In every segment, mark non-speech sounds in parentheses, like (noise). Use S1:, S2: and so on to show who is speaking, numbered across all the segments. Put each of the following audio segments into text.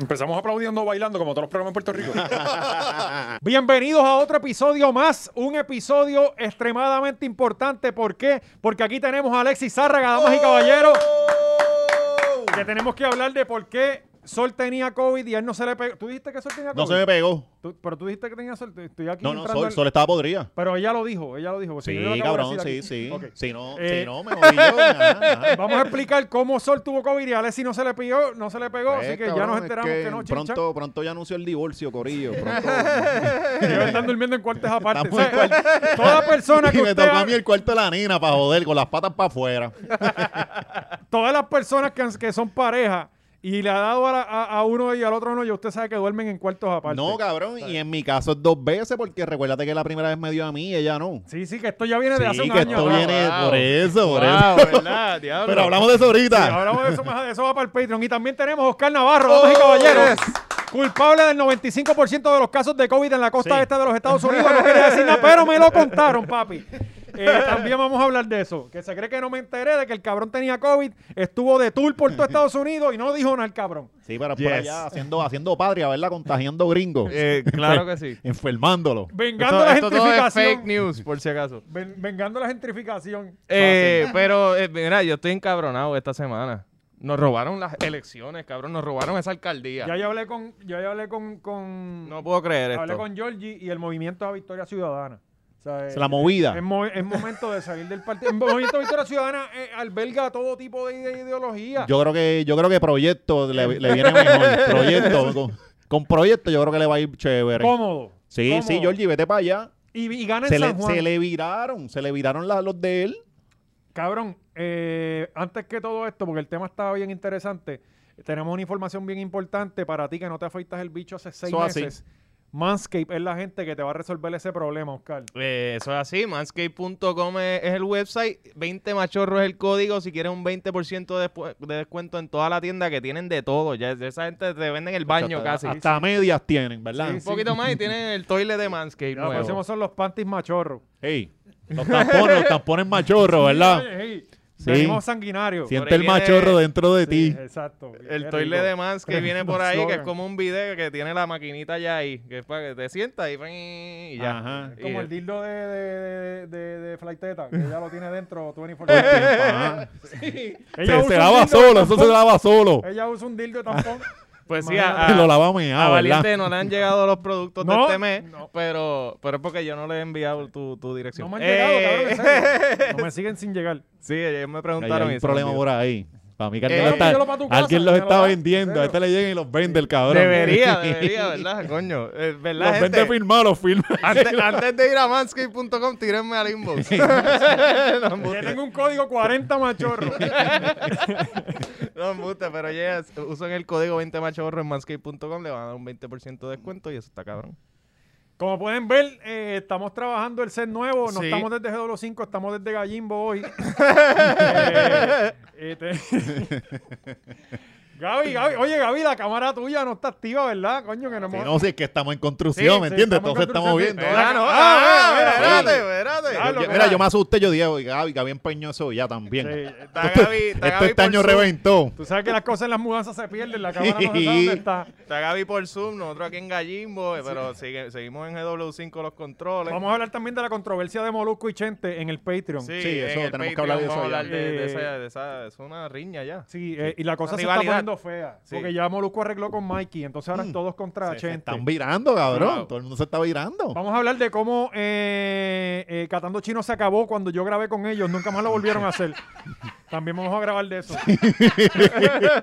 S1: Empezamos aplaudiendo, bailando, como todos los programas en Puerto
S2: (laughs)
S1: Rico.
S3: Bienvenidos a otro episodio más, un episodio extremadamente importante. ¿Por qué? Porque aquí tenemos a Alexis Zárraga, damas
S2: ¡Oh!
S3: y caballeros, que tenemos que hablar de por qué Sol tenía COVID y él no se le pegó. ¿Tú dijiste que Sol tenía COVID?
S2: No se me pegó.
S3: Tú- pero tú dijiste que tenía Sol. Estoy aquí
S2: No, no,
S3: entrando
S2: Sol,
S3: al-
S2: Sol estaba podrida.
S3: Pero ella lo dijo, ella lo dijo. porque
S2: Sí,
S3: yo lo acabo de
S2: cabrón, sí,
S3: decir
S2: sí.
S3: aquí. Ok.
S2: Si no,
S3: Eh,
S2: si no, me jodí yo.
S3: (laughs)
S2: ajá, ajá.
S3: Vamos a explicar cómo Sol tuvo COVID y Alexis no se le pegó, no se le pegó, así
S2: Eh,
S3: que ya
S2: cabrón,
S3: nos
S2: es
S3: enteramos que, no, chicha.
S2: Pronto, pronto ya anunció el divorcio,
S3: (laughs)
S2: Corillo. Pronto. (laughs)
S3: Ellos están durmiendo en cuartos aparte.
S2: Estamos en
S3: O sea, toda persona que
S2: (laughs) y me
S3: usted
S2: tocó
S3: ha-
S2: a mí el cuarto de la nena para joder, con las patas para
S3: (laughs)
S2: afuera.
S3: todas las personas que, han- que son pareja y le ha dado a, la- a- a uno y al otro no, ya usted sabe que duermen en cuartos aparte.
S2: No, cabrón, y en mi caso es dos veces, porque recuérdate que la primera vez me dio a mí y ella no.
S3: Sí, sí, que esto ya viene de hace
S2: Sí,
S3: un
S2: que
S3: año.
S2: esto
S3: ¿verdad?
S2: viene
S4: Wow.
S2: por eso, por eso.
S4: Wow, Ah, eh, (laughs) ¿verdad?
S2: (laughs)
S4: Diablo.
S2: Pero hablamos de eso ahorita.
S3: Y hablamos de eso más, de eso va para el Patreon. Y también tenemos a Oscar Navarro, damas
S2: Oh,
S3: y caballeros. Culpable del 95% de los casos de COVID en la costa
S2: Sí.
S3: este de los Estados Unidos. No quería decir nada, pero me lo contaron, papi. Eh, también vamos a hablar de eso. Que se cree que no me enteré de que el cabrón tenía COVID, estuvo de tour por todo Estados Unidos y no dijo nada el cabrón.
S2: Sí, pero
S4: Yes.
S2: por allá haciendo, haciendo patria, ¿verdad? Contagiando gringos.
S4: Eh, claro que sí.
S2: Enfermándolo.
S3: Vengando
S4: Esto,
S3: la
S4: esto todo es
S3: gentrificación.
S4: fake news, por si acaso.
S3: Ven- vengando la gentrificación.
S4: Eh, pero, eh, mira, yo estoy encabronado esta semana. Nos robaron las elecciones, cabrón. Nos robaron esa alcaldía.
S3: Ya yo hablé con, ya yo hablé con, con
S4: No puedo creer
S3: hablé
S4: esto.
S3: con Georgie y el movimiento a Victoria Ciudadana. O sea, eh,
S2: Se la movida.
S3: es, mo- es momento de salir del partido. El movimiento a Victoria Ciudadana eh, alberga todo tipo de, ide- ideología.
S2: Yo creo que, yo creo que proyecto le, le viene mejor.
S3: (laughs)
S2: Proyecto. con, con proyecto yo creo que le va a ir chévere.
S3: cómodo.
S2: Sí,
S3: cómodo.
S2: sí, Georgie, vete para allá.
S3: Y, y gana en
S2: Se
S3: San
S2: le,
S3: Juan.
S2: se le viraron, se le viraron la- los de él.
S3: Cabrón, eh, antes que todo esto, porque el tema estaba bien interesante, tenemos una información bien importante para ti que no te afeitas el bicho hace seis
S2: Eso así.
S3: meses. Manscape es la gente que te va a resolver ese problema, Oscar.
S4: Eh, eso es así, manscape.com es es el website, 20 machorro es el código, si quieres un 20% de, despu- de descuento en toda la tienda que tienen de todo, ya esa gente te vende en el baño
S2: hasta,
S4: casi.
S2: hasta medias tienen, ¿verdad?
S3: Sí,
S4: un poquito más y tienen el toilet de Manscape
S3: Los
S4: nuevo.
S3: próximos son los panties machorros.
S2: Ey, los tampones, los tampones machorros, ¿verdad?
S3: Ey, ey,
S2: Sí.
S3: Venimos sanguinarios.
S2: Siente
S4: Por ahí
S2: el machorro
S4: viene-
S2: dentro de
S3: Sí,
S2: ti.
S3: exacto.
S4: El
S3: Qué
S4: toile
S3: rico.
S4: de
S3: (laughs)
S4: Mans que viene por
S3: Tremendo
S4: ahí, que es
S3: slogan.
S4: como un video que tiene la maquinita ya ahí, que es para que te sientas y, ¡ping! y ya.
S2: Ajá.
S4: Y
S3: Como el
S4: es-
S3: dildo de, de, de, de, de Flaiteta, que ya lo tiene
S2: (laughs)
S3: dentro (laughs) 24
S2: Todo el
S3: horas.
S2: tiempo, ajá.
S3: Ella
S2: Se,
S3: usa
S2: se
S3: un
S2: lava
S3: dildo de
S2: solo, eso se
S3: tampón.
S2: lava solo.
S3: Ella usa un dildo de tampón.
S4: Pues sí,
S3: Imagínate. (laughs)
S4: a, a-
S2: Lo lava
S4: a
S2: meado, ¿verdad?
S4: Valiente no le han llegado los productos
S3: No,
S4: de este mes,
S3: no.
S4: pero, pero es porque yo no le he enviado tu, tu dirección.
S3: No me han
S4: Eh,
S3: llegado, cabrón, en serio. No me siguen sin llegar.
S4: (laughs) Sí, ellos me
S2: Ahí
S4: preguntaron
S2: Hay un
S4: eso,
S2: problema
S4: tío.
S2: por ahí. Para mí que
S4: Eh,
S2: alguien, está-
S3: llévalo pa' tu casa,
S2: alguien los
S3: llévalo
S2: está
S3: pa'-
S2: vendiendo.
S3: ¿en
S2: A este le llegan y los vende el
S3: (laughs)
S2: cabrón.
S4: Debería, debería, ¿verdad, coño? Eh,
S2: los
S4: ¿Verdad,
S2: vende
S4: gente?
S2: firmados,
S3: (laughs)
S2: los firma.
S4: Antes, antes de ir a manscape.com, tírenme al
S3: (laughs)
S4: inbox. (laughs) no,
S3: Yo
S4: embuste,
S3: tengo un código 40 (laughs) machorro.
S4: no embuste, pero ya usan el código 20 machorro en manscape.com, le van a dar un 20% de descuento y eso está cabrón.
S3: Como pueden ver, eh, estamos trabajando el set nuevo. No
S4: Sí.
S3: estamos desde GW5, estamos desde Gallimbo (laughs) hoy. Eh, eh, (laughs) te- Gaby, Gaby, oye Gaby, la cámara tuya no está activa, ¿verdad? Coño, que no
S2: Sí,
S3: hemos-
S2: no, si es que estamos en construcción,
S3: Sí,
S2: ¿me
S3: sí,
S2: entiendes?
S3: estamos en
S2: Entonces estamos
S3: construcción,
S2: viendo.
S3: sí.
S2: Mira,
S3: Ah, no, ah,
S4: espérate,
S3: ah,
S4: espérate,
S3: Ah,
S4: espérate.
S3: lo-
S2: yo- Mira, yo me asusté, yo dije, oiga, Gaby, Gaby empeñó eso ya también.
S3: Sí, eh,
S4: Está Gaby,
S2: (laughs)
S4: está
S2: Esto
S4: Gaby
S2: este año
S4: por Zoom.
S2: reventó.
S3: Tú sabes que las cosas en las mudanzas se pierden, la cámara (laughs) no sabe dónde está.
S4: Está Gaby por Zoom, nosotros aquí en Gallimbo, eh, pero sigue- seguimos en GW5 los controles.
S3: Vamos a hablar también de la controversia de Molusco y Chente en el Patreon. Sí,
S2: Sí, eso,
S4: en el
S2: tenemos que
S4: Patreon
S2: hablar de eso
S4: vamos a hablar
S3: ya.
S4: de- de
S3: Eh,
S4: esa- de esa- es una riña ya.
S3: eh, y la cosa
S4: Una
S3: se está
S4: rivalidad.
S3: poniendo fea.
S4: Sí.
S3: Porque ya Molusco arregló con Mikey, entonces ahora
S2: Mm.
S3: todos contra
S2: Se, se
S3: Chente.
S2: están virando, cabrón.
S4: Wow.
S2: Todo el mundo se está virando.
S3: Vamos a hablar de cómo eh, eh, Catando Chino se acabó cuando yo grabé con ellos. Nunca más lo volvieron a
S2: (laughs)
S3: hacer. También vamos a grabar de eso. (laughs)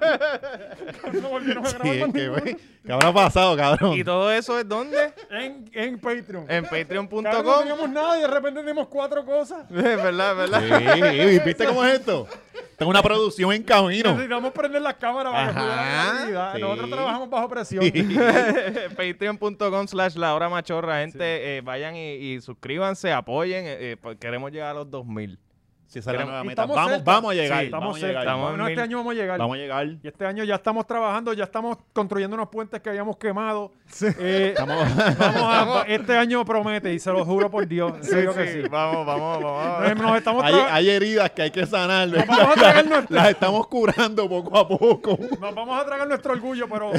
S3: No volvieron a
S2: Sí,
S3: grabar
S2: es
S3: con
S2: que,
S3: ninguno.
S2: güey, ¿Qué habrá pasado, cabrón?
S4: ¿Y todo eso es dónde?
S3: en, en Patreon. Cabrón,
S4: En
S3: no
S4: patreon.com. (laughs)
S3: teníamos nada y de repente tenemos cuatro cosas.
S4: ¿Verdad, verdad?
S2: Sí, ¿viste cómo es esto? Tengo una producción en camino.
S3: Necesitamos prender las cámaras para
S2: Ajá,
S3: cuidar la realidad.
S2: sí.
S3: Nosotros trabajamos bajo presión.
S4: (laughs) Patreon.com slash la hora machorra. Gente, eh, vayan y, y suscríbanse, apoyen. eh, eh, pues queremos llegar a los 2000.
S2: Si sale la
S4: Queremos-
S2: nueva
S3: Y
S2: meta.
S3: estamos
S2: Vamos,
S3: cerca.
S2: vamos a llegar.
S3: Sí, estamos
S2: vamos a llegar.
S3: cerca.
S4: Estamos en
S3: Bueno, este
S4: mil-
S3: año vamos a llegar.
S2: Vamos a llegar.
S3: Y este año ya estamos trabajando, ya estamos construyendo unos puentes que habíamos quemado. Eh, vamos a- este año promete, y se lo juro por Dios. en serio que sí.
S4: Vamos,
S3: (laughs)
S4: vamos, vamos.
S3: Nos, nos estamos
S2: Hay,
S3: tra-
S2: hay heridas que hay que sanar. ¿verdad?
S3: vamos a tragar nuestro-
S2: Las estamos curando poco a poco.
S3: Nos vamos a tragar nuestro orgullo, pero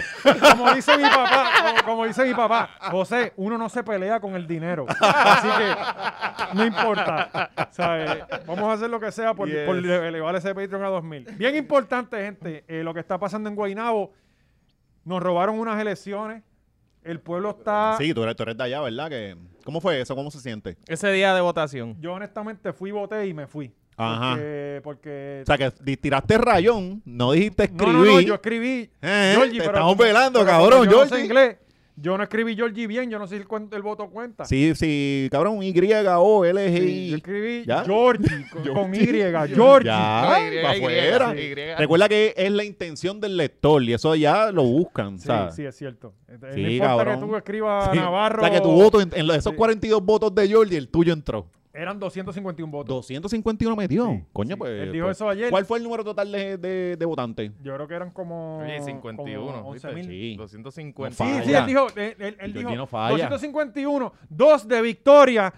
S3: como dice mi papá, como, como dice mi papá, José, uno no se pelea con el dinero. Así que no importa. ¿sabes? Vamos a hacer lo que sea por,
S4: Yes.
S3: por elevar ese Patreon a 2000. Bien importante, gente, eh, lo que está pasando en Guaynabo. Nos robaron unas elecciones. El pueblo está.
S2: Sí, tú eres, tú eres de allá, ¿verdad? Que, ¿Cómo fue eso? ¿Cómo se siente?
S4: Ese día de votación.
S3: Yo honestamente fui, voté y me fui.
S2: Ajá.
S3: Porque. porque-
S2: O sea, que di- tiraste rayón, no dijiste
S3: No,
S2: escribir.
S3: no, no, yo escribí.
S2: Eh, eh,
S3: Georgie,
S2: te
S3: pero
S2: estamos
S3: como-
S2: velando,
S3: pero
S2: cabrón,
S3: como yo No sé
S2: Georgie.
S3: inglés. Yo no escribí Georgie bien, yo no sé si el, cuen- el voto cuenta.
S2: Sí, sí, cabrón, Y, O, L, G,
S3: Sí,
S2: I.
S3: yo escribí
S2: ¿Ya? (laughs)
S3: Georgie con, con Y, Georgie.
S2: Ya,
S4: No, Y,
S2: pa'
S4: Y,
S2: afuera.
S4: sí. Y.
S2: Recuerda que es la intención del lector y eso ya lo buscan,
S3: Sí,
S2: ¿sabes?
S3: sí, es cierto. Eh,
S2: Sí,
S3: no importa
S2: cabrón.
S3: que tú escribas
S2: Sí.
S3: Navarro.
S2: O sea, que tu voto, en, en los- esos
S3: Sí.
S2: 42 votos de Jordi, el tuyo entró.
S3: Eran 251 votos.
S2: 251 metió.
S3: Sí,
S2: Coño,
S3: sí.
S2: pues.
S3: Él dijo
S2: pues,
S3: eso ayer.
S2: ¿Cuál fue el número total de, de- de votantes?
S3: Yo creo que eran como.
S4: Oye, 51.
S3: como 11.000.
S4: ¿viste?
S2: Sí.
S4: 250.
S3: Sí,
S2: Falla.
S3: sí, él dijo, él, él- él
S2: Georgie
S3: dijo
S2: no falla.
S3: 251, 2 de victoria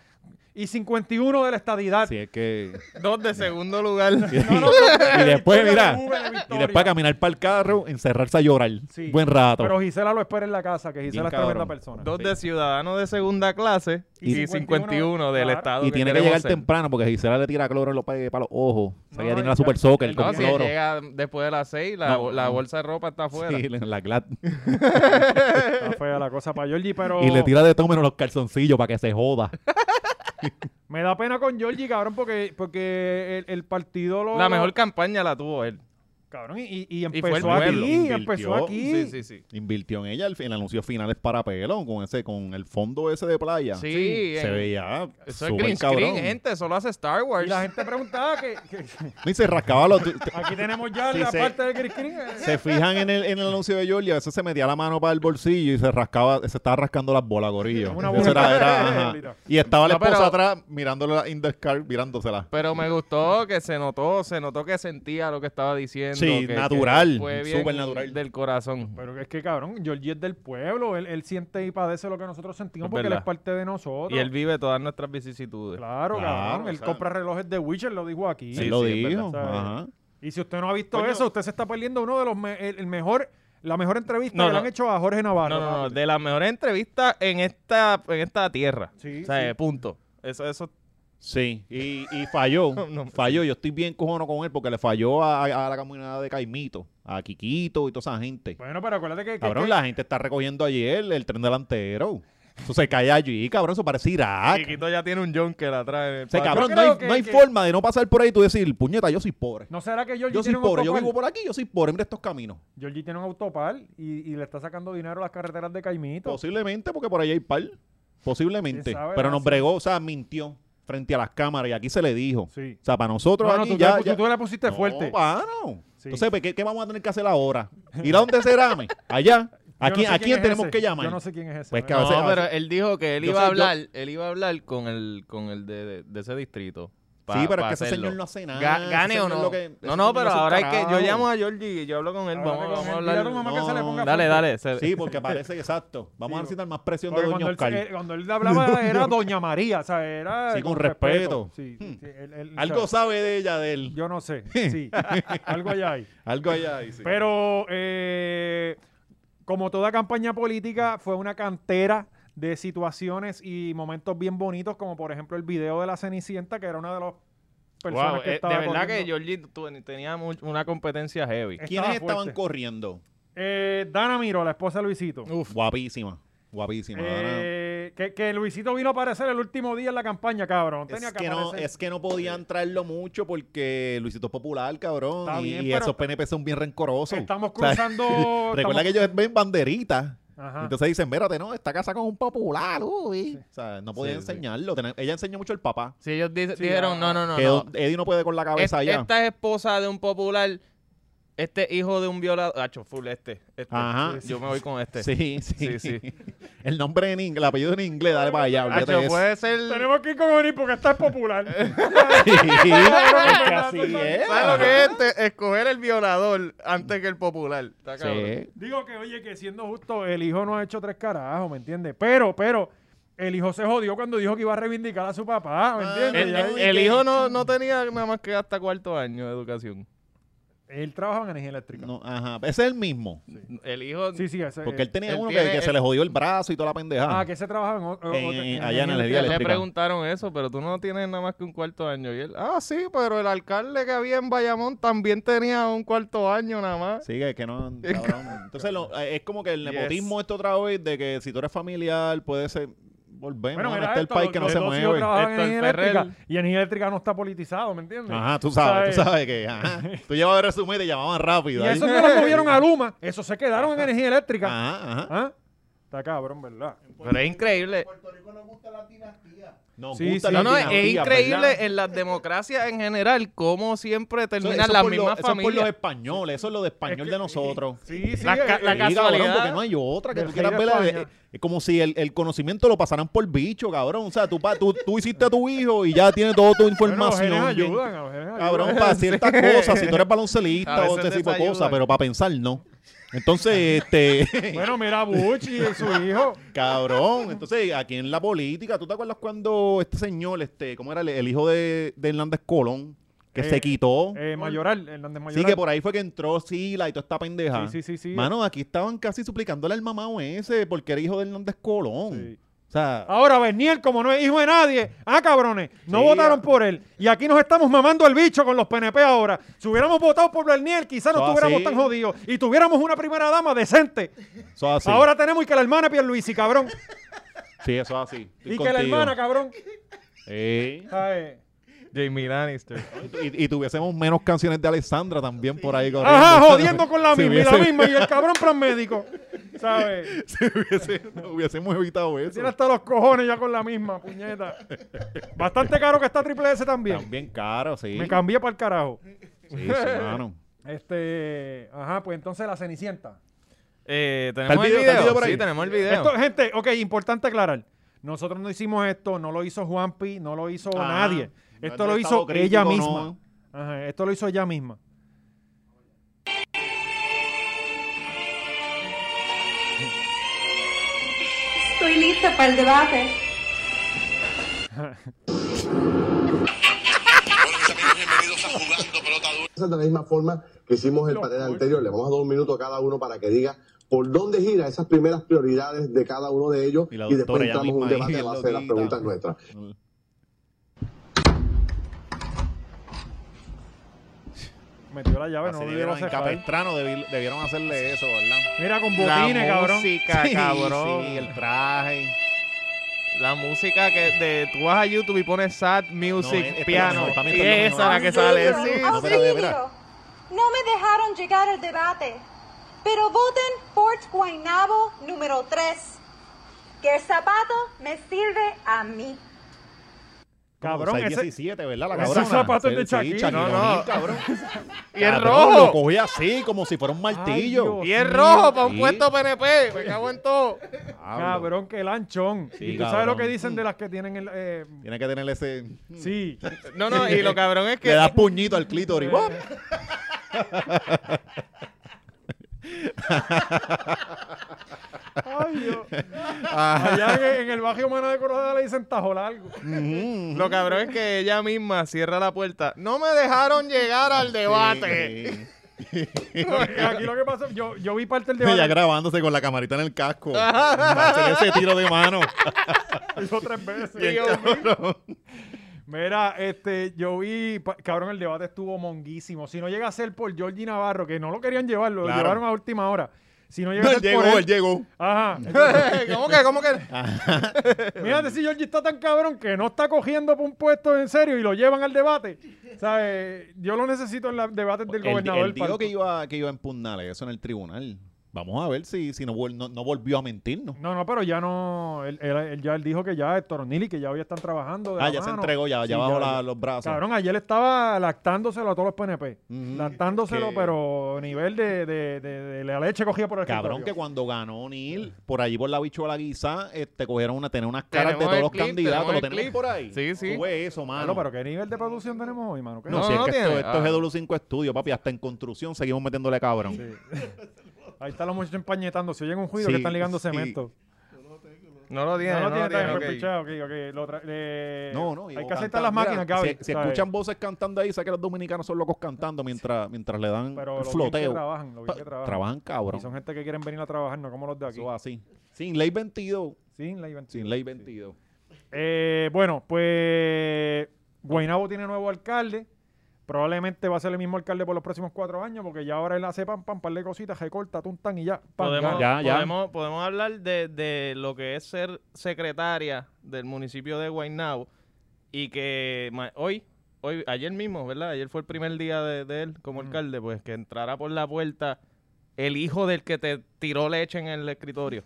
S3: y 51 de la estadidad.
S2: Si es que.
S4: Dos de segundo lugar.
S2: (laughs)
S3: No, no, no,
S2: y después,
S3: victoria
S2: mira.
S3: de Google, de
S2: Y
S3: victoria.
S2: después caminar para el carro, encerrarse a llorar.
S3: Sí.
S2: Buen rato.
S3: Pero Gisela lo espera en la casa, que Gisela es
S2: cabrón.
S3: tremenda persona.
S4: Dos de ciudadano de segunda clase
S3: Y
S4: y,
S3: 51
S4: 51 del
S3: claro.
S4: estado.
S2: y tiene que
S4: queremos
S2: llegar
S4: ser.
S2: temprano porque Gisela le tira cloro en los, pa- para los ojos. O sea,
S3: No,
S2: ella tiene
S3: ya-
S2: la super soccer
S3: el
S2: con
S4: No,
S3: con
S4: si
S2: cloro.
S4: llega después de las 6, la,
S2: No,
S4: la
S2: no.
S4: bolsa de ropa está afuera.
S2: (laughs) Sí, en la glad.
S3: Está fea la cosa para Georgie, pero
S2: Y le tira de todo menos los calzoncillos para que se joda.
S3: me da pena con Georgie, cabrón, porque, porque el, el partido lo...
S4: La mejor campaña la tuvo él.
S3: Cabrón, y, y
S4: Y fue el
S3: empezó
S4: pueblo.
S3: aquí,
S2: Invirtió.
S3: empezó aquí.
S4: Sí, sí, sí.
S2: Invirtió en ella el, el anuncio final es para pelón con ese, con el fondo ese de playa.
S4: Sí,
S2: Se
S4: en-
S2: veía
S4: Eso es
S2: súper
S4: green
S2: cabrón.
S4: screen, gente. Solo hace Star
S3: Y
S4: Wars.
S3: la gente preguntaba que, que- (laughs)
S2: No, y se rascaba los...
S3: aquí tenemos ya
S2: Sí,
S3: la
S2: se-
S3: parte del green screen. eh.
S2: se fijan en el, en el anuncio de Yoli, a veces se metía la mano para el bolsillo y se rascaba, se estaba rascando las bolas, gorillo.
S3: Una
S2: Eso era-
S3: bola. (laughs)
S2: era- ajá. Y estaba la
S4: No, pero-
S2: esposa atrás mirándole la in the car, mirándosela.
S4: Pero me gustó que se notó, se notó que sentía lo que estaba diciendo.
S2: Sí,
S4: que-
S2: natural,
S4: que fue bien
S2: supernatural.
S4: Del corazón.
S3: Pero es que, cabrón, Georgie es del pueblo, él, él siente y padece lo que nosotros sentimos
S4: Es
S3: porque él
S4: verdad.
S3: es parte de nosotros.
S4: Y él vive todas nuestras vicisitudes.
S3: Claro,
S2: Claro,
S3: cabrón,
S2: o
S3: él
S2: sea-
S3: compra relojes de Witcher, lo dijo aquí.
S2: Sí,
S4: Sí,
S2: lo
S4: sí, es
S2: dijo.
S3: verdad.
S2: ajá.
S3: Y si usted no ha visto
S4: Coño.
S3: eso, usted se está perdiendo uno de los me- el, el mejor la mejor entrevista
S4: No,
S3: que le
S4: no.
S3: han hecho a Jorge Navarro.
S4: No, no, no. De las mejores entrevistas en esta, en esta tierra.
S3: Sí,
S4: o sea,
S3: sí.
S4: punto. Eso, eso.
S2: Sí, y, y (laughs) falló.
S4: No,
S2: falló. Yo estoy bien cojono con él porque le falló a, a la caminada de Caimito, a Quiquito y toda esa gente.
S3: Bueno, pero acuérdate que, que-
S2: Cabrón,
S3: que-
S2: la gente está recogiendo ayer el tren delantero. Eso se cae allí, cabrón. Eso parece Irak.
S4: Chiquito ya tiene un Junker atrás. en el
S2: O sea,
S4: patio.
S2: Ah, cabrón,
S3: Yo
S2: no
S3: creo
S2: hay,
S3: que-
S2: no hay
S3: que-
S2: forma de no pasar por ahí y tú decir, puñeta, yo soy pobre.
S3: ¿No será que Georgie
S2: yo soy
S3: tiene un
S2: pobre, yo
S3: autopar?
S2: vivo por aquí, yo soy pobre, mira estos caminos.
S3: Georgie tiene un autopar y, y le está sacando dinero a las carreteras de Caimito.
S2: Pues, Posiblemente, porque por ahí hay par. Posiblemente.
S3: ¿Quién sabe,
S2: Pero
S3: no?
S2: nos bregó, o sea, mintió frente a las cámaras y aquí se le dijo.
S3: Sí.
S2: O sea, para nosotros
S3: No, no,
S2: aquí
S3: tú,
S2: ya...
S3: tú-
S2: ya-
S3: tú la pusiste
S2: No,
S3: fuerte.
S2: mano.
S3: Sí.
S2: Entonces, pues, ¿qué, qué vamos a tener que hacer ahora? ¿Ir a dónde Cerame? Allá.
S3: (laughs)
S2: ¿A
S3: Yo no
S2: quién,
S3: sé
S2: a quién
S3: es
S2: tenemos
S3: ese.
S2: que llamar?
S3: Yo no sé quién es ese.
S2: Pues
S3: ¿no?
S2: que a veces-
S4: no, pero él dijo que él
S2: Yo
S4: iba a
S2: sé, yo-
S4: hablar, él iba a hablar con el, con el de, de ese distrito. pa-
S2: sí, pero es
S4: pa
S2: que ese
S4: hacerlo.
S2: señor no hace nada.
S4: Ga-
S2: Ah, ese
S4: gane o
S2: señor
S4: no.
S2: lo que-
S4: no,
S2: ese
S4: no,
S2: señor
S4: pero
S2: hace un
S4: ahora es que yo
S2: carajo.
S4: llamo a Georgie y yo hablo con él.
S3: Háblate
S4: Vamos,
S3: con
S4: vamos
S3: él,
S4: a
S3: dile a tu
S4: hablar.
S3: mamá que se le ponga
S4: Dale,
S3: fuerte.
S4: dale. se-
S2: Sí, porque parece que exacto. Vamos a
S3: Sí,
S2: necesitar más presión de
S3: Porque
S2: Doña
S3: cuando, él,
S2: Oscar.
S3: eh, cuando él
S2: (laughs)
S3: hablaba era Doña María, o sea, era...
S2: Sí, con respeto. Hmm.
S3: Sí, sí, él- él-
S2: Algo
S3: o sea,
S2: sabe de ella, de él.
S3: Yo no sé,
S2: (laughs)
S3: sí. Algo allá hay.
S2: Algo allá dice.
S3: Pero eh, como toda campaña política fue una cantera de situaciones y momentos bien bonitos, como por ejemplo el video de la Cenicienta, que era una de las personas
S4: Wow,
S3: que
S4: eh,
S3: estaba
S4: de verdad que
S3: corriendo.
S4: Georgie tu- tenía much- una competencia heavy.
S3: Eh,
S2: ¿Quiénes
S3: estaba
S2: estaban
S3: fuerte.
S2: corriendo?
S3: Eh, Dana Miro, la esposa de Luisito.
S2: Uf. Guapísima. Guapísima. Dana.
S3: Eh, que, que Luisito vino a aparecer el último día en la campaña, cabrón. Tenía
S2: Es que, no,
S3: aparecer.
S2: es que no podían traerlo mucho porque Luisito es popular, cabrón.
S3: Está
S2: y-
S3: bien,
S2: y
S3: pero-
S2: esos PNP son bien rencorosos.
S3: Estamos
S2: (laughs) O sea,
S3: cruzando...
S2: (laughs) Recuerda
S3: estamos- Ah.
S2: que ellos ven banderitas.
S3: Ajá.
S2: Entonces dicen, mérate, no, esta casa con un popular, uy. O sea, no podía
S4: Sí, sí.
S2: enseñarlo. Tena- Ella enseñó mucho el papá.
S4: Si ellos di-
S3: Sí,
S4: dijeron,
S3: ah,
S4: no, no, no.
S2: que
S4: no.
S2: don- Eddie no puede con la
S4: Es-
S2: cabeza allá.
S4: esta es esposa de un popular. Este hijo de un violador. Acho, full, este. este.
S2: Ajá.
S4: Yo me voy con este.
S2: Sí, sí.
S4: Sí, sí.
S2: (laughs) El nombre en inglés, el apellido en inglés, dale para allá, olvídate
S4: Acho,
S2: de eso.
S4: puede ser.
S3: Tenemos que ir con Oni porque está popular.
S2: (laughs) Sí, es que así es.
S4: ¿Sabes lo que es? Te- escoger el violador antes que el popular. Está cabrón.
S2: Sí.
S3: Digo que, oye, que siendo justo, el hijo no ha hecho tres carajos, ¿me entiendes? Pero, pero, el hijo se jodió cuando dijo que iba a reivindicar a su papá,
S2: Ah,
S3: ¿me entiendes?
S4: El,
S3: Ya-
S4: el- el hijo no, no tenía nada más que hasta cuarto año de educación.
S3: Él trabajaba en energía eléctrica.
S2: No, ajá, ese es el mismo.
S4: El hijo.
S3: Sí, sí, ese.
S2: Porque él tenía
S4: Él
S2: uno que-
S4: tiene-
S2: que, se
S4: él-
S2: le jodió el brazo y toda la pendejada.
S3: Ah, que ese trabajaba en, o- o-
S2: En-
S3: otra-
S2: allá en energía
S4: le
S2: eléctrica.
S4: preguntaron eso, pero tú no tienes nada más que un cuarto año. Y él, ah, sí, pero el alcalde que había en Bayamón también tenía un cuarto año nada más.
S2: Sí, que, que no, cabrón. Entonces, lo- eh, es como que el
S4: Yes.
S2: nepotismo esto otra vez de que si tú eres familiar, puede ser... Volvemos,
S3: Bueno,
S2: mano,
S3: mira
S2: está este el
S3: esto,
S2: país
S3: los-
S2: que no
S3: los
S2: se
S3: dos hijos
S2: mueve.
S3: trabajaban en
S4: Héctor
S3: energía eléctrica
S4: Ferrer.
S3: y energía eléctrica no está politizado, ¿me entiendes?
S2: Ajá, tú sabes, tú sabes que ajá, tú llevabas el resumen y te llamaban rápido.
S3: Y
S2: ahí.
S3: esos no los movieron a Luma, esos se quedaron en energía eléctrica.
S2: Ajá, ajá.
S3: ¿Ah? Está cabrón, ¿verdad?
S4: Pero es increíble.
S5: Puerto Rico nos gusta la dinastía.
S2: Nos
S3: Sí,
S2: gustan
S3: sí.
S4: No,
S2: las
S4: no, es
S2: dinastías,
S4: increíble eh,
S2: ¿verdad?
S4: en las democracias en general cómo siempre
S2: Eso-
S4: terminan
S2: eso
S4: las
S2: por lo-
S4: mismas
S2: eso es por los
S4: familias.
S2: españoles, eso es lo de español
S3: Es que-
S2: de nosotros.
S3: Sí, sí.
S4: La
S3: eh,
S4: ca-
S3: eh,
S4: la
S2: Sí,
S4: ca-
S2: cabrón,
S4: casualidad.
S2: porque no hay otra que
S3: Del
S2: tú
S3: rey
S2: quieras
S3: de
S2: ver. la-
S3: España.
S2: eh, como si el, el conocimiento lo pasaran por bicho, cabrón. O sea, tú, pa- tú, tú hiciste a tu hijo y ya tiene toda tu
S3: bueno, los
S2: información.
S3: genes
S2: bien-
S3: ayudan, los genes ayudan. (laughs)
S2: Cabrón, para ciertas cosas, si tú eres
S4: A
S2: baloncelista
S4: veces
S2: o ese tipo de
S4: desayudan.
S2: cosas, pero para pensar, no. Entonces, este, (laughs)
S3: Bueno, mira a Bush y su hijo.
S2: cabrón, entonces aquí en la política, ¿tú te acuerdas cuando este señor, este, cómo era el, el hijo de, de Hernández Colón, que
S3: Eh,
S2: se quitó?
S3: Eh, Mayoral, Hernández
S2: Sí,
S3: Mayoral.
S2: que por ahí fue que entró Sila y toda esta pendeja.
S3: Sí, sí, sí, sí.
S2: Mano, aquí estaban casi suplicándole al mamá ese porque era hijo de Hernández Colón.
S3: Sí. Ah,
S2: O sea,
S3: Ahora, Bernier, como no es hijo de nadie, ah, cabrones, no
S2: Sí,
S3: votaron
S2: ah.
S3: por él. Y aquí nos estamos mamando el bicho con los PNP ahora. Si hubiéramos votado por Bernier, quizás no
S2: Ah,
S3: estuviéramos
S2: sí.
S3: tan jodidos. Y tuviéramos una primera dama decente.
S2: eso es así.
S3: Ahora tenemos y que la hermana Pierluisi, cabrón.
S2: sí, eso es así. Estoy
S3: y que la
S2: contigo.
S3: hermana, cabrón.
S2: Sí.
S3: Ay.
S4: Jamie Lannister.
S2: Y, y tuviésemos menos canciones de Alessandra también por ahí. corriendo.
S3: Ajá, jodiendo con la
S2: (laughs) Si
S3: misma y la
S2: hubiese-
S3: misma. Y el cabrón plan médico. ¿Sabes?
S2: (laughs) si hubiese- no hubiésemos evitado eso.
S3: Tiene hasta los cojones ya con la misma, puñeta. Bastante caro que está Triple S también.
S2: También caro, sí.
S3: Me cambié para el carajo.
S2: Sí, sí,
S3: (laughs)
S2: mano.
S3: Este, ajá, pues entonces la Cenicienta.
S4: Eh,
S2: Está
S4: tenemos
S2: el
S4: el
S2: video, está el
S4: video.
S2: video por
S4: sí,
S2: ahí.
S4: tenemos el video.
S3: Esto, gente, ok, importante aclarar. Nosotros no hicimos esto, no lo hizo Juanpi, no lo hizo
S2: Ajá.
S3: nadie.
S2: Ah, No
S3: Esto
S2: es
S3: lo
S2: de
S3: hizo
S2: estado crítico,
S3: ella
S2: no.
S3: misma. Ajá, esto lo hizo ella misma.
S6: Estoy lista para el debate.
S7: Bueno, mis amigos, bienvenidos a Jugando Pelota Dura.
S5: De la misma forma que hicimos el panel anterior, le vamos a dar un minuto a cada uno para que diga por dónde gira esas primeras prioridades de cada uno de ellos
S2: Y
S5: y,
S2: la
S5: después
S2: doctora ya
S5: entramos en un
S2: misma ahí,
S5: debate a base de las
S2: loquita.
S5: preguntas nuestras.
S3: Metió la llave,
S2: Así
S3: no debió
S2: debieron, en
S3: hacer falta.
S2: Capestrano debi- debieron hacerle eso, ¿verdad?
S3: Mira, con
S4: la
S3: botines, cabrón.
S4: música, cabrón.
S2: Sí, el traje.
S4: La música que de, tú vas a YouTube y pones sad music,
S2: No, es- es
S4: piano.
S2: mejor, para mí
S4: y
S2: está
S4: esa
S2: mejor.
S4: la que sale.
S6: Auxilio,
S4: Sí.
S2: No, espera, espera.
S6: auxilio. No me dejaron llegar al debate, pero voten por Guaynabo número 3. Que el zapato me sirve a mí.
S3: Cabrón,
S2: Como 6,
S3: ese-
S2: 17, ¿verdad? La
S3: esos
S2: cabrona.
S3: zapatos de
S2: Sí,
S3: Shaquille.
S2: Shaquille
S4: No, no.
S2: O'Neal, cabrón.
S4: Y es
S2: Cabrón, Lo
S4: rojo.
S2: cogía así, como si fuera un martillo.
S3: Dios.
S4: Y es rojo para un
S2: Sí.
S4: puesto PNP. Me cago en todo.
S2: Diablo.
S3: Cabrón, que lanchón.
S2: Sí,
S3: y tú sabes lo que
S2: cabrón.
S3: dicen de las que tienen el. eh,
S2: Tiene que tener ese...
S3: sí.
S4: No, no, y lo
S2: (laughs)
S4: cabrón es que.
S2: Le das puñito al clítoris. ¡Bop!
S3: Ay, Dios. Allá en, en el barrio humano de Coronada le dicen tajo
S2: (laughs)
S3: largo.
S4: Lo cabrón es que ella misma cierra la puerta. No me dejaron llegar al debate.
S3: Y aquí lo que pasó, yo, yo vi parte del
S2: Ya
S3: debate.
S2: grabándose con la camarita en el
S4: (laughs)
S2: casco. Hacer ese tiro de
S3: (laughs)
S2: mano.
S3: hizo tres veces.
S4: Bien,
S2: (laughs)
S3: Mira, este, yo vi, pa- cabrón, el debate estuvo monguísimo. Si no llega a ser por Georgie Navarro, que no lo querían llevar, lo
S2: Claro.
S3: llevaron a última hora. Si
S2: (laughs)
S3: no llega
S2: No,
S3: a
S2: él
S3: ser por él,
S2: llegó, él llegó. (laughs)
S3: Ajá.
S4: (laughs) ¿Cómo que? ¿Cómo que?
S2: Ah.
S3: Mírate si Georgie está tan cabrón que no está cogiendo por un puesto en serio y lo llevan al debate. ¿Sabes? Yo lo necesito en los debates del
S2: Él,
S3: gobernador.
S2: él dijo
S3: Parco.
S2: que iba, que iba a impugnar eso en el tribunal. Vamos a ver si, si no, vol- no- no volvió a mentirnos.
S3: No, no, pero ya no. Él, él- él ya él dijo que ya Héctor O'Neill y que ya hoy están trabajando. de
S2: Ah,
S3: la
S2: ya se
S3: mano.
S2: entregó, ya,
S3: Sí,
S2: ya bajó la-
S3: ya.
S2: los brazos.
S3: Cabrón, ayer estaba lactándoselo a todos los PNP.
S2: Ujú.
S3: Lactándoselo,
S2: Que-
S3: pero a nivel de, de- de- de la leche cogida por el
S2: Cabrón, que
S3: escritorio.
S2: cuando ganó Neil, por allí por la bichuela guisa, este, cogieron una, tener unas caras
S4: Tenemos
S2: de todos
S4: el
S2: los
S4: clip,
S2: candidatos.
S4: tenemos
S2: Lo
S4: el
S2: tenemos
S4: clip.
S2: por ahí.
S4: Sí, sí.
S2: Tú ves eso,
S3: Mano,
S2: mano.
S3: pero ¿qué nivel de producción tenemos hoy, mano? ¿Qué?
S2: No,
S4: No,
S2: si es
S4: no
S2: que
S4: tiene.
S2: esto, esto es
S4: Ah.
S2: de 5 Estudio, papi, hasta en construcción seguimos metiéndole cabrón.
S3: Ahí están los muchachos empañetando. Si oyen un ruido
S2: Sí,
S3: que están ligando
S2: sí.
S3: cemento.
S4: No lo tiene,
S3: no,
S4: no,
S3: no, tiene
S4: lo
S3: tan
S4: tiene. ok.
S3: pichado, ok, ok. Lo tra- eh,
S2: No, no.
S3: Hay
S2: digo,
S3: que aceptar
S2: cantan-
S3: las máquinas,
S2: mira,
S3: Gaby.
S2: Si, si
S3: ¿sabes?
S2: escuchan voces cantando ahí, sabe que los dominicanos son locos cantando mientras, mientras le dan
S3: Pero
S2: el
S3: lo bien que
S2: floteo.
S3: trabajan, lo bien
S2: Pa-
S3: que trabajan.
S2: trabajan,
S3: Y son
S2: cabrón.
S3: gente que quieren venir a trabajar, no como los de aquí.
S2: Eso así. Sin ley 22.
S3: Sin la Juventud.
S2: Sin ley 22.
S3: Eh, bueno, pues Guaynabo tiene nuevo alcalde. Probablemente va a ser el mismo alcalde por los próximos cuatro años, porque ya ahora él hace pam, pam, par de cositas, recorta, tuntan y ya. Pam,
S4: Podemos,
S3: gana.
S2: Ya, ya.
S4: Podemos, podemos hablar de, de lo que es ser secretaria del municipio de Guaynabo y que ma- hoy, hoy, ayer mismo, ¿verdad? Ayer fue el primer día de, de él como alcalde, pues que entrará por la puerta el hijo del que te tiró leche en el escritorio.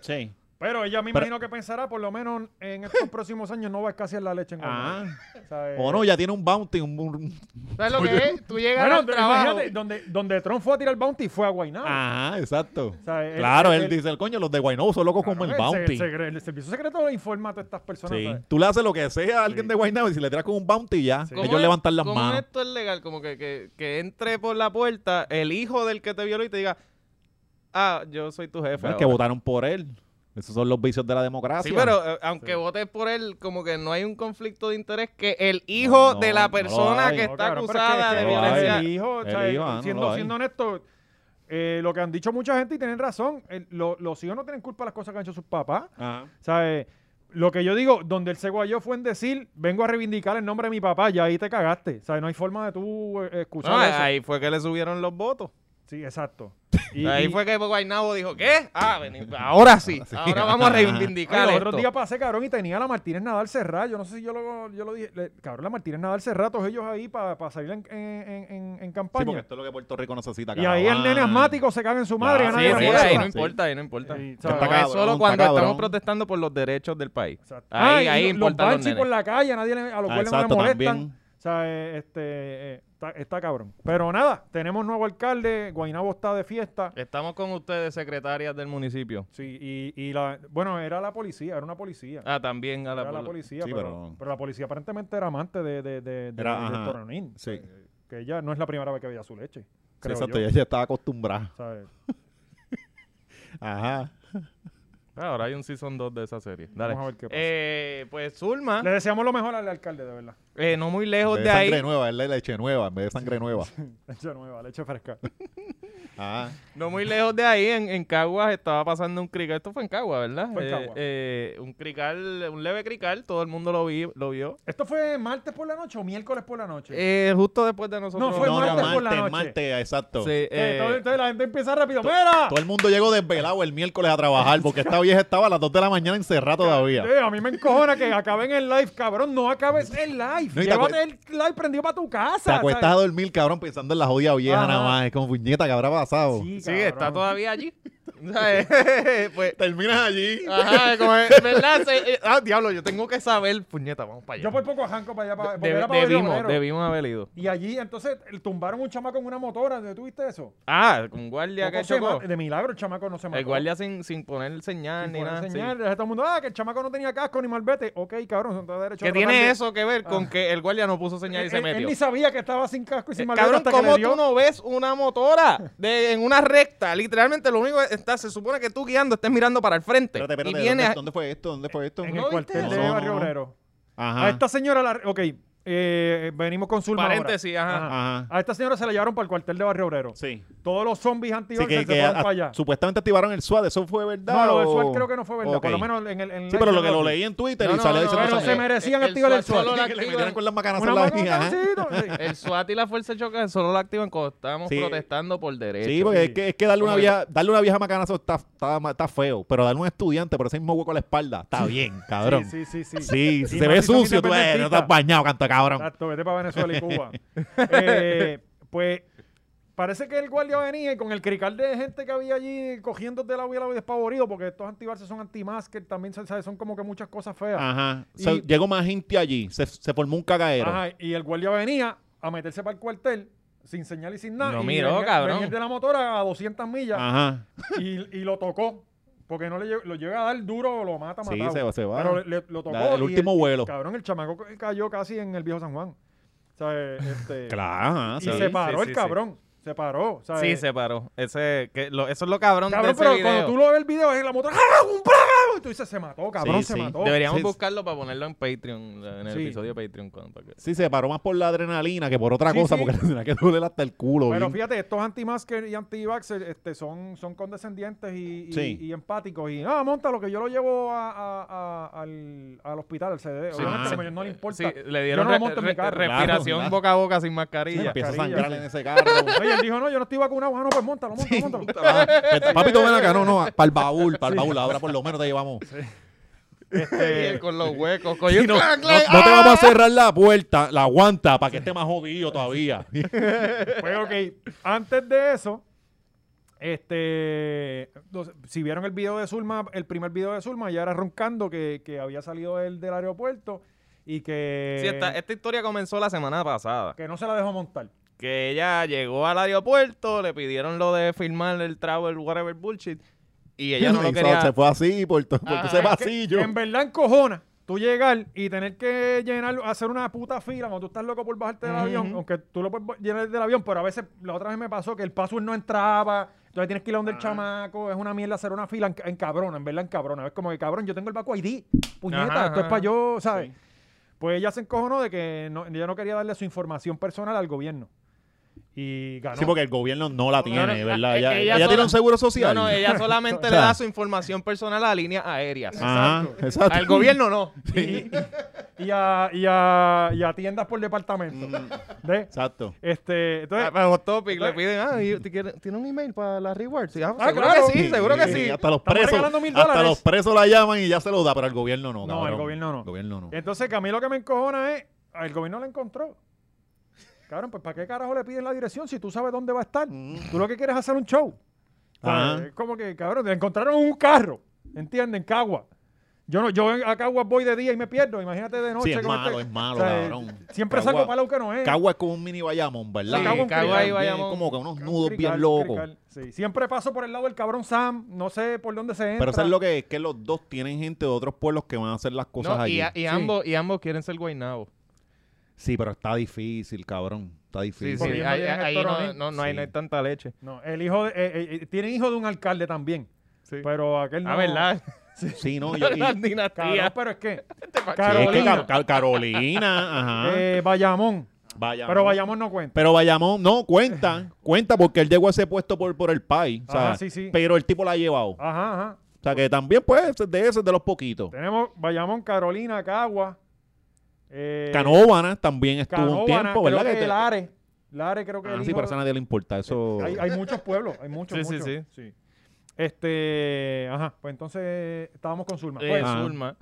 S2: Sí.
S3: Pero ella me
S2: Pero-
S3: imagino que pensará, por lo menos en
S2: (laughs)
S3: estos próximos años no va a escasear la leche en
S2: Ah.
S3: Guaynabo. eh, ¿sabes?
S2: O no, ya tiene un bounty, un- un
S8: ¿Sabes lo que es? Tú llegas
S3: Bueno,
S8: al trabajo.
S3: imagínate, donde, donde Trump fue a tirar bounty fue a Guaynabo.
S2: Ajá, exacto.
S3: sea, él-
S2: Ah. claro, él,
S3: él-
S2: dice, el coño, los de Guaynabo son locos como el
S3: Claro,
S2: bounty.
S3: se- segre- el servicio secreto informa a todas estas personas.
S2: Sí.
S3: ¿sabes?
S2: Tú le haces lo que sea a alguien de Guaynabo y si le tiras con un bounty ya,
S3: Sí.
S4: ¿Cómo
S2: ellos
S4: es-
S2: levantan las
S4: cómo
S2: manos.
S4: e- esto es este legal? Como que, que, que entre por la puerta el hijo del que te violó y te diga, ah, yo soy tu jefe.
S2: Bueno, es que
S4: ahora".
S2: votaron por él. Esos son los vicios de la democracia.
S4: Sí, pero eh, aunque votes por él, como que no hay un conflicto de interés que el hijo
S2: No, no,
S4: de
S2: no
S4: la
S2: lo
S4: persona
S2: hay.
S4: que
S3: No,
S4: está
S3: cabrón, pero es que-
S4: acusada
S3: es
S4: de
S3: que
S2: no lo
S4: violencia.
S3: el hijo, o
S2: El
S3: sea,
S2: hijo, ah, no
S3: siendo,
S2: lo hay.
S3: siendo honesto, eh, lo que han dicho mucha gente y tienen razón, el- lo- los hijos no tienen culpa de las cosas que han hecho sus papás.
S2: Ajá.
S3: ¿sabes? Lo que yo digo, donde él se guayó fue en decir, vengo a reivindicar el nombre de mi papá, ya ahí te cagaste. ¿Sabes? No hay forma de tú eh, excusar
S4: No,
S3: eso.
S4: ahí fue que le subieron los votos.
S3: Sí,
S4: (laughs)
S3: exacto. Y-
S4: Ahí
S3: y-
S4: fue que Guaynabo dijo, ¿qué? Ah, vení, ahora sí, ahora vamos a
S3: Oye,
S4: reivindicar
S3: los
S4: esto.
S3: otros días pasé, cabrón, y tenía a la Martínez Nadal cerrada. Yo no sé si yo lo, yo lo dije. Le- cabrón, la Martínez Nadal cerrada, todos ellos ahí para salir en, en- en- en
S2: Sí, porque
S3: campaña.
S2: esto es lo que Puerto Rico necesita.
S3: y ahí el
S2: caravana.
S3: nene asmático se caga en su madre.
S2: Ah,
S3: a
S4: Sí,
S3: nadie
S4: Ah, sí,
S3: le
S2: Sí,
S3: molesta.
S4: ahí no
S2: sí.
S4: importa, ahí no importa.
S3: Sí,
S4: Porque
S3: está
S4: es solo
S2: cabrón,
S4: cuando
S2: está cabrón.
S4: estamos protestando por los derechos del país.
S3: Ah,
S4: Ahí,
S3: y
S4: ahí
S3: lo- los
S4: importa los
S3: banshee por
S4: nenes.
S3: la calle, a nadie le- a los
S2: Ah,
S3: cuales
S2: exacto,
S3: no le molestan.
S2: también.
S3: O sea, eh, este, eh, está, está cabrón. Pero nada, tenemos nuevo alcalde, Guainabo está de fiesta.
S4: Estamos con ustedes, secretarias del municipio.
S3: Sí, y, y la, bueno, era la policía, era una policía.
S4: Ah, también a la,
S3: era la
S4: pol-
S3: policía,
S2: Sí,
S3: pero,
S2: pero-
S3: pero la policía aparentemente era amante de, de, de, de-
S2: Era,
S3: de
S2: ajá.
S3: Héctor O'Neill.
S2: Sí.
S3: Que ella no es la primera vez que veía su leche.
S2: Sí,
S3: Eh, creo
S2: exacto,
S3: yo. eh,
S2: ella ya estaba acostumbrada.
S3: ¿Sabes?
S2: Ajá.
S4: Ah, Ahora hay un season 2 de esa serie. Dale.
S3: Vamos a ver qué pasa.
S4: Eh, pues Zulma,
S3: Le deseamos lo mejor al alcalde, de verdad. (laughs)
S4: eh, no muy lejos
S2: En vez
S4: de
S2: de sangre
S4: ahí.
S2: nueva, es la leche nueva, en vez de sangre
S3: (laughs)
S2: nueva. Ah.
S3: Leche nueva, leche fresca.
S2: Ajá.
S4: No muy lejos de ahí, en, en Caguas estaba pasando un crical. Esto fue en Caguas, ¿verdad?
S3: Fue en
S4: Eh,
S3: Caguas.
S4: eh, un crical, un leve crical, todo el mundo lo, vi- lo vio.
S3: ¿Esto fue martes por la noche o miércoles por la noche?
S4: Eh, justo después de nosotros.
S3: Fue
S2: no, era
S3: martes por la
S2: martes,
S3: noche.
S2: martes, exacto.
S4: Sí,
S3: O sea,
S4: eh,
S3: todo- entonces la gente empieza rápido. ¡Mira!
S2: Todo el mundo llegó desvelado el miércoles a trabajar porque esta vieja estaba a las 2 de la mañana encerrada todavía.
S3: Eh, a mí me encojona que acaben el live, cabrón. No acabes el live.
S2: No, y te
S3: Llévate
S2: acuest-
S3: el live prendido para tu
S2: Te
S3: casa.
S2: acuestas a dormir, cabrón, pensando en la jodida vieja
S3: Ajá.
S2: nada más. Es como puñeta que habrá pasado.
S3: Sí,
S4: sí, está
S3: cabrón.
S4: todavía allí.
S3: (laughs)
S4: (laughs) O sea, eh, pues,
S2: Terminas allí.
S4: ajá, como es- ¿verdad? Se- eh, ah, diablo, yo tengo que saber, puñeta, vamos para allá.
S3: Yo por poco arranco para allá. Para, porque
S4: De-
S3: era para Barrio
S4: debimos,
S3: Obrero.
S4: debimos haber ido.
S3: Y allí, entonces, el- tumbaron un chamaco en una motora. ¿Dónde tuviste eso?
S4: Ah, un guardia
S3: Poco
S4: que
S3: se
S4: chocó.
S3: ma- De milagro, el chamaco no se mató.
S4: El guardia sin, sin poner señal ni
S3: Poner
S4: nada. sí.
S3: señales, todo el mundo, ah, que el chamaco no tenía casco ni malvete. Ok, cabrón, son todos derechos.
S4: Que
S3: tratan
S4: tiene
S3: de-
S4: eso que ver
S3: Ah.
S4: con que el guardia no puso señal y
S3: Él-
S4: se
S3: él, él
S4: metió.
S3: ni sabía que estaba sin casco y sin
S4: Eh,
S3: malvete
S4: Cabrón,
S3: hasta que
S4: ¿cómo
S3: le dio.
S4: tú no ves una motora de- en una recta? Literalmente lo único que está, se supone que tú guiando estés mirando para el frente.
S2: Espérate, espérate,
S4: y viene
S2: ¿dónde, dónde fue esto? ¿Dónde fue esto?
S3: En
S4: ¿No
S3: el
S4: viste?
S3: cuartel de
S2: No, no,
S3: Barrio
S2: no.
S3: Obrero.
S2: Ajá.
S3: A esta señora, la, ok, eh, venimos con Zulma ahora.
S4: Paréntesis, ajá.
S2: Ajá.
S3: A esta señora se la llevaron para el cuartel de Barrio Obrero.
S2: Sí.
S3: Todos los zombies anti
S2: Sí, que,
S3: se
S2: que
S3: fueron
S2: a-
S3: para allá.
S2: supuestamente activaron el SWAT, ¿eso fue verdad?
S3: No, lo del
S2: o-
S3: SWAT creo que no fue verdad.
S2: Ok.
S3: Por lo menos en el... en
S2: Sí,
S3: la-
S2: pero lo que lo leí en Twitter
S4: No,
S2: y
S4: no,
S2: sale
S4: no,
S2: ese
S4: no,
S3: Bueno,
S4: Entonces,
S3: se
S4: eh,
S3: merecían
S4: el
S3: activar el
S4: SWAT
S3: SWAT.
S4: solo la
S2: que (laughs) le
S4: activan-
S2: metieron con las macanas
S3: Una
S2: en la ¿eh?
S3: mano
S2: hija. ajá.
S3: cancito,
S2: (laughs)
S3: sí.
S4: El SWAT y la fuerza de choque solo la activan cuando estábamos
S2: Sí.
S4: protestando por derecho.
S2: Sí, porque
S3: sí.
S2: es que, es que darle, una
S4: Como
S2: vieja, darle una vieja macanazo está, está, ma- está feo, pero darle a un estudiante por ese mismo hueco a la espalda está bien, cabrón. Sí,
S3: Sí, sí, sí. sí. Y
S2: si
S3: más
S2: se ve
S3: si son
S2: sucio, tú eh, no
S3: independentistas.
S2: (laughs) estás bañado, canto de cabrón.
S3: Exacto, vete para Venezuela y Cuba. Eh, pues Parece que el guardia venía y con el crical de gente que había allí cogiendo de lado y de lado y despavorido, porque estos antivaxxers son anti-masker, también ¿sabes? son como que muchas cosas feas.
S2: Ajá.
S3: Y-
S2: Se- llegó más gente allí. Se, se formó un cagadero.
S3: Ajá, y el guardia venía a meterse para el cuartel sin señal y sin nada.
S4: Lo
S3: y
S4: miró,
S3: venía-
S4: cabrón.
S3: venía el de la motora a 200 millas
S2: Ajá.
S3: Y, y lo tocó. Porque no le lle- lo llega a dar duro o lo mata
S2: Sí,
S3: matado.
S2: se- se va.
S3: Pero le- le- lo tocó.
S2: Da- el
S3: y
S2: último vuelo.
S3: Cabrón, el chamaco ca- cayó casi en el viejo San Juan. O sea, eh, este,
S2: (laughs) Claro, ajá.
S3: Y
S2: sí.
S3: se paró
S4: sí,
S3: el
S4: sí.
S3: cabrón. Se paró. o sea,
S4: Sí,
S3: eh,
S4: se paró. Ese, que, lo- eso es lo cabrón, de
S3: Cabrón,
S4: ese
S3: pero
S4: video.
S3: cuando tú lo ves el video, es la moto. ¡Ah, un bravo! Y tú dices, se mató, cabrón,
S2: Sí,
S3: se
S2: sí.
S3: mató.
S4: Deberíamos
S2: Sí, sí.
S4: buscarlo para ponerlo en Patreon, en el
S3: Oh, Sí.
S4: episodio de Patreon. cuando- para que-
S2: Sí, se paró más por la adrenalina que por otra
S3: Sí,
S2: cosa,
S3: sí.
S2: porque la adrenalina que duele hasta el culo.
S3: Pero
S2: bien.
S3: fíjate, estos anti-masker y anti-vaxxer este, son, son condescendientes y, y-
S2: Sí.
S3: y empáticos. Y, ah, monta lo que yo lo llevo a, a- a- al, al hospital, al CD. Obviamente,
S2: Ah,
S3: como yo no le importa.
S4: Sí, le
S3: yo
S4: dieron
S3: no lo
S4: re-
S3: monto en
S4: re-
S3: mi carro.
S4: respiración
S2: Claro,
S4: boca a boca sin
S2: Sí,
S4: (laughs) mascarilla.
S2: empieza a
S3: mascarilla,
S2: sangrar
S3: sí.
S2: en ese carro.
S3: (laughs) Oye, él dijo, no, yo no estoy vacunado. Ah, no, pues montalo, montalo, montalo.
S2: Ah, Papito, ven acá, no, no, para el baúl, para el baúl, ahora por lo menos te llevamos.
S4: Y él con los huecos,
S2: Sí,
S4: coño,
S2: no,
S4: ¡clac,
S2: no-
S4: clac!
S2: no te vamos a cerrar la puerta, la aguanta para que esté más jodido todavía.
S3: Pues ok, antes de eso, este, no sé, si vieron el video de Zulma, el primer video de Zulma, ya era roncando que, que había salido él del aeropuerto y que,
S4: Sí, esta, esta historia comenzó la semana pasada.
S3: que no se la dejó montar.
S4: Que ella llegó al aeropuerto, le pidieron lo de firmar el travel, whatever bullshit.
S2: (laughs)
S4: Y ella no lo
S2: Y se-
S4: quería.
S2: Se fue así por, to- por
S8: Ajá,
S2: ese
S8: es que-
S2: pasillo.
S3: En verdad encojona tú llegar y tener que llenar, hacer una puta fila cuando tú estás loco por bajarte del avión, aunque tú lo puedes llenar del avión, pero a veces, la otra vez me pasó que el password no entraba, entonces tienes que ir a donde el chamaco, es una mierda hacer una fila en, en cabrona, en verdad en cabrona, es como que cabrón, yo tengo el Baco ID, puñeta,
S4: Ajá,
S3: esto es
S4: ajá.
S3: para yo, ¿sabes? Pues ella se encojonó de que no, ella no quería darle su información personal al gobierno. Y ganó.
S2: Sí, porque el gobierno no la tiene,
S4: no,
S2: ¿verdad?
S4: eh,
S2: Ella, ella
S4: ella
S2: tiene
S4: sola-
S2: un seguro social.
S4: No, no,
S2: (laughs)
S4: ella solamente le
S2: O sea- Ah.
S4: da su información personal a líneas aéreas.
S2: Ajá, exacto.
S4: Al
S2: (laughs)
S4: gobierno no.
S3: y, y a, y a- y a tiendas por departamento. ¿Ves?
S2: Exacto.
S3: Este,
S2: Pues,
S3: entonces,
S4: Para Hot Topic le piden, ah, y- ¿te quiere- ¿tiene un email para las rewards? Y, ah,
S3: Ah,
S4: seguro
S3: claro.
S4: que sí, seguro que sí.
S2: Hasta los
S3: Estamos
S2: presos.
S3: regalando mil
S2: Hasta
S3: dólares.
S2: los presos la llaman y ya se lo da, pero al gobierno no.
S3: No,
S2: cabrón.
S3: al gobierno no.
S2: Gobierno no.
S3: Entonces, que a mí lo que me encojona es, el gobierno la encontró. Cabrón, pues ¿para qué carajo le pides la dirección si tú sabes dónde va a estar? Tú lo que quieres es hacer un show. O sea,
S2: Ajá.
S3: es como que, cabrón, le encontraron un carro, ¿entienden? En Cagua. Yo, no, yo en- a Cagua voy de día y me pierdo, imagínate de noche.
S2: Sí, es
S3: con
S2: malo,
S3: este-
S2: es malo,
S3: o sea,
S2: cabrón.
S3: Siempre
S2: Cagua-
S3: salgo para lo que no es.
S2: Cagua es como un mini Bayamón, ¿verdad?
S3: Sí, Cagua es un Cagua crical. y
S4: Bayamón.
S2: Como que unos
S3: Un
S2: nudos
S3: crical,
S2: bien
S3: un
S2: locos.
S3: crical, sí. Siempre paso por el lado del cabrón Sam, no sé por dónde se entra.
S2: Pero ¿sabes lo que es? Que los dos tienen gente de otros pueblos que van a hacer las cosas
S4: No,
S2: allí.
S4: y, a- y ambos, y ambos quieren ser guaynabo.
S2: Sí, pero está difícil, cabrón. Está
S4: Sí,
S2: difícil.
S4: sí,
S3: Porque no
S4: ahí,
S3: llegan
S4: ahí
S3: estos
S4: no,
S3: ronin.
S4: no, no hay,
S2: Sí.
S4: no hay tanta leche.
S3: No, el hijo, de- eh, eh, eh, tienen hijo de un alcalde también.
S4: Sí.
S3: Pero aquel no.
S4: Ah, (laughs) ¿verdad?
S2: Sí, no. yo- y- Este
S4: Las
S3: Cabrón,
S4: dinastías.
S3: pero
S2: (laughs)
S3: es que.
S2: es que
S3: Carolina,
S2: Ca- Ca- Carolina, ajá.
S3: eh, Bayamón.
S2: Bayamón.
S3: Pero Bayamón no cuenta.
S2: Pero Bayamón, no, cuenta, cuenta porque él llegó a ese puesto por, por el país. o sea,
S3: Ajá, sí, sí.
S2: Pero el tipo la ha llevado.
S3: Ajá, ajá.
S2: O sea, que también, pues, de ese es de los poquitos.
S3: Tenemos Bayamón, Carolina, Cagua. Eh,
S2: Canóvanas también estuvo un
S3: Canóvana,
S2: tiempo,
S3: creo
S2: ¿verdad?
S3: que
S2: te-
S3: Lare. Lare creo que
S2: Ah,
S3: el
S2: sí,
S3: hijo-
S2: pero eso a nadie le importa. Eso.
S3: hay, hay muchos pueblos, hay muchos,
S4: Sí, sí,
S3: muchos. Este, ajá, pues entonces estábamos con Zulma.
S4: Eh,
S3: Pues,
S2: Ajá.
S4: Zulma.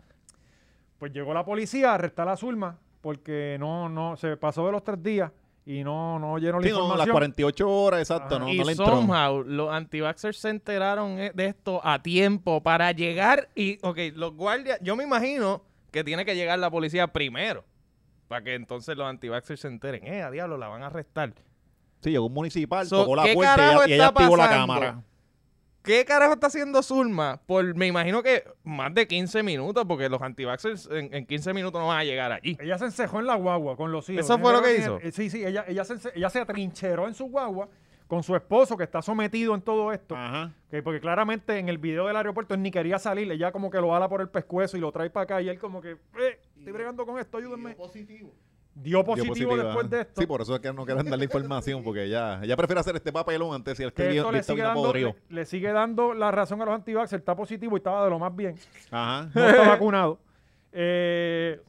S3: pues llegó la policía a arrestar a Zulma porque no, no, se pasó de los tres días y no, no llenó la
S2: Sí, no, las
S3: información.
S2: 48 horas, exacto,
S3: Ajá.
S2: no,
S4: y
S2: no le entró.
S4: somehow los antivaxxers se enteraron eh, de esto a tiempo para llegar y, ok, los guardias, yo me imagino que tiene que llegar la policía primero para que entonces los antivaxxers se enteren, eh, a diablo, la van a arrestar.
S2: Sí, llegó un municipal,
S4: So,
S2: tocó la
S4: ¿qué
S2: puerta y
S4: carajo
S2: ella, y ella
S4: está
S2: activó la
S4: pasando?
S2: cámara.
S4: ¿Qué carajo está haciendo Zulma? Por, me imagino que más de 15 minutos, porque los antivaxxers en, en 15 minutos no van a llegar allí.
S3: Ella se encejó en la guagua con los hijos.
S4: ¿Eso
S3: Tiene
S4: fue lo que
S3: tener-
S4: hizo?
S3: eh, Sí, sí, ella, ella, se, ence- ella se atrincheró en su guagua con su esposo que está sometido en todo esto.
S2: Ajá.
S3: Que- porque claramente en el video del aeropuerto él ni quería salir, ella como que lo ala por el pescuezo y lo trae para acá y él como que, eh, estoy bregando con esto, ayúdenme.
S8: Positivo.
S3: Dio
S2: Dio
S3: positivo,
S2: positiva.
S3: después de esto.
S2: Sí, por eso es que no quieren darle información, porque ella, ella prefiere hacer este papelón antes si el
S3: que esto
S2: guión
S3: le
S2: está
S3: sigue,
S2: bien
S3: dando,
S2: podrido.
S3: le, le sigue dando la razón a los antivaxxers, está positivo y estaba de lo más bien,
S2: Ajá. (laughs)
S3: no está vacunado. Eh,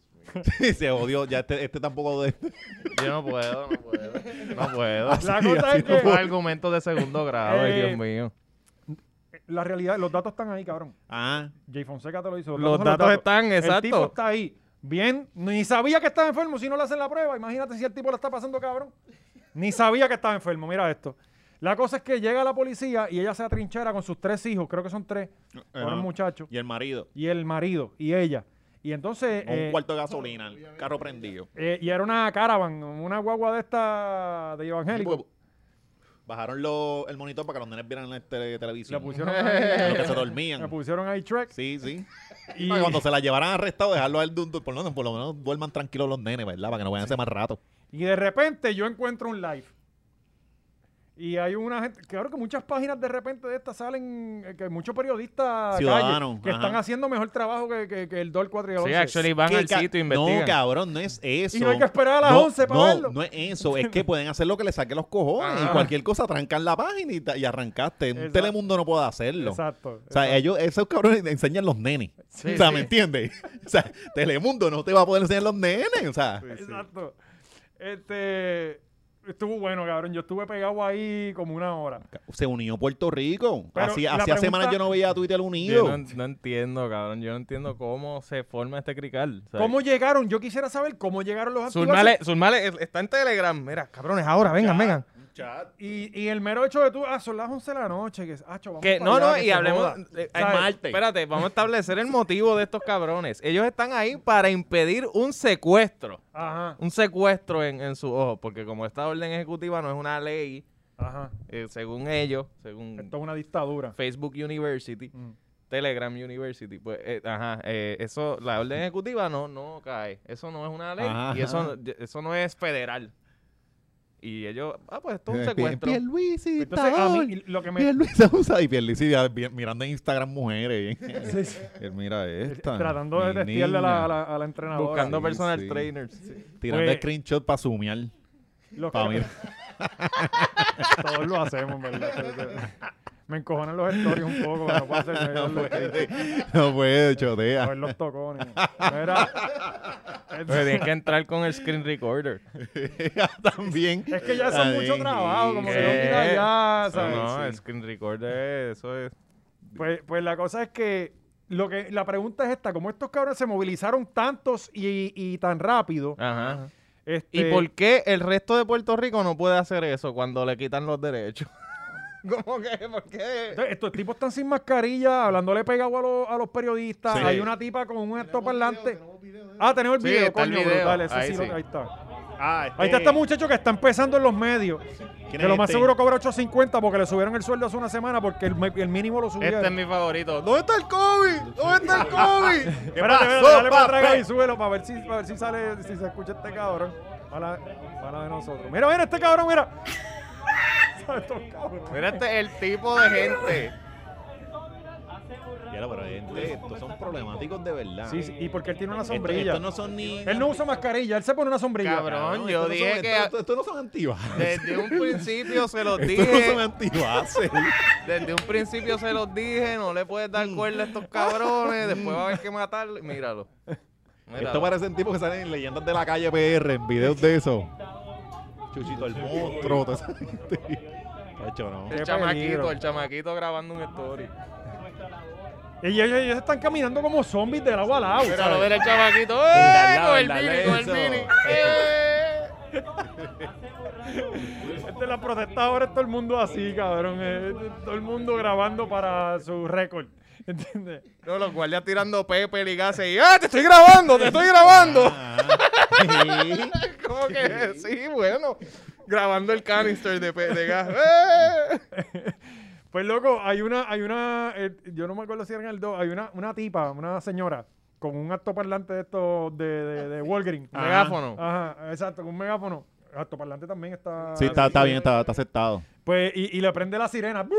S2: Sí, se odió. Ya este, este tampoco de.
S4: Yo no puedo, no puedo, (laughs) no puedo.
S3: la
S2: Sí,
S3: cosa
S2: así
S3: es
S2: no
S3: que
S4: Fue argumento de segundo grado, ay,
S3: Eh,
S4: Dios mío.
S3: la realidad, los datos están ahí, cabrón.
S2: Ajá.
S3: Jay Fonseca te lo hizo.
S4: Los
S3: son
S4: datos están,
S3: El tipo
S4: exacto.
S3: está ahí. Bien, ni sabía que estaba enfermo si no le hacen la prueba. Imagínate si el tipo la está pasando, cabrón. Ni sabía que estaba enfermo. Mira esto. La cosa es que llega la policía y ella se atrinchera con sus tres hijos, creo que son tres, con
S2: Ajá.
S3: un muchacho,
S2: Y el marido.
S3: y el marido, y ella. Y entonces...
S2: Con
S3: eh,
S2: un cuarto de gasolina, el carro prendido.
S3: eh, y era una caravan, una guagua de esta de evangélico.
S2: Bajaron los- el monitor para que los nenes vieran la tele- televisión.
S3: Le pusieron,
S2: En (laughs) lo que se
S3: ahí, le
S2: dormían.
S3: pusieron ahí Trek.
S2: Sí, sí.
S3: Y-
S2: Para que cuando se la llevaran arrestado, dejarlo al dun- por lo menos, por lo menos duerman tranquilos los nenes, ¿verdad? Para que no vayan a hacer más rato.
S3: Y de repente yo encuentro un live. Y hay una gente, claro que muchas páginas de repente de estas salen, eh, que muchos periodistas
S2: Ciudadanos,
S3: calle, que
S2: ajá.
S3: están haciendo mejor trabajo que, que- que el DOL 4 y el
S4: Sí,
S3: 11.
S4: actually van
S2: ¿Qué
S4: al
S2: ca-
S4: sitio e investigan.
S2: No, cabrón, no es eso.
S3: Y no hay que esperar a las
S2: No,
S3: 11 para
S2: no,
S3: verlo. Ah.
S2: No es eso,
S3: (laughs)
S2: es que pueden hacer lo que les saque los cojones. Y cualquier cosa, trancan la página y, ta- y arrancaste. Un
S3: Exacto.
S2: Telemundo no puede hacerlo.
S3: Exacto.
S2: O sea,
S3: exacto.
S2: ellos, esos cabrones enseñan los nenes.
S3: Sí,
S2: o sea,
S3: sí.
S2: ¿me entiendes? (laughs) O sea, Telemundo no te va a poder enseñar los nenes. O sea,
S3: Exacto. Este, estuvo bueno, cabrón. Yo estuve pegado ahí como una hora.
S2: se unió Puerto Rico.
S3: Pero
S2: Así-
S3: la
S2: Hacía
S3: pregunta-
S2: semanas yo no veía a Twitter
S4: Yo
S2: unido.
S4: no, no entiendo, cabrón. Yo no entiendo cómo se forma este crical. ¿sabes?
S3: ¿Cómo llegaron? Yo quisiera saber cómo llegaron los
S4: Zulmale, Zulmale eh, está en Telegram. Mira, cabrones, ahora, vengan, vengan.
S3: Y, y el mero hecho de tú, ah, son las 11 de la noche, que, ah, cho, vamos
S4: Que,
S3: pa'
S4: no,
S3: allá,
S4: no,
S3: que
S4: y
S3: se
S4: hablemos.
S3: joda.
S4: eh,
S3: O sea,
S4: eh,
S2: Marte.
S4: Espérate, vamos a establecer el motivo de estos cabrones. Ellos están ahí para impedir un secuestro.
S3: Ajá,
S4: Un secuestro en, en sus ojos. Porque como esta orden ejecutiva no es una ley,
S3: ajá.
S4: eh, según ellos, según
S3: Esto es una dictadura.
S4: Facebook University,
S3: Mm.
S4: Telegram University, pues, eh, ajá, eh, eso, la orden ejecutiva no, no cae. Eso no es una ley y eso, eso no es federal. Y ellos, ah, pues esto es un secuestro.
S2: Eh, Pierluisi,
S3: Entonces, a mí y lo que me...
S2: Pierluisi (laughs) usa y Pierluisi ya vi- mirando en Instagram mujeres. bien.
S3: Sí, sí.
S2: (laughs) Él Mira esta.
S3: Eh, Tratando de
S2: mi
S3: testearle a la,
S2: niña.
S3: a la- a la entrenadora.
S4: Buscando
S2: Sí,
S4: personal
S2: sí.
S4: trainers.
S2: Tirando
S3: Pues-
S2: screenshot para sumiar.
S3: Los
S2: Para
S3: que-
S2: mí.
S3: (laughs) Todos lo hacemos,
S4: (laughs)
S3: ¿verdad? Me encojonan los stories un poco, pero no puedo hacer medio
S2: (laughs) No
S3: los-
S2: puede, no puede,
S3: A
S2: chotea.
S3: ver los tocones. Mira.
S4: Pero tienes que entrar con el screen recorder.
S2: (laughs) También.
S3: Es que ya eso es mucho
S2: Ay,
S3: trabajo, como
S2: ¿qué?
S3: que no mira ya, ¿sabes?
S4: No, el screen recorder, eso es.
S3: Pues, pues la cosa es que, lo que la pregunta es esta, ¿cómo estos cabrones se movilizaron tantos y, y tan rápido?
S4: Ajá.
S3: Este,
S4: ¿Y por qué el resto de Puerto Rico no puede hacer eso cuando le quitan los derechos? (laughs) ¿Cómo que? ¿Por qué?
S3: Entonces, estos tipos están sin mascarilla, hablándole pegado a, los- a los periodistas.
S2: Sí.
S3: Hay una tipa con un estoparlante.
S8: Tenemos video de eso.
S3: Ah, tenemos el
S4: Sí,
S3: video,
S4: está el
S3: coño,
S4: video.
S3: brutal, ese
S4: Ahí
S3: sí lo-
S4: sí.
S3: ahí está.
S2: Ah,
S8: Eh.
S3: Ahí está este muchacho que está empezando en los medios. Que
S2: es
S3: lo más
S2: este?
S3: seguro cobra 8.50 porque le subieron el sueldo hace una semana porque el, me- el mínimo lo subieron.
S4: Este es mi favorito.
S2: ¿Dónde está el COVID? ¿Dónde está el COVID? ¿Qué
S3: Espérate, espérate,
S2: pasó,
S3: dale para
S2: papá?
S3: atrás ahí, súbelo para ver si, para ver si sale, si se escucha este cabrón. Para, para de nosotros. Mira, mira, este cabrón, mira. (laughs) Estos cabrones.
S4: Mira este, el tipo de gente.
S2: Ya lo, pero gente, estos son problemáticos de verdad.
S3: Sí, sí, y porque él tiene una
S2: Esto-
S3: sombrilla.
S2: Estos no son ni...
S3: Él no usa mascarilla, él se pone una sombrilla.
S4: Cabrón.
S2: estos
S4: yo
S2: no son-
S4: dije que-
S2: Estos, estos no son antibases. (laughs)
S4: Desde un principio se (laughs) los
S2: Estos no son
S4: dije.
S2: antibases.
S3: (laughs)
S4: Desde un principio se los dije. No le puedes dar cuerda a estos cabrones. Después va a haber que matarlo. Míralo.
S2: Esto
S4: Míralo.
S2: parecen tipos que salen en leyendas de la calle PR, en videos de eso. Chuchito el monstruo, toda esa gente. Chacho, no.
S4: El
S3: Qué
S4: chamaquito,
S3: peligro.
S4: el chamaquito grabando un story.
S3: Y ellos, ellos están caminando como zombies del agua al agua.
S4: Míralo, ver el chamaquito.
S2: Dale,
S4: ¡Eh! Con el
S2: dale,
S4: mini, con el
S2: eso.
S4: mini. ¡Eh!
S3: Este, la protesta ahora es todo el mundo así, cabrón. eh, todo el mundo grabando para su récord. ¿Entiendes?
S4: No, los guardias tirando Pepe y gases y ¡Ah, te estoy grabando! ¡Te estoy grabando!
S3: Ah.
S4: (laughs) ¿Cómo que? Sí, bueno. Grabando el canister de, pe-
S3: (laughs)
S4: de gas. ¡Eh!
S3: Pues loco, hay una, hay una, eh, yo no me acuerdo si era en el 2, hay una, una tipa, una señora, con un altoparlante de estos de, de, de Walgreens.
S4: Ah. Megáfono.
S3: Ajá, exacto, con un megáfono. El altoparlante también está.
S2: Sí, está, está bien, está, está aceptado.
S3: Pues, y, y le prende la sirena. ¡Bup!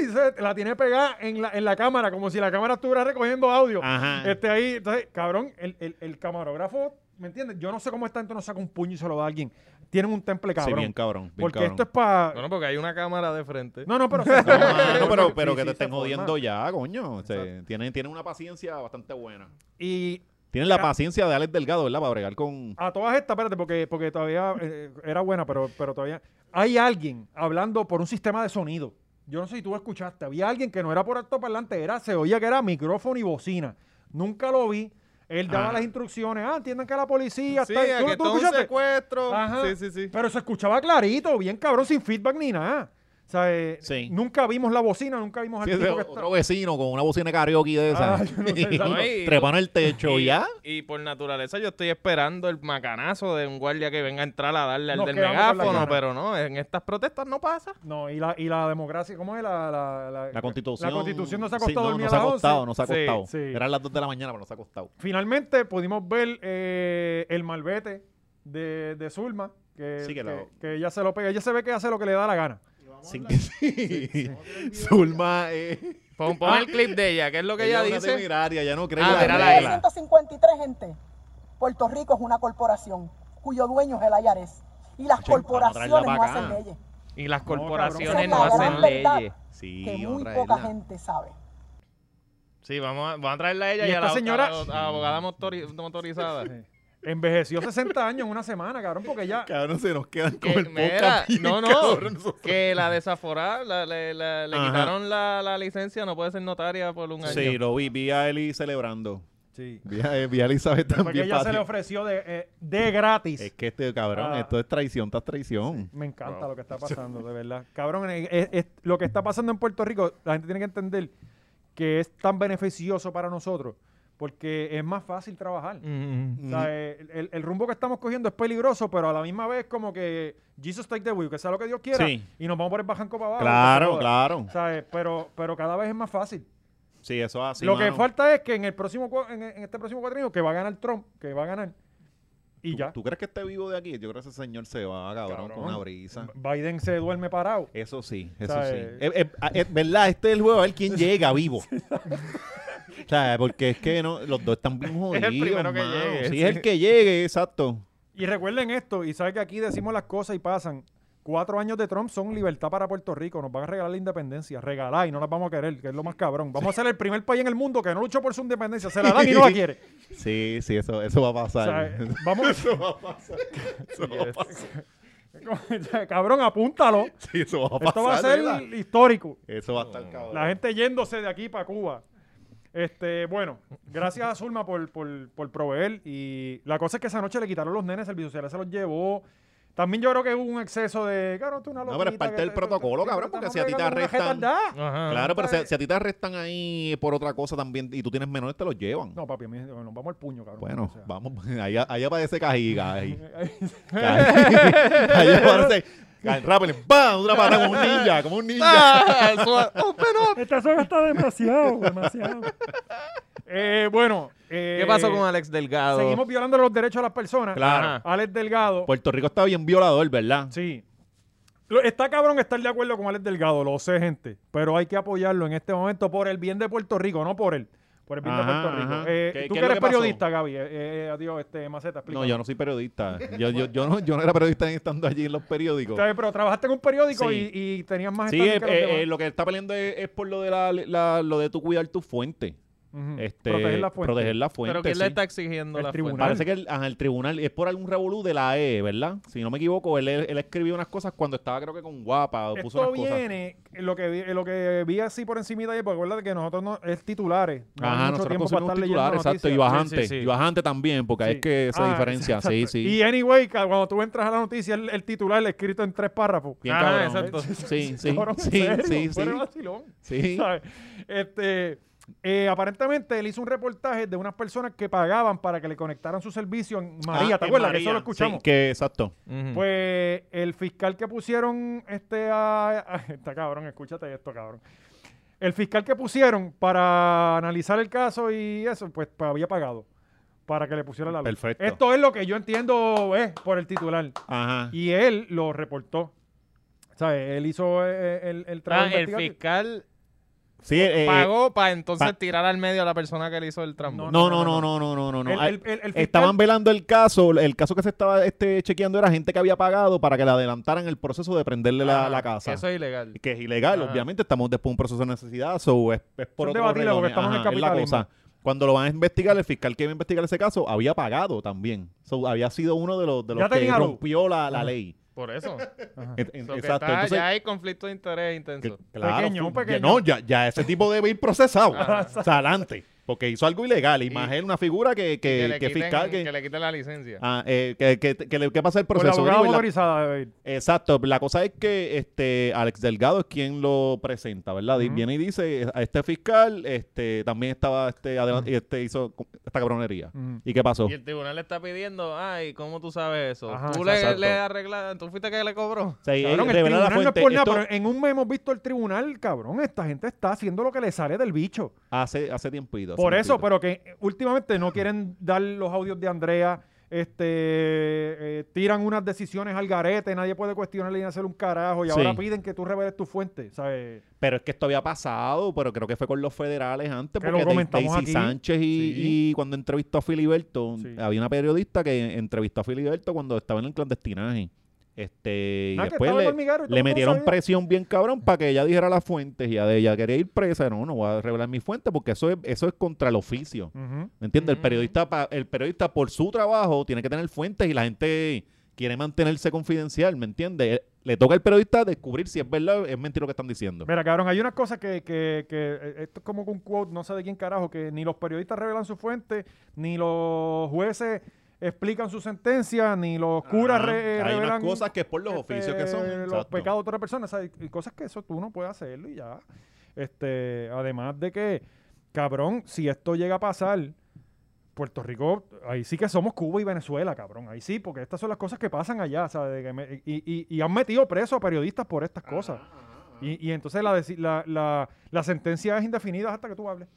S3: Y se- la tiene pegada en la, en la cámara, como si la cámara estuviera recogiendo audio.
S2: Ajá.
S3: Este ahí, entonces, cabrón, el, el, el camarógrafo, ¿me entiendes? Yo no sé cómo esta gente no saca un puño y se lo da a alguien. Tienen un temple
S2: Sí,
S3: cabrón.
S2: bien cabrón. Bien
S3: porque
S2: cabrón.
S3: esto es para.
S4: Bueno, porque hay una cámara de frente.
S3: No, no,
S2: (laughs)
S3: pero. (laughs)
S2: No, mano, pero, pero
S3: Sí,
S2: que
S3: sí,
S2: te
S3: se
S2: estén
S3: forma.
S2: jodiendo ya, coño. O sea, tienen, tienen una paciencia bastante buena.
S3: Y
S2: Tienen la paciencia de Alex Delgado, ¿verdad? Para bregar con...
S3: a todas estas, espérate, porque, porque todavía eh, era buena, pero, pero todavía. Hay alguien hablando por un sistema de sonido. Yo no sé si tú escuchaste. Había alguien que no era por alto parlante, era, se oía que era micrófono y bocina. Nunca lo vi. Él daba las instrucciones. Ah, entiendan que la policía
S4: Sí,
S3: está...
S4: a que todo un
S3: escuchaste?
S4: secuestro.
S3: Ajá.
S4: Sí, sí, sí.
S3: Pero se escuchaba clarito, bien cabrón, sin feedback ni nada. O sea, eh,
S2: Sí.
S3: nunca vimos la bocina, nunca vimos al
S2: Sí,
S3: tipo
S2: ese
S3: que está-
S2: otro vecino con una bocina karaoke de esa.
S3: Ah, yo no
S2: (laughs)
S3: sé, exacto.
S2: Trepano el techo y ya.
S4: Y por naturaleza yo estoy esperando el macanazo de un guardia que venga a entrar a darle al
S3: Nos
S4: del
S3: quedamos con las
S4: megáfono,
S3: ganas.
S4: pero no, en estas protestas no pasa.
S3: No, y la, y la democracia, ¿cómo es? La, la,
S2: La constitución.
S3: La constitución no se ha
S2: Sí,
S3: costado
S2: no,
S3: dormir
S2: no
S3: a
S2: se ha
S3: las 11.
S2: acostado, no se ha
S4: Sí,
S2: acostado.
S3: sí.
S2: Eran las 2 de la mañana, pero no se ha acostado.
S3: Finalmente pudimos ver eh, el malvete de, de Zulma, que,
S2: Sí,
S3: que,
S2: que la-
S3: que ella se lo pega. Ella se ve que hace lo que le da la gana.
S2: Sin que (laughs) sí. Zulma eh,
S4: Pon, pon el clip de ella, que es lo que ella,
S2: es una
S4: dice.
S2: temeraria, ya no cree
S4: Ah,
S2: en las
S4: mírala ahí.
S2: reglas.
S9: 153 gente. Puerto Rico es una corporación cuyo dueño es el IRS. Y las
S2: Chacho, vamos a
S9: corporaciones
S2: traerla
S9: no
S2: pa' acá.
S9: hacen leyes.
S4: Y las
S3: cabrón.
S4: corporaciones
S9: Esa
S4: no
S9: es la
S4: hacen
S9: gran verdad
S4: leyes.
S2: Sí,
S9: que muy
S2: otra
S9: poca
S2: regla.
S9: gente sabe.
S4: Sí, vamos a, vamos a traerla a ella
S3: Y
S4: y, a
S3: esta
S4: la
S3: señora-
S4: a la- a la abogada motori- motorizada.
S3: Envejeció 60 años en una semana, cabrón, porque ya...
S2: Cabrón, se nos quedan con
S4: Que,
S2: el
S4: mira,
S2: podcast. bien,
S4: no, no,
S2: cabrón, nosotros.
S4: que la desaforada, la- le, la- le
S2: Ajá.
S4: quitaron la, la licencia, no puede ser notaria por un año.
S2: Sí, lo vi. Vi a Eli celebrando.
S3: Sí.
S2: Vi a, vi a Elizabeth
S3: Porque
S2: también.
S3: ella se
S2: patio.
S3: le ofreció de, eh, de gratis.
S2: Es que este cabrón,
S3: Ah.
S2: esto es traición tras traición.
S3: Me encanta lo que
S2: (laughs)
S3: está pasando, de verdad. Cabrón, eh, es- es- lo que está pasando en Puerto Rico, la gente tiene que entender que es tan beneficioso para nosotros, porque es más fácil trabajar.
S4: Mm, mm.
S3: O sea, eh, el, el- el rumbo que estamos cogiendo es peligroso, pero a la misma vez como que Jesus take the wheel, que sea lo que Dios quiera,
S2: Sí.
S3: y nos vamos por el bajanco para abajo.
S2: Claro,
S3: O sea,
S2: claro.
S3: o sea, eh, Pero, pero cada vez es más fácil.
S2: Sí, eso es así.
S3: lo que
S2: mano.
S3: falta es que en el próximo cua- en, en este próximo cuatrienio que va a ganar Trump, que va a ganar, y
S2: ¿Tú,
S3: ya.
S2: ¿Tú crees que esté vivo de aquí? Yo creo que ese señor se va, cabrón, con una brisa.
S3: Biden se duerme parado.
S2: Eso sí, eso
S3: sea,
S2: sí.
S3: eh,
S2: Eh, eh, ah, eh, ¿Verdad? Este es el juego, a
S3: (laughs)
S2: ver quién llega vivo. o sea, porque es que no, los dos
S3: (laughs)
S2: están bien jodidos.
S4: primero que
S2: mano.
S4: llegue,
S2: Sí,
S4: sí.
S2: es el que llegue, exacto.
S3: Y recuerden esto, y saben que aquí decimos las cosas y pasan. Cuatro años de Trump son libertad para Puerto Rico. Nos van a regalar la independencia. Regalar y no las vamos a querer, que es lo más cabrón. Vamos a ser el primer país en el mundo que no luchó por su independencia. Se la dan y no la quiere.
S2: Sí, sí, eso, eso va a
S3: O
S2: pasar.
S3: sea, eh,
S2: (laughs)
S3: vamos,
S2: eso va a pasar. Eso va a pasar.
S3: (laughs) o sea, cabrón, apúntalo.
S2: Sí, eso va a pasar.
S3: Esto va a ser
S2: ¿verdad?
S3: histórico.
S2: Eso va a estar cabrón.
S3: La gente yéndose de aquí para Cuba. Este, bueno, gracias a Zulma por, por- por proveer. Y la cosa es que esa noche le quitaron los nenes, el servicio social se los llevó. También yo creo que hubo un exceso de. Claro, tú una
S2: No, pero es
S3: loquita
S2: parte
S3: que
S2: del
S3: te-
S2: protocolo,
S3: sí,
S2: cabrón,
S3: pero
S2: porque si a ti
S3: estamos
S2: te
S3: bregando con una
S2: arrestan.
S3: retardada.
S4: Ajá.
S2: Claro, pero
S3: Ah, ¿sabes?
S2: si, si a ti te arrestan ahí por otra cosa también y tú tienes menores, te los llevan.
S3: No, papi, a mí- nos vamos al puño, cabrón.
S2: Bueno,
S3: O sea,
S2: vamos, (laughs) allá, allá parece cajiga. Ahí. (laughs) allá (laughs) parece. Al Rappel, ¡pam! Una pata como un ninja, como un ninja.
S4: (laughs) Ah, eso-
S3: (laughs) Esta zona está demasiado,
S2: (laughs)
S3: demasiado. Eh, bueno. eh,
S4: ¿Qué pasó con Alex Delgado?
S3: Seguimos violando los derechos a las personas.
S2: Claro.
S4: Ajá.
S3: Alex Delgado.
S2: (laughs) Puerto Rico está bien violador, ¿verdad?
S3: Sí. Lo- Está cabrón estar de acuerdo con Alex Delgado, lo sé, gente. Pero hay que apoyarlo en este momento por el bien de Puerto Rico, no por él. Por el bien de
S2: Ajá,
S3: Puerto Rico.
S2: ajá.
S3: Eh,
S2: ¿Qué-
S3: tú que
S2: qué es lo
S3: eres
S2: que pasó?
S3: periodista, Gaby. eh, eh, adiós, este, Maceta,
S2: No,
S3: explícame.
S2: yo no
S3: (laughs)
S2: soy periodista. Yo, yo, yo, no, yo no era periodista ni estando allí en los periódicos.
S3: Está bien, Pero trabajaste en un periódico
S2: Sí.
S3: y, y tenías más
S2: Sí,
S3: standing
S2: eh,
S3: que los demás.
S2: eh, lo que está peleando es, es por lo de, la, la- lo de tu cuidar tu fuente.
S3: Ujú.
S2: Este,
S3: Mm, proteger la fuente.
S2: Proteger la fuente.
S4: pero ¿quién
S2: sí.
S4: le está exigiendo
S3: El
S4: la
S3: tribunal.
S2: Parece
S4: fuente?
S2: que el, ajá, el tribunal es por algún revolú de la E, ¿verdad? Si no me equivoco, él, él escribió unas cosas cuando estaba, creo que con guapa, o puso
S3: Esto
S2: unas cosas.
S3: viene, eh, lo que, vi- eh, lo que vi así por encima de ayer, porque recuerda que nosotros no es titulares. No hay
S2: Ajá,
S3: mucho tiempo
S2: nosotros
S3: para
S2: pusimos
S3: estar
S2: un
S3: leyendo
S2: titular, exacto,
S3: noticias.
S2: y bajante,
S4: Sí, sí, sí.
S2: y bajante también, porque
S3: Sí.
S2: es que esa
S3: Ah,
S2: diferencia, sí,
S3: exacto.
S2: sí.
S3: Y anyway, ca- cuando tú entras a la noticia, el, el titular escrito en tres párrafos.
S2: Bien
S4: Ajá,
S2: cabrón.
S4: exacto.
S2: Sí, sí,
S3: (laughs) Cabrón, ¿en
S2: sí,
S3: serio?
S2: sí,
S3: Fuera de
S2: sí,
S3: vacilón,
S2: sí. Ah,
S3: ¿sabes? Este, eh, aparentemente él hizo un reportaje de unas personas que pagaban para que le conectaran su servicio en María,
S2: Ah,
S3: ¿te
S2: en
S3: acuerdas? Que
S2: María,
S3: eso lo escuchamos.
S2: sí, que exacto.
S4: Ujú.
S3: Pues el fiscal que pusieron este a, (laughs) a- está cabrón, escúchate esto, cabrón. El fiscal que pusieron para analizar el caso y eso, pues, pues, había pagado para que le pusieran la luz.
S2: Perfecto. Ah.
S3: Esto es lo que yo entiendo eh, por el titular.
S2: Ajá.
S3: Y él lo reportó. O sea, él hizo eh, el, el
S4: Ah,
S3: trabajo
S4: el
S3: investigativo.
S4: fiscal
S3: Oh,
S2: Sí, eh,
S4: pagó para entonces
S2: pa-
S4: tirar al medio a la persona que le hizo el trampo.
S3: No,
S2: No, no, no, no, no, no, no. no.
S3: El-
S2: Ah,
S3: el- el- el fiscal-
S2: Estaban velando el caso, el caso que se estaba este, chequeando era gente que había pagado para que le adelantaran el proceso de prenderle la,
S4: Ajá,
S3: Ah,
S2: la casa.
S4: Eso es ilegal.
S2: que es ilegal,
S4: Ajá.
S2: obviamente, estamos después de un proceso de necesidad, so es,
S3: Eso
S2: es por
S3: es
S2: otro eh,
S3: debatible, porque estamos en el
S2: Ajá, es la
S3: capitalismo.
S2: cosa. Cuando lo van a investigar, el fiscal que iba a investigar ese caso había pagado también. So, había sido uno de los, de los
S3: Ya
S2: que
S3: tenía luz.
S2: rompió la, la ley.
S4: Por
S2: (laughs)
S4: eso.
S2: En- en-
S4: So que
S2: Exacto.
S4: está-
S2: Entonces,
S4: ya hay conflicto de interés
S2: que-
S4: intenso.
S2: claro,
S3: Pequeño,
S2: fu-
S3: un pequeño. (laughs)
S2: ya- no, ya, ya ese tipo debe ir procesado.
S3: Ajá.
S2: o sea, adelante. Porque hizo algo ilegal. Y más
S8: Y-
S2: él, una figura que, que,
S8: que, le
S2: que
S8: quiten,
S2: fiscal. Que,
S8: que le quiten la licencia.
S2: ah, eh, que, que, que le- que pasa el
S3: Con la
S2: proceso.
S3: abogada
S2: Anyway, la-
S3: motorizada debe
S2: Eh,
S3: ir.
S2: Exacto, la cosa es que este Alex Delgado es quien lo presenta, ¿verdad? Y Viene y dice, a este fiscal este también estaba este, adelan- este hizo esta cabronería.
S3: Ujú.
S2: ¿Y qué pasó?
S4: Y el tribunal le está pidiendo, ay, ¿cómo tú sabes eso?
S3: Ajá,
S4: tú le,
S2: exacto.
S4: le arreglaste, tú fuiste que le cobró.
S2: O sea, y-
S3: Cabrón,
S2: y
S3: el
S2: revela la
S3: tribunal no es
S2: fuente,
S3: por nada,
S2: esto
S3: pero en un mes hemos visto el tribunal, cabrón. Esta gente está haciendo lo que le sale del bicho.
S2: hace, hace tiempito. hace
S3: Por eso,
S2: tiempito.
S3: pero que eh, últimamente no quieren dar los audios de Andrea, este, eh, tiran unas decisiones al garete, nadie puede cuestionarle ni hacer un carajo, y
S2: Sí.
S3: ahora piden que tú reveles tu fuente, ¿sabes?
S2: Pero es que esto había pasado, pero creo que fue con los federales antes,
S3: Que lo
S2: porque Dai-
S3: comentamos
S2: Daisy
S3: aquí.
S2: Sánchez y,
S3: Sí.
S2: y cuando entrevistó a Filiberto,
S3: Sí.
S2: había una periodista que entrevistó a Filiberto cuando estaba en el clandestinaje. Este, y
S3: Nada, que
S2: después
S3: estaba en el
S2: le,
S3: hormiguero y todo
S2: le
S3: el mundo
S2: metieron
S3: sabía.
S2: presión bien cabrón para que ella dijera las fuentes y de ella quería ir presa. No, no voy a revelar mis fuentes porque eso es, eso es contra el oficio.
S3: Ujú.
S2: ¿Me entiendes? El, periodista pa- el periodista por su trabajo tiene que tener fuentes y la gente quiere mantenerse confidencial, ¿me entiendes? Eh, Le toca al periodista descubrir si es verdad o es mentira lo que están diciendo.
S3: Mira, cabrón, hay unas cosas que, que- que, eh, esto es como un quote, no sé de quién carajo, que ni los periodistas revelan su fuente, ni los jueces explican su sentencia, ni los curas
S2: Ajá.
S3: re-
S2: Ah, Hay unas
S3: revelan
S2: cosas que es por los
S3: este,
S2: oficios que son.
S3: los
S2: Exacto.
S3: pecados de otra persona, o sea, hay- hay cosas que eso tú no puedes hacerlo y ya. Este, además de que, cabrón, si esto llega a pasar, Puerto Rico, ahí sí que somos Cuba y Venezuela, cabrón, ahí sí, porque estas son las cosas que pasan allá, o sea, de que me- y, y- y han metido preso a periodistas por estas cosas. Y, y entonces la, deci- la, la- la sentencia es indefinida hasta que tú hables.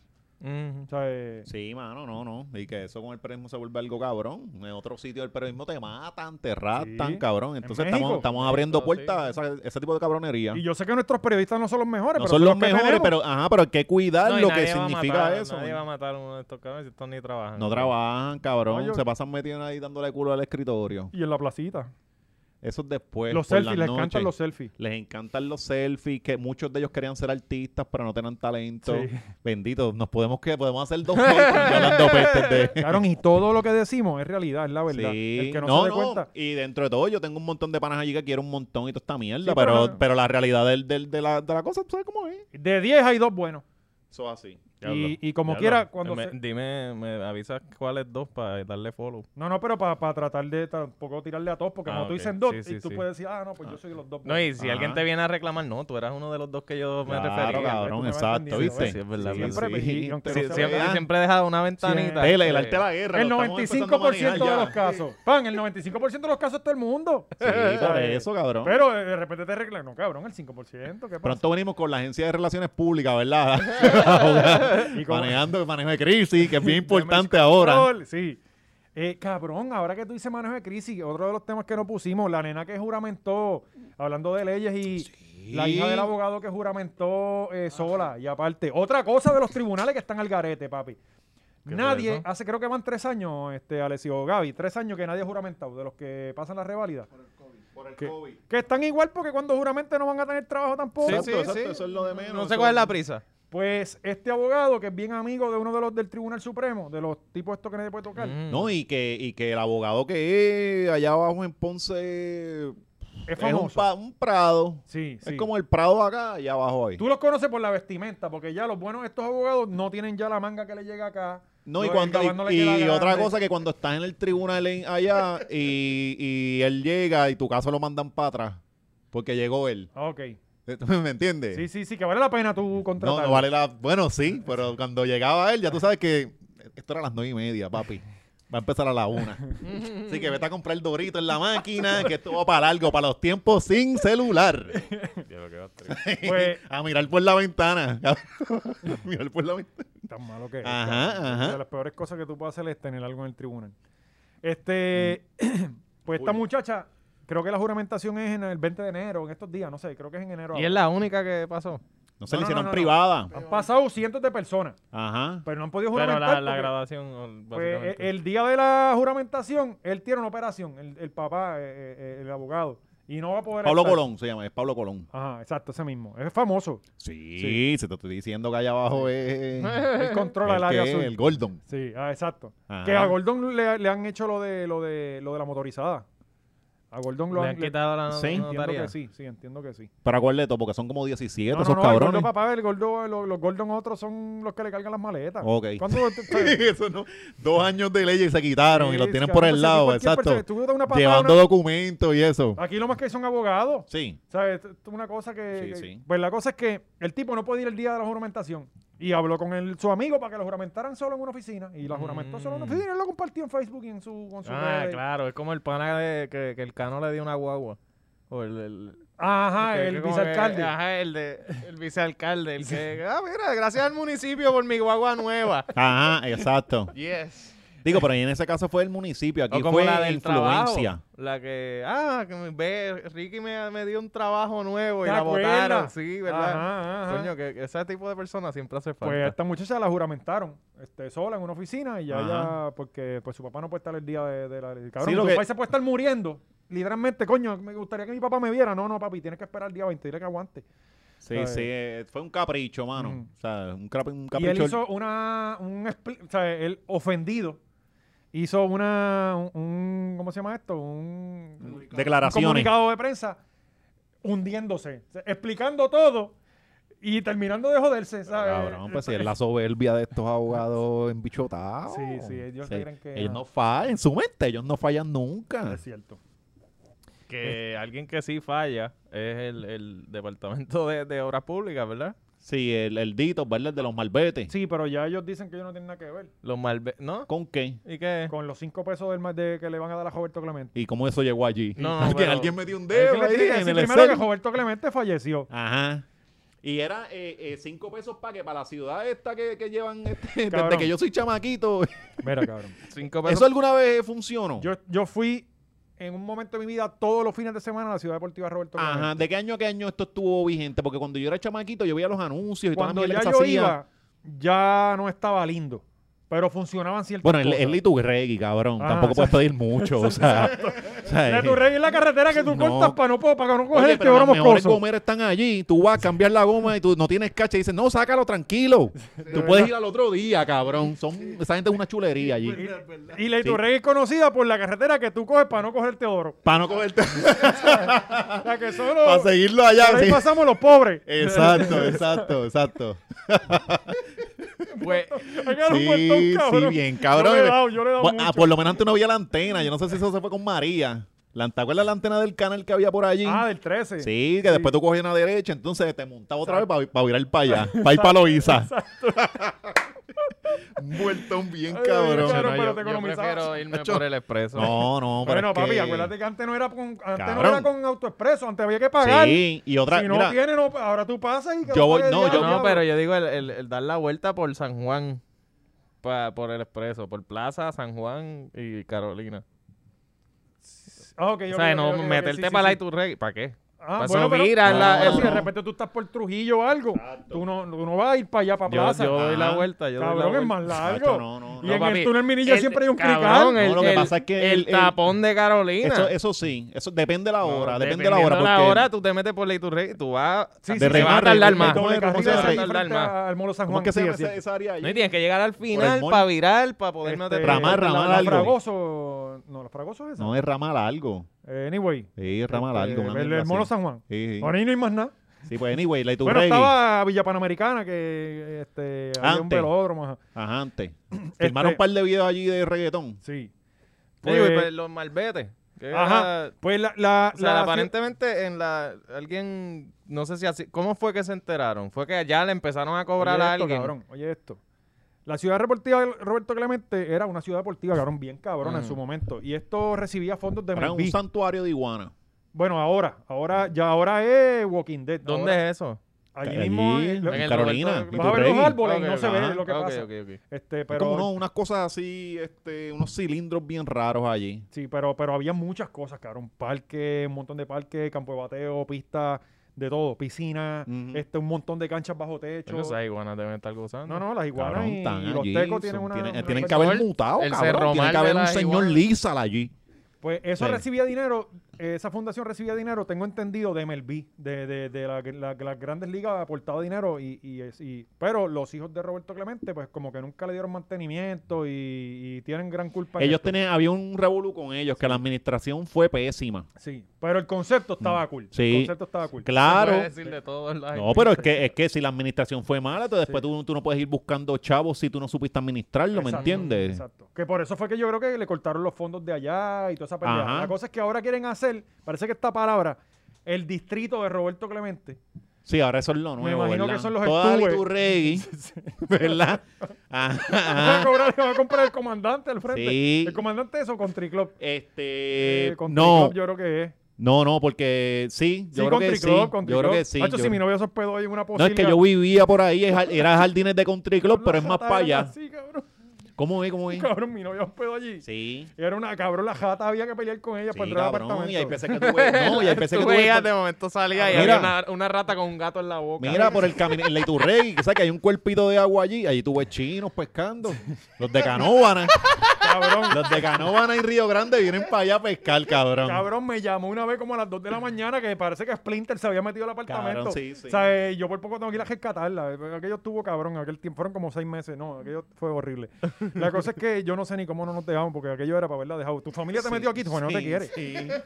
S3: O sea, eh,
S2: Sí, mano, no, no. Y que eso con el periodismo se vuelve algo cabrón. En otro sitio del periodismo te matan, te ratan,
S3: Sí.
S2: cabrón.
S3: En
S2: Entonces
S3: México.
S2: estamos, estamos abriendo
S4: México,
S2: puertas a esa- ese tipo de cabronería.
S3: y yo sé que nuestros periodistas no son los mejores,
S2: No
S3: pero
S2: son los
S3: que
S2: mejores,
S3: tenemos.
S2: pero, ajá, pero hay que cuidar
S4: No, y
S2: Ah, lo que
S4: nadie va a
S2: significa
S4: matar-
S2: eso.
S4: Nadie va a
S2: man.
S4: matar a uno de estos cabrones, estos ni trabajan.
S2: No trabajan, cabrón.
S3: No, yo-
S2: Se pasan metiendo ahí dándole culo al escritorio.
S3: Y en la placita.
S2: Eso es después.
S3: los
S2: Pues, por
S3: selfies,
S2: las
S3: les encantan
S2: noches.
S3: los selfies.
S2: Les encantan los selfies, que muchos de ellos querían ser artistas, pero no tenían talento.
S3: Sí.
S2: Bendito, nos podemos que podemos
S3: (laughs)
S2: hacer dos podcasts hablando pestes de,
S3: Cabrón, y todo lo que decimos es realidad, es la verdad.
S2: Sí.
S3: El que no,
S2: No,
S3: se dé
S2: no,
S3: cuenta.
S2: Y dentro de todo, yo tengo un montón de panas allí que quiero un montón y toda esta mierda.
S3: Sí, pero
S2: pero,
S3: no-
S2: pero, la realidad del, del- de, la, de la cosa, ¿tú sabes cómo es?
S3: De 10 hay dos buenos.
S2: Eso así.
S3: Y, y como quiera, cuando.
S4: Me-
S3: se-
S4: Dime, me avisas cuáles dos para darle follow.
S3: No, no, pero para tratar de tampoco tirarle a todos, porque
S4: Ah,
S3: como tú
S4: ok.
S3: dices dos,
S4: Sí, sí,
S3: y tú
S4: sí.
S3: puedes decir, ah, no, pues yo soy los dos.
S4: No,
S3: buenos.
S4: y si
S2: Ajá.
S4: alguien te viene a reclamar, no, tú eras uno de los dos que yo me
S2: Claro,
S4: refería.
S2: cabrón,
S3: tú me vas
S2: exacto,
S3: entendiendo,
S2: ¿viste?
S3: ¿eh?
S4: Sí, es verdad,
S3: Sí,
S4: es
S3: siempre,
S2: verdad.
S3: y- y aunque
S2: Sí,
S3: no sea
S2: siempre-
S3: verdad,
S4: Siempre dejaba una ventanita.
S3: Sí.
S2: Tele, el
S4: este,
S2: arte de la guerra.
S3: el
S2: lo estamos
S3: 95%
S2: empezando a
S3: de los
S2: manejar ya.
S3: casos. Pan, el 95% de los casos es todo el mundo. (laughs)
S2: Sí, por eso, cabrón.
S3: pues. Pero eh, de repente te arreglan, no, cabrón, el 5%. ¿qué pasa?
S2: Pronto venimos con la agencia de relaciones públicas, ¿verdad?
S3: (laughs)
S2: (laughs)
S3: Y con-
S2: Manejando el manejo de crisis, que es bien importante ahora.
S3: Control, Sí. Eh, cabrón, ahora que tú dices manejo de crisis, otro de los temas que no pusimos, la nena que juramentó, hablando de leyes y la hija del abogado que juramentó eh, sola y aparte. Otra cosa de los tribunales que están al garete, papi. Nadie,
S4: eso?
S3: hace creo que van tres años, este, Alessio Gaby, tres años que nadie ha juramentado, de los que pasan la reválida. que, que están igual porque cuando juramente no van a tener trabajo tampoco.
S4: Sí,
S2: Exacto,
S4: sí,
S2: exacto,
S4: sí.
S2: Eso es lo de menos.
S4: No sé
S2: eso-
S4: cuál es la prisa.
S3: Pues este abogado, que es bien amigo de uno de los del Tribunal Supremo, de los tipos estos que nadie puede tocar,
S4: Mm.
S2: No, y que, y que el abogado que es allá abajo en Ponce
S3: es
S2: es un,
S3: famoso.
S2: pa- un prado.
S3: Sí, sí.
S2: Es como el Prado acá y abajo ahí.
S3: Tú los conoces por la vestimenta, porque ya los buenos estos abogados no tienen ya la manga que le llega acá.
S2: No, y,
S3: Los
S2: cuando,
S3: escabas no le
S2: y,
S3: queda
S2: y otra
S3: grande.
S2: cosa que cuando estás en el tribunal en- allá y, y él llega y tu caso lo mandan para atrás porque llegó él. (laughs)
S3: Ok.
S2: ¿Me entiendes?
S3: Sí, sí, sí, que vale la pena tu
S2: no,
S3: contratar.
S2: no vale la... Bueno, sí, pero cuando llegaba él ya tú sabes que esto era a las nueve y media, papi. Va a empezar a la una. Así que vete a comprar el dorito en la máquina, que esto va para largo, para los tiempos sin celular. (laughs)
S3: Pues,
S2: a mirar por la ventana. (laughs) a mirar por la ventana.
S3: tan malo que es.
S2: Ajá,
S3: cabrón.
S2: ajá.
S3: Una De las peores cosas que tú puedes hacer es tener algo en el tribunal. Este,
S2: Mm.
S3: (clears throat) pues esta muchacha, creo que la juramentación es en el 20 de enero, en estos días, no sé, creo que es en enero.
S4: Y es la única que pasó.
S2: No se
S3: No,
S2: le
S3: no,
S2: hicieron
S3: no, no.
S2: privada.
S3: Han pasado cientos de personas,
S2: Ajá.
S3: pero no han podido
S4: Pero
S3: juramentar.
S4: la, la
S3: porque-
S4: grabación,
S3: Pues,
S4: básicamente.
S3: eh, el día de la juramentación, él tiene una operación, el, el papá, eh, eh, el abogado, y no va a poder.
S2: Pablo
S3: estar.
S2: Colón se llama, es Pablo Colón.
S3: Ajá, exacto, ese mismo. Es famoso.
S2: Sí,
S3: Sí.
S2: se te estoy diciendo que allá abajo es.
S3: Él controla el
S2: que
S3: área
S2: es
S3: azul.
S2: El Gordon.
S3: Sí, ah, exacto.
S2: Ajá.
S3: Que a Gordon le, le han hecho lo de, lo de, lo de la motorizada. A Gordon lo
S4: Le han quitado la
S2: Sí.
S4: no-
S3: Entiendo
S4: notaría.
S3: que sí, sí, entiendo que sí.
S2: Pero acuérdate, todo, porque son como 17
S3: No, no,
S2: esos
S3: no, el Gordon,
S2: cabrones. (laughs)
S3: papá, el Gordon, los, los Gordon otros son los que le cargan las maletas.
S2: Ok.
S3: ¿Cuándo
S2: (laughs)
S3: te- te-
S2: Eso no. Dos años de ley y se quitaron y los
S3: Sí,
S2: tienen
S3: cabrón,
S2: por el
S3: ese
S2: lado,
S3: tipo, cualquier
S2: exacto.
S3: persona- tú das una patada,
S2: Llevando
S3: una-
S2: documentos y eso.
S3: Aquí lo más que hay son abogados.
S2: Sí.
S3: ¿Sabes? Esto es Una cosa que,
S2: Sí,
S3: que-
S2: sí.
S3: Pues la cosa es que el tipo no puede ir el día de la juramentación. Y habló con el- su amigo para que lo juramentaran solo en una oficina. Y la juramentó solo en una
S4: Mm.
S3: oficina. Él lo compartió en Facebook y en su. Con su
S4: Ah,
S3: red.
S4: claro, es como el pana de, que, que el cano le dio una guagua. O el, el-
S3: Ajá,
S4: que-
S3: Ah, el
S4: que como
S3: vicealcalde.
S4: que- ajá, el, de, el vicealcalde.
S3: (laughs)
S4: El que, ah, mira, gracias al municipio por mi guagua nueva.
S2: Ajá, exacto.
S8: Yes.
S2: Digo, pero en ese caso fue el municipio, aquí
S4: o como
S2: fue
S4: la
S2: la
S4: del
S2: influencia.
S4: trabajo. La que, ah, que me ve, Ricky me, me dio un trabajo nuevo y
S3: ¿Te
S4: la
S3: acuerdas?
S4: votaron. Sí, ¿verdad?
S3: Ajá, ajá.
S4: Coño, que, que ese tipo de personas siempre hace falta.
S3: Pues a esta muchacha la juramentaron este, sola en una oficina y ya,
S2: Ajá.
S3: ya porque pues su papá no puede estar el día de, de la... Cabrón,
S2: lo
S3: tu
S2: que-
S3: país se puede estar muriendo. Literalmente, coño, me gustaría que mi papá me viera. No, no, papi, tienes que esperar el día 20, dile que aguante.
S2: Sí,
S3: ¿sabes?
S2: sí, eh, fue un capricho, mano.
S3: Ujú.
S2: O sea, un, cap- un
S3: Y
S2: capricho.
S3: él hizo una... Un, expli- o sea, él ofendido hizo una... Un, ¿Cómo se llama esto? Un, un
S2: Declaraciones.
S3: comunicado de prensa hundiéndose, o sea, explicando todo y terminando de joderse, ¿sabes?
S2: Cabrón, pues si es la soberbia de estos abogados embichotados.
S3: Sí, sí, ellos se creen que-
S2: Ellos no fallan, en su mente, ellos no fallan nunca.
S3: Es (laughs) cierto.
S4: Que alguien que sí falla es el, el Departamento de, de Obras Públicas, ¿verdad?
S2: Sí, el, el Dito, ¿verdad? El de los malbetes.
S3: Sí, pero ya ellos dicen que ellos no tienen nada que ver.
S4: Los malve... ¿No?
S2: ¿Con qué?
S4: ¿Y qué?
S3: con los cinco pesos del ma- de, que le van a dar a Roberto Clemente.
S2: ¿Y cómo eso llegó allí?
S4: No,
S2: que (laughs)
S4: pero-
S2: alguien metió un
S3: Hay
S2: dedo
S3: que le
S2: Eh, ahí
S3: tiene que
S2: en
S3: decir
S2: el
S3: primero que
S2: Excel.
S3: Roberto Clemente falleció.
S2: Ajá. Y era eh, eh, cinco pesos para que para la ciudad esta que, que llevan este, desde
S3: Cabrón.
S2: que yo soy chamaquito.
S3: Mira,
S2: (laughs)
S3: cabrón.
S4: Cinco pesos.
S2: ¿Eso alguna vez funcionó?
S3: Yo, yo fui en un momento de mi vida todos los fines de semana a la ciudad deportiva Roberto Clemente.
S2: Ajá, ¿de qué año a qué año esto estuvo vigente? Porque cuando yo era chamaquito, yo veía los anuncios y todas las
S3: Cuando ya
S2: mierdas que
S3: yo
S2: se hacían.
S3: iba, ya no estaba lindo. Pero funcionaban ciertas
S2: Bueno,
S3: cosas.
S2: es Liturregui, cabrón.
S3: Ah,
S2: Tampoco puedes pedir mucho, o sea. (laughs) o sea,
S3: De tu rey en la carretera que tú
S2: No.
S3: cortas para no, po- para que no
S2: Oye,
S3: coger el
S2: pero
S3: teorema
S2: los mejores
S3: moscoso.
S2: gomeros están allí, tú vas a cambiar la goma y tú no tienes cacha y dices, no,
S3: (laughs)
S2: sácalo tranquilo. tú puedes ir al otro día, cabrón. Son, esa gente es una chulería allí.
S3: Y la Iturrey es conocida por la carretera que tú coges para no coger el (laughs) Teodoro.
S2: Para no (laughs) cogerte.
S3: La que solo.
S2: Para seguirlo allá.
S3: por ahí
S2: sí. Eh,
S3: pasamos los pobres. (laughs)
S2: Exacto, exacto, exacto.
S4: Pues,
S3: Hay que dar un
S2: Sí,
S3: montón,
S2: sí,
S3: cabrón.
S2: bien, cabrón.
S3: Yo le he dado, yo le he dado
S2: Bueno, ah,
S3: mucho.
S2: por lo menos antes no había la antena. Yo no sé si eso se fue con María. La, ¿Te acuerdas la antena del canal que había por allí?
S3: Ah, del 13.
S2: Sí, que después tú cogías una derecha, entonces te montabas otra vez para virar
S3: (laughs)
S2: para allá, para ir para Loiza. (laughs) Muertón bien
S3: Ay,
S2: cabrón.
S3: claro,
S4: no,
S3: pero
S4: yo,
S3: te
S4: yo
S3: economizaba.
S4: prefiero irme por el expreso.
S2: No, no, pero
S3: Bueno,
S2: es
S3: papi,
S2: que-
S3: acuérdate que antes no era con, antes no
S2: Cabrón.
S3: era con autoexpreso, antes había que pagar.
S2: Sí, y otra,
S3: si no
S2: mira,
S3: tiene, no, ahora tú pasas y que
S2: Yo
S3: lo
S2: voy-
S3: pague
S2: no,
S3: el
S2: yo-
S3: diablo.
S4: No, pero yo digo el, el- el dar la vuelta por San Juan. pa- por el expreso, por Plaza, San Juan y Carolina.
S3: Ah, ok,
S4: o
S3: ok,
S4: sea,
S3: ok,
S4: no
S3: ok, ok,
S4: meterte
S3: sí, sí,
S4: para
S3: sí.
S4: la Iturregui. ¿Para qué?
S3: Ah,
S4: pa'
S3: bueno, pero,
S4: subir a la-
S3: pero si
S4: el-
S3: de repente tú estás por Trujillo o algo, tú no, tú no vas a ir para allá, para
S4: Yo,
S3: plaza.
S4: yo doy la
S2: Ah,
S4: vuelta. Yo doy la
S3: cabrón, es
S4: vuelta.
S3: más largo.
S2: Chacho, no, no,
S3: y
S2: no,
S3: en
S4: papi,
S3: el túnel Minilla
S4: el-
S3: siempre hay un
S4: cabrón,
S3: crical.
S4: el-
S2: No, lo que
S4: el-
S2: pasa es que
S4: el,
S2: el- el-
S4: tapón de Carolina.
S2: eso, eso sí, eso depende de la
S4: No,
S2: hora, depende de la hora.
S4: dependiendo de
S2: porque-
S4: hora, tú te metes por la Iturregui, tú vas...
S3: Sí, sí, sí,
S2: de
S4: se va a
S2: remate,
S4: tardar
S2: el-
S4: más.
S2: el doble
S3: Doble
S2: carril,
S4: se
S3: carril
S4: va a
S2: ese-
S3: ahí
S4: tardar
S3: frente
S4: más.
S3: a- al Molo San
S2: ¿Cómo
S3: Juan.
S2: es que se
S3: sí,
S2: llama
S3: sí.
S2: esa, esa área ahí?
S4: No, y tienes que llegar al final
S2: mall.
S4: para virar, para poder meter...
S3: Este,
S2: Ramal,
S3: la-
S2: ramal
S3: la
S2: algo.
S3: Fragoso, no, la Fragoso es esa.
S2: No, es ramal algo.
S3: Eh, Anyway,
S2: Sí, es ramal algo.
S3: eh,
S2: una
S3: el,
S2: mierda
S3: el Molo
S2: así.
S3: San Juan.
S2: Sí, sí.
S3: Ahora ahí no hay más nada.
S2: Sí, pues anyway, la
S3: Bueno,
S2: Iturregui.
S3: estaba Villa Panamericana, que este, había un
S2: Antes.
S3: velódromo. ajá. (clears throat)
S2: Ajá, antes. Firmaron
S3: este
S2: un par de videos allí de reggaetón.
S3: Sí.
S4: Oye, güey, pues los malbetes. que era-
S3: Ajá. Pues la, la,
S4: O sea,
S3: la-
S4: aparentemente en la alguien no sé si así cómo fue que se enteraron, fue que allá le empezaron a
S3: Oye
S4: cobrar
S3: esto,
S4: a alguien.
S3: cabrón, oye esto. La ciudad deportiva de Roberto Clemente era una ciudad deportiva, cabrón, bien cabrona en
S4: Mm.
S3: su momento. Y esto recibía fondos de
S2: Era un
S3: MLB.
S2: santuario de iguana.
S3: Bueno, ahora, ahora, ya ahora es Walking Dead.
S4: ¿Dónde
S3: Ahora-
S4: es eso?
S3: Allí mismo. eh, lo-
S4: en el
S2: Carolina.
S4: Roberto-
S3: vas a ver
S2: Iturregui.
S3: los árboles y
S4: Ok,
S3: no se
S2: ajá,
S3: ve lo que
S4: ok,
S3: pasa.
S4: ok, ok.
S3: Este,
S2: Es
S3: pero,
S2: como unos- unas cosas así, este, unos cilindros bien raros allí.
S3: Sí, pero, pero había muchas cosas, cabrón. Parque, un montón de parques, campo de bateo, pista, de todo, piscina,
S2: Ujú.
S3: este, un montón de canchas bajo techo.
S4: Bueno, esas iguanas deben estar gozando.
S3: No, no, las iguanas
S2: Cabrón,
S3: y,
S2: están
S3: y los
S2: allí,
S3: tecos
S2: son-
S3: tienen una...
S2: tienen,
S3: una
S2: tienen que
S3: cosa-
S2: haber
S4: El-
S2: mutado,
S4: el
S2: cabrón.
S4: Cerro
S2: Tiene
S4: Mal
S2: que
S4: de
S2: haber un
S4: las
S2: señor
S4: iguanas.
S2: Lizal allí.
S3: Pues eso
S2: Sí.
S3: recibía dinero, eh, esa fundación recibía dinero, tengo entendido, de MLB, de, de, de la- la- las grandes ligas aportaba dinero, y, y, es- y- pero los hijos de Roberto Clemente, pues como que nunca le dieron mantenimiento y, y tienen gran culpa. en
S2: Ellos
S3: Pues esto.
S2: tenían, había un revolú con ellos, que la administración fue pésima.
S3: Sí, pero el concepto estaba cool.
S2: Mm, Sí.
S3: El concepto estaba cool.
S4: Puedes
S3: pues,
S2: Claro.
S4: decir de todo, ¿verdad?
S2: No, pero es que, es que si la administración fue mala, entonces después tú, tú no puedes ir buscando chavos si tú no supiste administrarlo, ¿me
S3: Exacto,
S2: entiendes?
S3: Exacto. Que por eso fue que yo creo que le cortaron los fondos de allá y toda esa pelea.
S2: Ajá.
S3: La cosa es que ahora quieren hacer, parece que esta palabra, el distrito de Roberto Clemente.
S2: Sí, ahora eso es lo nuevo.
S3: imagino
S2: ¿verdad?
S3: que son los
S2: Toda
S3: estuve. (laughs)
S2: Iturregui, ¿verdad? Ajá,
S3: Va a
S2: ajá.
S3: cobrar, va a comprar el comandante al frente.
S2: Sí.
S3: El comandante eso Country Club.
S2: Este.
S3: Eh, Country
S2: no,
S3: Club yo creo que es.
S2: no, no, porque sí, yo
S3: sí,
S2: creo
S3: Country
S2: que sí.
S3: Club, Country
S2: Yo creo
S3: Club.
S2: que sí.
S3: Hacho,
S2: yo-
S3: si mi novia se hospedó ahí en una
S2: No,
S3: posibilidad.
S2: es que yo vivía por ahí, es- era jardines de country club,
S3: (laughs)
S2: pero es más para allá.
S3: Sí, cabrón.
S2: ¿Cómo es? ¿Cómo
S3: (laughs)
S2: es?
S3: Cabrón, mi novia hospedó allí.
S2: Sí.
S3: Y Era una cabrón, la jata había que pelear con ella
S2: Sí,
S3: para entrar al
S2: cabrón,
S3: apartamento.
S2: y ahí pensé que tuve. No, y
S3: (laughs)
S2: ahí pensé que
S4: (laughs) Tú
S2: tuve.
S4: veías, de momento salía y
S2: Mira.
S4: había una, una rata con un gato en la boca.
S2: Mira, por el camino, en la Iturregui, que sabes que hay un cuerpito de agua allí, ahí tú ves chinos pescando. Los de Canóvana, (laughs)
S3: Cabrón,
S2: los de Canóvana y Río Grande vienen para allá a pescar, cabrón.
S3: Cabrón, me llamó una vez como a las 2 de
S2: (clears throat)
S3: la mañana que parece que Splinter se había metido al apartamento.
S2: Cabrón, sí, sí.
S3: O sea, eh, yo por poco tengo que ir a rescatarla. Aquello estuvo cabrón, aquel tiempo fueron como seis meses. No, aquello fue horrible. La cosa es que yo no sé ni cómo no nos dejamos, porque aquello era para haberla dejado. Tu familia te metió aquí, tu familia no te quiere.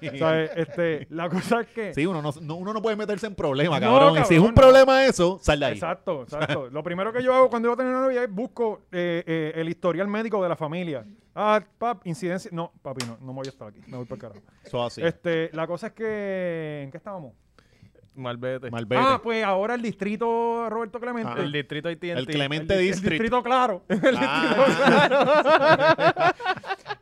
S2: Sí.
S3: ¿Sabes? Este, la cosa es que.
S2: Sí, uno no, no- uno no puede meterse en problemas,
S3: No,
S2: cabrón. Y si es
S3: cabrón,
S2: un
S3: no.
S2: problema eso, sal de ahí.
S3: Exacto, exacto. Lo primero que yo hago cuando yo tengo una novia es busco eh, eh, el historial médico de la familia. Ah, pap, incidencia. No, papi, no, no me voy a estar aquí. Me voy para carajo.
S2: Eso así.
S3: Este, la cosa es que. ¿En qué estábamos?
S4: Malvete.
S2: Malvete.
S3: Ah, pues ahora el distrito Roberto Clemente.
S2: Ajá.
S4: el distrito AT&T.
S2: Ah. el
S3: El
S2: Clemente
S3: di- el
S2: District.
S3: distrito
S2: (laughs)
S3: claro.
S2: Ah,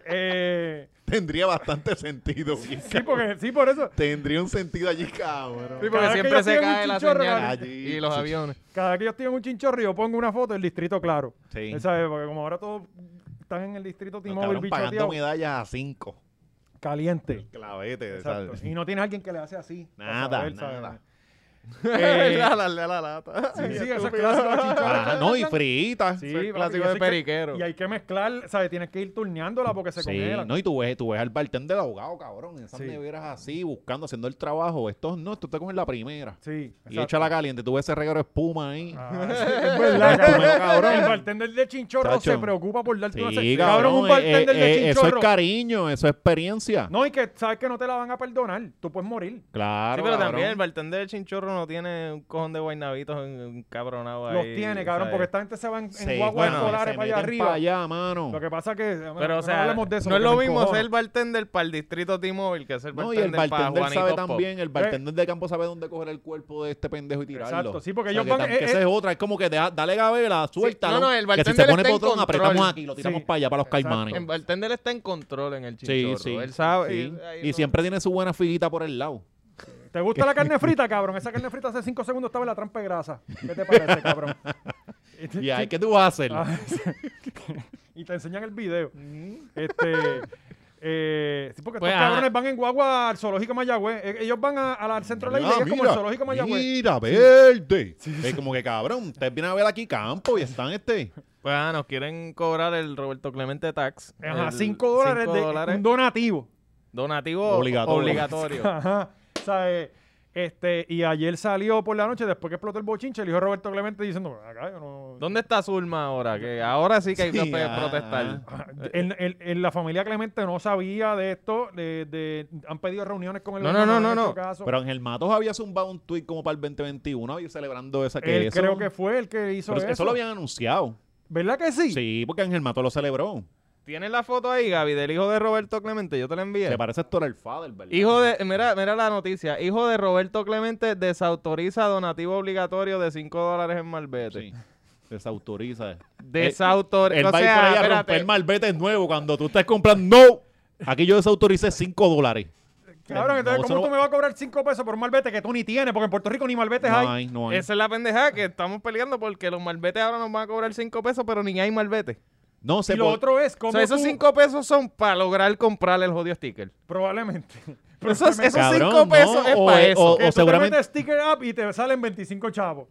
S3: Eh,
S2: tendría bastante sentido.
S3: sí, porque, sí, por eso.
S2: Tendría un sentido allí, cabrón.
S3: Sí,
S4: Porque
S3: Cada vez que
S4: siempre
S3: yo
S4: se
S3: estoy en un
S4: cae la
S3: chinchorro,
S4: señal
S2: cabrón.
S4: y los aviones.
S3: Cada vez que yo estoy en un chinchorro, yo pongo una foto del distrito claro.
S2: Sí.
S3: ¿Sabes? Porque como ahora todos están en el distrito
S2: No,
S3: T-Mobile,
S2: cabrón, pagando
S3: bichoteado,
S2: medallas a cinco.
S3: caliente.
S2: Clavete,
S3: Exacto.
S2: (laughs) ¿sabes?
S3: Y no tiene alguien que le hace así. para
S2: Nada,
S3: saber, ¿sabes?
S2: (laughs) nada.
S3: Eh,
S4: La- la- la- la lata.
S3: sí, sí, eso es clásico
S2: (laughs)
S3: de chinchorro.
S2: Ajá, Ah, no, y fritas.
S3: Sí,
S4: Eso es
S3: papi,
S4: clásico
S3: eso
S4: de
S3: hay que-
S4: periquero.
S3: Y hay que mezclar, ¿sabes? Tienes que ir turneándola porque se
S2: Sí,
S3: congela.
S2: no, y tú ves, tú ves al bartender del ahogado, cabrón, en esas
S3: Sí.
S2: neveras así, buscando, haciendo el trabajo. Estos no, tú te coges la primera.
S3: Sí,
S2: Y echa la caliente, tú ves ese reguero de espuma ahí.
S3: Ah, es
S2: (laughs)
S3: verdad, cabrón. El bartender de chinchorro
S2: Chacho.
S3: se preocupa por darte una
S2: Sí,
S3: cerveza.
S2: cabrón,
S3: un
S2: eh,
S3: bartender
S2: eh,
S3: de
S2: eso es
S3: chinchorro.
S2: cariño, eso es experiencia.
S3: no, y que sabes que no te la van a perdonar. Tú puedes morir.
S2: Claro,
S4: Sí, pero
S2: cabrón.
S4: también el bartender de Chinchorro no tiene un cojón de guaynabitos en- encabronado ahí.
S3: Los tiene, cabrón,
S4: ¿sabes?
S3: porque esta gente se va en, en
S2: Sí,
S3: guaguas
S4: bueno,
S3: escolares
S2: se
S3: para allá
S2: meten
S3: arriba.
S2: pa' allá, mano.
S3: Lo que pasa que.
S4: Pero, o sea, no,
S3: hablemos de eso
S4: es
S3: porque
S4: lo
S3: me
S4: mismo
S3: encojona.
S4: ser bartender para el distrito T-Mobile que ser
S2: No, y el
S4: este bartender, para
S2: bartender
S4: Juanito
S2: sabe
S4: Pop.
S2: también,
S3: Eh.
S2: el bartender de campo sabe dónde coger el cuerpo de este pendejo y tirarlo.
S3: Exacto, sí, porque
S2: O sea,
S3: ellos
S2: que
S3: van-
S2: tam- que
S3: eh,
S2: esa
S3: eh.
S2: es otra, es como que deja, dale gavela, suéltalo.
S4: no, el
S2: que si se
S4: bartender
S2: pone
S4: está en
S2: potrón, apretamos
S4: control.
S2: aquí, lo tiramos
S3: Sí,
S2: para allá, para los
S3: exacto.
S2: caimanes.
S4: El bartender está en control en el
S2: Sí,
S4: Chinchorro.
S2: sí.
S4: Él sabe.
S2: sí.
S4: ahí
S2: Y
S4: no-
S2: siempre tiene su buena filita por
S3: (laughs)
S2: el lado.
S3: ¿Te gusta la carne frita, cabrón? Esa carne frita hace 5 segundos estaba en la trampa de grasa. ¿Qué te parece,
S2: (laughs)
S3: cabrón?
S2: Y ahí, ¿qué tú vas a hacer?
S3: Ah, sí. y te enseñan el video. Este. eh, sí, porque
S4: Pues,
S3: estos
S4: ajá.
S3: cabrones van en guagua al zoológico Mayagüez. Eh, Ellos van a- al centro
S2: Ah,
S3: de la isla y es como el zoológico Mayagüez.
S2: mira, verde. Es como que, cabrón, ustedes vienen a ver aquí campo y están
S3: (laughs)
S2: este...
S4: Pues ah, nos quieren cobrar el Roberto Clemente Tax.
S3: Ajá,
S4: el
S3: 5 dólares
S4: cinco
S3: de
S4: dólares
S3: un donativo.
S4: donativo
S2: Obligatorio.
S4: obligatorio.
S3: Ajá. O sea, eh, este, y ayer salió por la noche, después que explotó el bochinche, el hijo de Roberto Clemente diciendo, acá yo no...
S4: ¿Dónde está Zulma ahora? Que ahora sí que hay que
S2: Sí, ah,
S4: protestar.
S3: Ajá.
S2: Eh,
S3: En- en- en la familia Clemente no sabía de esto, de, de- han pedido reuniones con el
S4: No,
S3: gobernador
S4: no, no,
S3: en
S4: no,
S3: este
S4: no.
S3: caso.
S2: Pero Ángel Matos había zumbado un tuit como para el 2021, había celebrando esa que
S3: Él
S2: eso...
S3: creo que fue el que hizo
S2: Pero
S3: eso.
S2: eso lo habían anunciado.
S3: ¿Verdad que sí?
S2: Sí, porque Ángel Matos lo celebró.
S4: ¿Tienes la foto ahí, Gaby, del hijo de Roberto Clemente? Yo te la envié.
S2: Se parece a Héctor el Fader, ¿verdad?
S4: Hijo de, mira, mira la noticia. Hijo de Roberto Clemente desautoriza donativo obligatorio de 5 dólares en Malvete.
S2: Sí. Desautoriza. Él,
S4: Desautoriza.
S2: él
S4: O
S2: va a ir
S4: sea,
S2: por ahí a
S4: espérate.
S2: romper malvete nuevo cuando tú estás comprando. ¡No! Aquí yo desautoricé 5 dólares.
S3: Cabrón, entonces,
S2: No, eso
S3: ¿cómo
S2: no-
S3: tú me vas a cobrar 5 pesos por un malvete que tú ni tienes? Porque en Puerto Rico ni malbetes
S2: No
S3: hay.
S2: hay, no hay.
S4: Esa es la pendejada que estamos peleando porque los malbetes ahora nos van a cobrar 5 pesos, pero ni hay malvete.
S2: No
S3: Y
S2: sé
S3: lo
S2: por-
S3: otro es, ¿cómo
S4: O sea, esos
S3: tú-
S4: 5 pesos son para lograr comprar el jodido sticker.
S2: (laughs)
S3: Probablemente. (laughs)
S4: Esos,
S3: Probablemente.
S4: esos
S2: Cabrón,
S4: cinco pesos
S2: no,
S4: es
S2: o
S4: para
S2: es-
S4: eso.
S2: o-
S3: Que tú te
S2: seguramente-
S3: metes sticker up y te salen 25 chavos.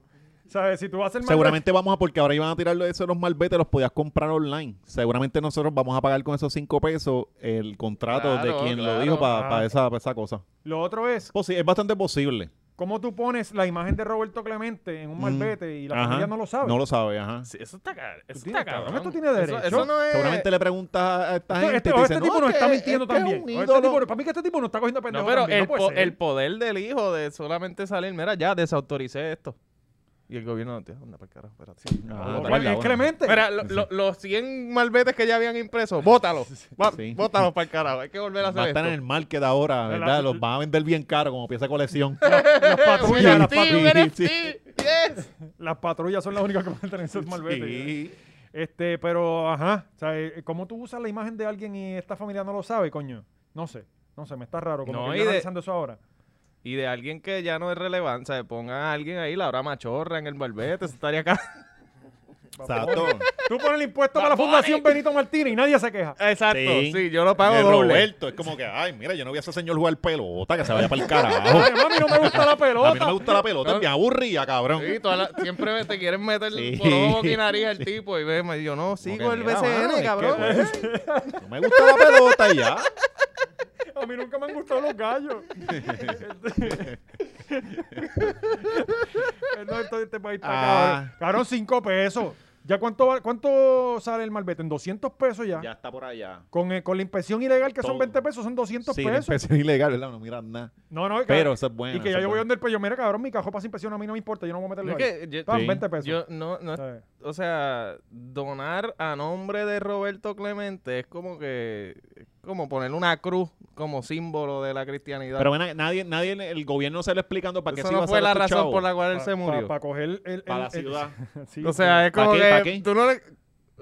S3: ¿Sabes? Si tú vas a hacer malvete-
S2: Seguramente vamos a, porque ahora iban a tirar eso de los malbetes, los podías comprar online. Seguramente nosotros vamos a pagar con esos cinco pesos el contrato
S4: Claro,
S2: de quien
S4: claro.
S2: lo dijo para
S3: Ah.
S2: esa, pa' esa cosa.
S3: Lo otro es,
S2: Posi- es bastante posible.
S3: ¿cómo tú pones la imagen de Roberto Clemente en un malvete y la
S2: Ajá.
S3: familia no lo sabe?
S2: No lo sabe, ajá.
S4: Sí, eso está, ca- eso
S3: tienes
S4: está cabrón.
S3: cabrón, esto tiene
S4: Eso-
S3: derecho.
S4: Eso, no es.
S2: Seguramente le preguntas a esta
S3: Esto-
S2: gente
S3: este,
S2: y te
S3: o
S2: dicen,
S3: este tipo no
S2: es
S3: está
S2: que-
S3: mintiendo
S2: es que es
S3: también.
S2: un
S3: O este
S2: ídolo.
S3: tipo- para mí que este tipo no está cogiendo pendejo
S4: No, pero
S3: también,
S4: el,
S3: no puede
S4: po-
S3: ser.
S4: el poder del hijo de solamente salir, mira, ya desautoricé esto. Y el gobierno no te anda para carajo, espérate.
S3: O
S2: Ah, está
S3: cual-
S2: bien,
S3: es
S2: bueno.
S3: Clemente.
S4: Mira, lo- lo- los 100 malbetes que ya habían impreso, bótalos. Va-
S2: Sí.
S4: Bótalos para el carajo. Hay que volver a
S2: Va a
S4: hacer
S2: estar en el
S4: esto.
S2: market ahora,
S3: La-
S2: ¿verdad?
S3: la-
S2: Los van a vender bien caro como pieza
S3: (laughs)
S2: de colección.
S3: las
S4: Un
S3: patrullas, las,
S4: NFT, un
S3: patru-
S4: NFT, yes.
S3: las patrullas son las únicas que pueden en esos malbetes.
S2: Sí.
S3: Este, pero, ajá. O sea, eh, ¿cómo tú usas la imagen de alguien y esta familia no lo sabe, coño? No sé. No sé, me está raro. Como
S4: No,
S3: que
S4: y
S3: yo
S4: de-
S3: analizando eso ahora.
S4: Y de alguien que ya no es relevante, o sea, pongan a alguien ahí, la hora machorra en el malvete, eso estaría acá.
S2: Exacto.
S3: Tú pones el impuesto para la Fundación Benito Martínez y nadie se queja.
S4: (laughs) Exacto, sí,
S2: Sí.
S4: yo lo pago
S2: De
S4: doble.
S2: Roberto, es como que, ay, mira, yo no voy a ese señor jugar pelota, que se vaya para el
S4: (laughs)
S2: carajo.
S3: Ay, mami, no me gusta la pelota.
S2: A mí no me gusta la pelota,
S4: No.
S2: me aburría, cabrón.
S4: Sí, toda la- siempre me- te quieren meter
S2: Sí.
S4: por ojo y nariz al tipo y ve, me digo, no, sigo el
S2: mira,
S4: BCN,
S2: mano, es que,
S4: cabrón.
S2: pues, No me gusta la pelota y ya.
S3: A mí nunca me han gustado los
S2: (laughs)
S3: gallos. Eh, no, esto, este país está
S2: Ah.
S3: cabrón. Cabrón, cinco pesos. ¿Ya cuánto, va- cuánto sale el malvete? En 200 pesos ya.
S2: está por allá.
S3: Con, eh, con la inspección ilegal que son
S2: Todo.
S3: 20 pesos, son 200
S2: Sí, la
S3: pesos.
S2: inspección ilegal, ¿verdad? No miran nada.
S3: No, no,
S2: Pero
S3: cabrón.
S2: eso es bueno.
S3: Y que
S2: eso
S3: ya
S2: es
S3: yo voy
S2: bueno.
S3: donde el pello. Mira, cabrón, mi cajo para inspección a mí no me importa, yo no voy a meterlo
S4: Es
S3: ahí.
S4: que yo-
S3: Tan,
S2: sí.
S3: 20 pesos.
S4: Yo no, no,
S3: ¿Sabes?
S4: o sea, donar a nombre de Roberto Clemente es como que, es como poner una cruz como símbolo de la cristianidad.
S2: Pero bueno, nadie, nadie, el gobierno se lo explicando para qué
S4: Esa
S2: se iba
S4: no
S2: a
S4: fue
S2: hacer
S4: la
S2: este
S4: razón
S2: chavo.
S4: por la cual él se
S3: Para
S4: murió.
S3: coger el. el-
S2: Para la
S3: el- el-
S2: ciudad.
S3: (laughs) Sí,
S4: o sea, es
S2: ¿Pa'
S4: como
S2: qué?
S4: que
S2: ¿Pa' qué?
S4: tú no le-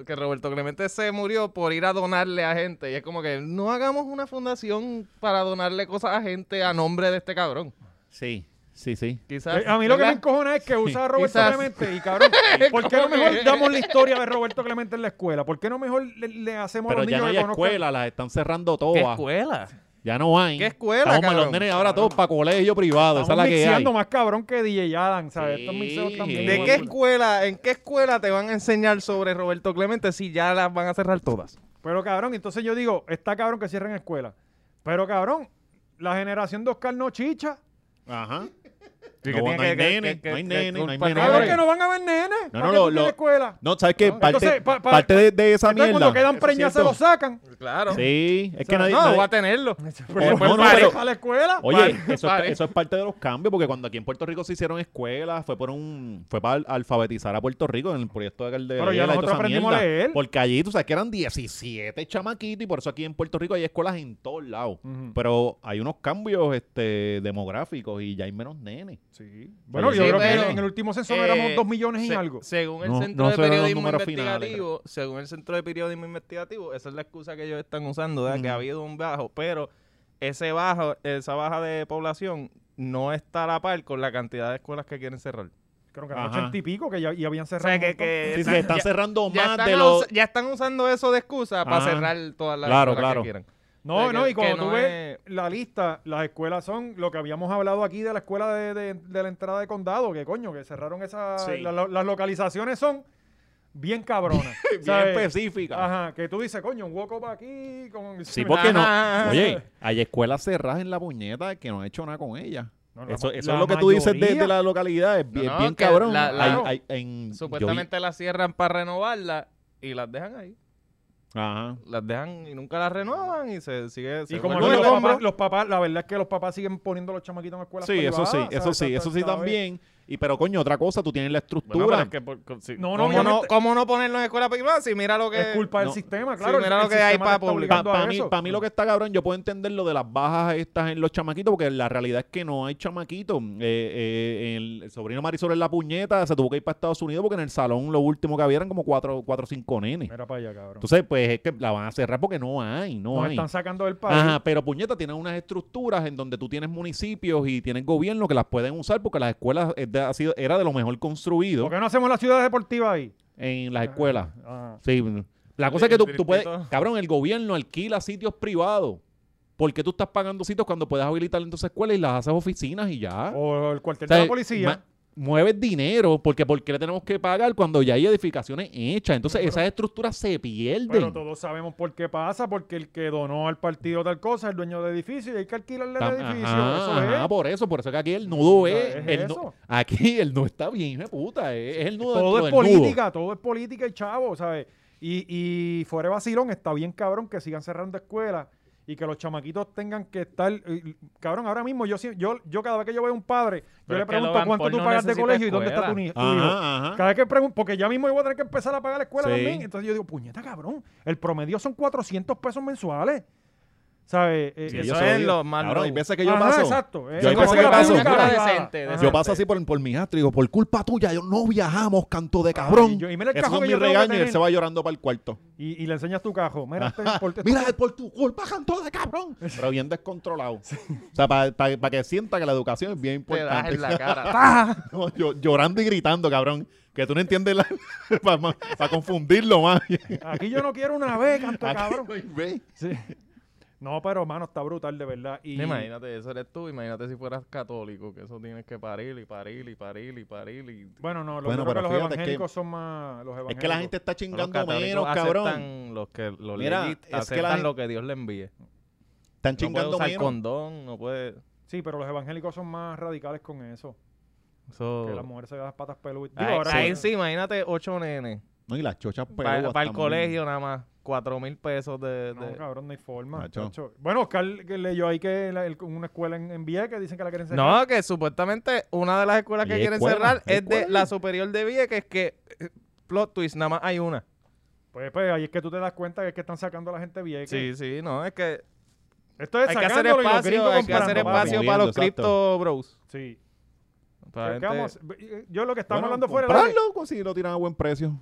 S4: que Roberto Clemente se murió por ir a donarle a gente y es como que no hagamos una fundación para donarle cosas a gente a nombre de este cabrón.
S2: Sí, sí, sí.
S4: Quizás
S3: Eh, a mí lo que me
S4: ¿verdad?
S3: encojona es que usa a Roberto
S4: Quizás.
S3: Clemente y cabrón,
S4: (laughs)
S3: ¿por qué no
S4: ¿Cómo
S3: mejor
S4: que?
S3: damos la historia de Roberto Clemente en la escuela? ¿Por qué no mejor le, le hacemos a
S2: Pero
S3: los
S2: ya
S3: niños
S2: no hay
S3: que conozcan-
S2: escuela, las están cerrando
S4: ¿Qué
S2: todas.
S4: escuela?
S2: Ya no hay.
S4: ¿Qué escuela,
S2: Estamos
S4: cabrón?
S2: los nenes ahora todos para colegio privado.
S3: Estamos
S2: esa es la que hay.
S3: mixeando más cabrón que DJ Adam, ¿sabes? Estos
S2: Sí.
S3: mixeos también.
S4: ¿De
S3: hijo
S4: qué
S3: puta.
S4: escuela, en qué escuela te van a enseñar sobre Roberto Clemente si ya las van a cerrar todas?
S3: Pero cabrón, entonces yo digo, está cabrón que cierren escuela. Pero cabrón, la generación de Oscar no chicha.
S2: Ajá.
S4: Sí,
S2: No,
S4: que
S2: no
S4: tiene
S2: hay
S4: que- que-
S2: nene,
S4: que-
S2: no hay
S4: que-
S2: nene,
S4: que-
S2: no hay
S4: para-
S2: nene.
S3: Cabrón,
S2: Hombre.
S3: que no van a ver nenes.
S2: No,
S3: ¿Para
S2: no,
S3: qué
S2: lo-
S3: tú tienes
S2: lo-
S3: escuela?
S2: No, ¿sabes qué? Parte,
S3: Entonces, pa- pa-
S2: parte de, de esa
S3: Entonces,
S2: mierda.
S3: cuando quedan
S2: Eso es
S3: preñas se
S2: cierto.
S3: lo sacan.
S4: Claro.
S2: Sí, es que nadie...
S4: no,
S2: nadie-
S4: voy a tenerlo.
S2: no,
S3: Después
S2: no,
S3: para-
S2: pero-
S3: para la escuela.
S2: Oye, eso, es,
S4: pare.
S2: eso es parte de los cambios, porque cuando aquí en Puerto Rico se hicieron escuelas, fue por un fue para alfabetizar a Puerto Rico en el proyecto de Caldera.
S3: Pero ya nosotros aprendimos a leer.
S2: Porque allí, tú sabes que eran 17 chamaquitos y por eso aquí en Puerto Rico hay escuelas en todos lados.
S3: Ujú.
S2: Pero hay unos cambios este, demográficos y ya hay menos nenes.
S3: Sí.
S2: pues
S3: Bueno, yo
S4: Sí,
S3: creo
S4: pero-
S3: que en el último censo no
S4: Eh,
S3: éramos dos millones y
S4: se-
S3: algo.
S4: Según el
S2: No-
S4: Centro
S2: no
S4: de
S2: se verán los
S4: Periodismo
S2: números finales,
S4: Investigativo, según el Centro de Periodismo Investigativo, esa es la excusa que ellos están usando, ¿verdad? que ha habido un bajo, pero ese bajo, esa baja de población no está a la par con la cantidad de escuelas que quieren cerrar.
S3: Creo que eran
S2: Ajá.
S3: ochenta y pico que ya, y habían
S4: O
S3: cerrado.
S4: sea,
S3: un
S4: que,
S3: montón.
S4: que
S2: Sí, sí, están cerrando
S4: ya,
S2: más
S4: están
S2: de
S4: a-
S2: los...
S4: ya están usando eso de excusa para
S2: Ajá.
S4: cerrar todas las
S2: Claro,
S4: escuelas
S2: claro.
S4: que quieran.
S3: No,
S4: que-
S3: no, y como
S4: que no
S3: tú ves
S4: es-
S3: la lista, las escuelas son lo que habíamos hablado aquí de la escuela de, de- de la entrada de condado, que coño, que cerraron esa...
S2: Sí.
S3: la- la- las localizaciones son bien cabronas.
S2: (laughs) Bien
S3: ¿sabes?
S2: específicas.
S3: Ajá, que tú dices, coño, un hueco para aquí con...
S2: Sí, porque no.
S4: Ajá.
S2: Oye, hay escuelas cerradas en la puñeta que no han hecho nada con ella.
S3: No, la
S2: eso
S3: ma-
S2: eso
S3: la
S2: es lo que tú dices de,
S3: mayoría.
S2: de la localidad. Es bien,
S4: no,
S2: bien
S4: que
S2: cabrón.
S4: la- la-
S2: Hay- hay- en- yo vi-
S4: Supuestamente las cierran para renovarla y las dejan ahí.
S2: Ajá.
S4: Las dejan y nunca las renovan y se sigue... se
S3: Y como
S4: vuelve
S3: aquí
S4: un
S3: los
S4: hombro.
S3: papás, los papás, la verdad es que los papás siguen poniendo a los chamaquitos en escuelas
S2: Sí, eso
S3: privadas,
S2: sí,
S3: ¿sabes?
S2: eso sí,
S3: Está-
S2: eso sí
S3: está-
S2: también. Y pero coño, otra cosa, tú tienes la
S4: Bueno,
S2: estructura.
S4: pero es que por- co- si-
S3: No, no,
S4: ¿cómo, no
S3: obviamente-
S4: ¿Cómo no ponerlo en escuela privada si mira lo que...
S3: Es culpa del
S2: No.
S3: sistema,
S4: Sí,
S3: claro.
S4: mira
S3: el-
S4: lo
S3: el
S4: que hay
S3: sistema
S4: para
S3: te está
S4: publicar.
S3: obligando a
S2: para mí,
S3: eso.
S2: pa' mí lo que está cabrón, yo puedo entender lo de las bajas estas en los chamaquitos, porque la realidad es que no hay chamaquitos. Eh, eh, el, el sobrino Marisol en la puñeta se tuvo que ir para Estados Unidos porque en el salón lo último que había eran como cuatro cuatro o cinco nenes.
S3: Mira para allá, cabrón.
S2: Entonces, pues es que la van a cerrar porque no hay, no
S3: Nos
S2: hay.
S3: están sacando del país.
S2: Ajá, pero puñeta, tienen unas estructuras en donde tú tienes municipios y tienes gobierno que las pueden usar porque las escuelas es de- ha sido, era de lo mejor construido
S3: ¿Por qué no hacemos la ciudad deportiva ahí?
S2: en las escuelas.
S3: Ajá.
S2: Sí. La cosa es que tú, tú puedes,
S4: Distrito.
S2: cabrón, el gobierno alquila sitios privados. ¿Por qué tú estás pagando sitios cuando puedes habilitar entonces escuelas y las haces oficinas y ya?
S3: O el cuartel
S2: O sea,
S3: de la policía.
S2: ma- mueves dinero, porque ¿por qué le tenemos que pagar cuando ya hay edificaciones hechas? Entonces esas estructuras se pierden.
S3: Pero todos sabemos por qué pasa, porque el que donó al partido tal cosa, el dueño del edificio, y hay que alquilarle
S2: Tam-
S3: el edificio.
S2: ajá,
S3: eso es.
S2: ajá, por eso, por eso que aquí el nudo es,
S3: es
S2: el nu-
S3: eso.
S2: aquí el nudo está bien, hijo de puta, es, es el nudo
S3: todo
S2: dentro
S3: es
S2: del nudo.
S3: política, todo es política y chavo, ¿sabes? Y, y fuera de vacilón, está bien cabrón que sigan cerrando escuelas y que los chamaquitos tengan que estar... eh, Cabrón, ahora mismo yo, sie- yo, yo cada vez que yo veo a un padre, yo
S4: Pero
S3: le
S4: es que lo
S3: pregunto
S4: van
S3: cuánto
S4: por
S3: tú
S4: no
S3: pagas de
S4: necesita
S3: colegio y dónde está tu,
S4: escuela".
S3: ni- tu hijo.
S2: Ajá, ajá.
S3: Cada vez que pregunto, porque ya mismo yo voy a tener que empezar a pagar la escuela
S2: Sí.
S3: también. Entonces yo digo, puñeta, cabrón, el promedio son 400 pesos mensuales. ¿Sabes? Eh,
S4: Sí,
S2: Y
S4: eso
S2: yo
S4: es
S2: soy-
S4: lo más
S2: Cabrón, hay
S4: nuevo.
S2: veces que yo
S3: Ajá,
S2: paso.
S3: exacto. Eh,
S2: Yo hay
S3: Una
S2: veces que
S3: escuela
S2: paso.
S3: pública
S4: Una
S3: privada.
S4: decente,
S3: Ajá.
S4: decente.
S2: Yo paso así por, por mi astro y digo, por culpa tuya, yo no viajamos, canto de cabrón.
S3: Ay, yo- y mira el
S2: Esos
S3: cajón
S2: son
S3: que
S2: mis
S3: yo tengo que
S2: regaños y él
S3: tener.
S2: se va llorando para el cuarto.
S3: Y, y le enseñas tu cajo.
S2: Ah.
S3: Mira, este, (laughs) por- este-
S2: Mira, es por tu culpa, canto
S3: (laughs)
S2: de cabrón. Pero bien descontrolado. O sea, para que sienta que la educación es bien
S8: Te das
S2: importante.
S8: en la
S4: (laughs)
S8: cara.
S2: No, (laughs) yo- llorando y gritando, cabrón. Que tú no entiendes la... (laughs) para
S3: (laughs)
S2: confundirlo más.
S3: aquí yo no quiero una beca, canto de cabrón.
S2: (laughs) Ve.
S3: Sí. No, pero mano, está brutal de verdad. Y
S4: Imagínate, eso eres tú. Imagínate si fueras católico, que eso tienes que parir y parir y parir y parir. Y...
S3: bueno, no, lo
S2: Bueno,
S3: que creo que los
S2: pero fíjate, es que-
S3: evangélicos son más los
S2: Es
S3: evangélicos.
S2: que la gente está
S4: Los
S2: chingando
S4: católicos
S2: menos, cabrón.
S4: aceptan los que lo
S2: Mira,
S4: legit-
S2: es que la
S4: aceptan
S2: gente-
S4: lo que Dios le envíe.
S2: Están
S4: No puede
S2: chingando
S4: usar
S2: menos.
S4: condón, no puede.
S3: Sí, pero los evangélicos son más radicales con eso,
S4: Eso-
S3: que las mujeres se dan las patas peludas.
S4: Ahí,
S3: Digo, ahora
S4: ahí Oh. Ah, sí, imagínate ocho nenes.
S2: No, y las chochas
S4: Para
S2: peludas
S4: el
S2: también.
S4: colegio nada más. Cuatro mil pesos de.
S3: No,
S4: de-
S3: cabrón, no hay forma.
S2: Macho.
S3: macho. Bueno, Oscar que leyó ahí que la- el- una escuela en, en Vieques dicen que la quieren cerrar.
S4: No, que supuestamente una de las escuelas que
S2: Hay
S4: quieren
S2: escuelas,
S4: cerrar
S2: hay
S4: es de
S2: escuelas.
S4: la superior de Vieques, que eh, plot twist, nada más hay una.
S3: Pues, pues ahí es que tú te das cuenta que es que están sacando a la gente de Vieques.
S4: Sí, sí, no, es que
S3: Esto es
S4: hay que hacer
S3: sacándolo y los
S4: espacio,
S3: gringos
S4: hay que hacer
S3: comprando, papi.
S4: espacio para los
S2: Moviendo, exacto.
S4: cripto bros.
S3: Sí.
S4: Para
S3: ¿Qué
S4: gente-
S3: vamos a hacer? Yo lo que estamos
S2: Bueno,
S3: hablando fuera del aire-
S2: comprarlo, pues, si lo tiran a buen precio.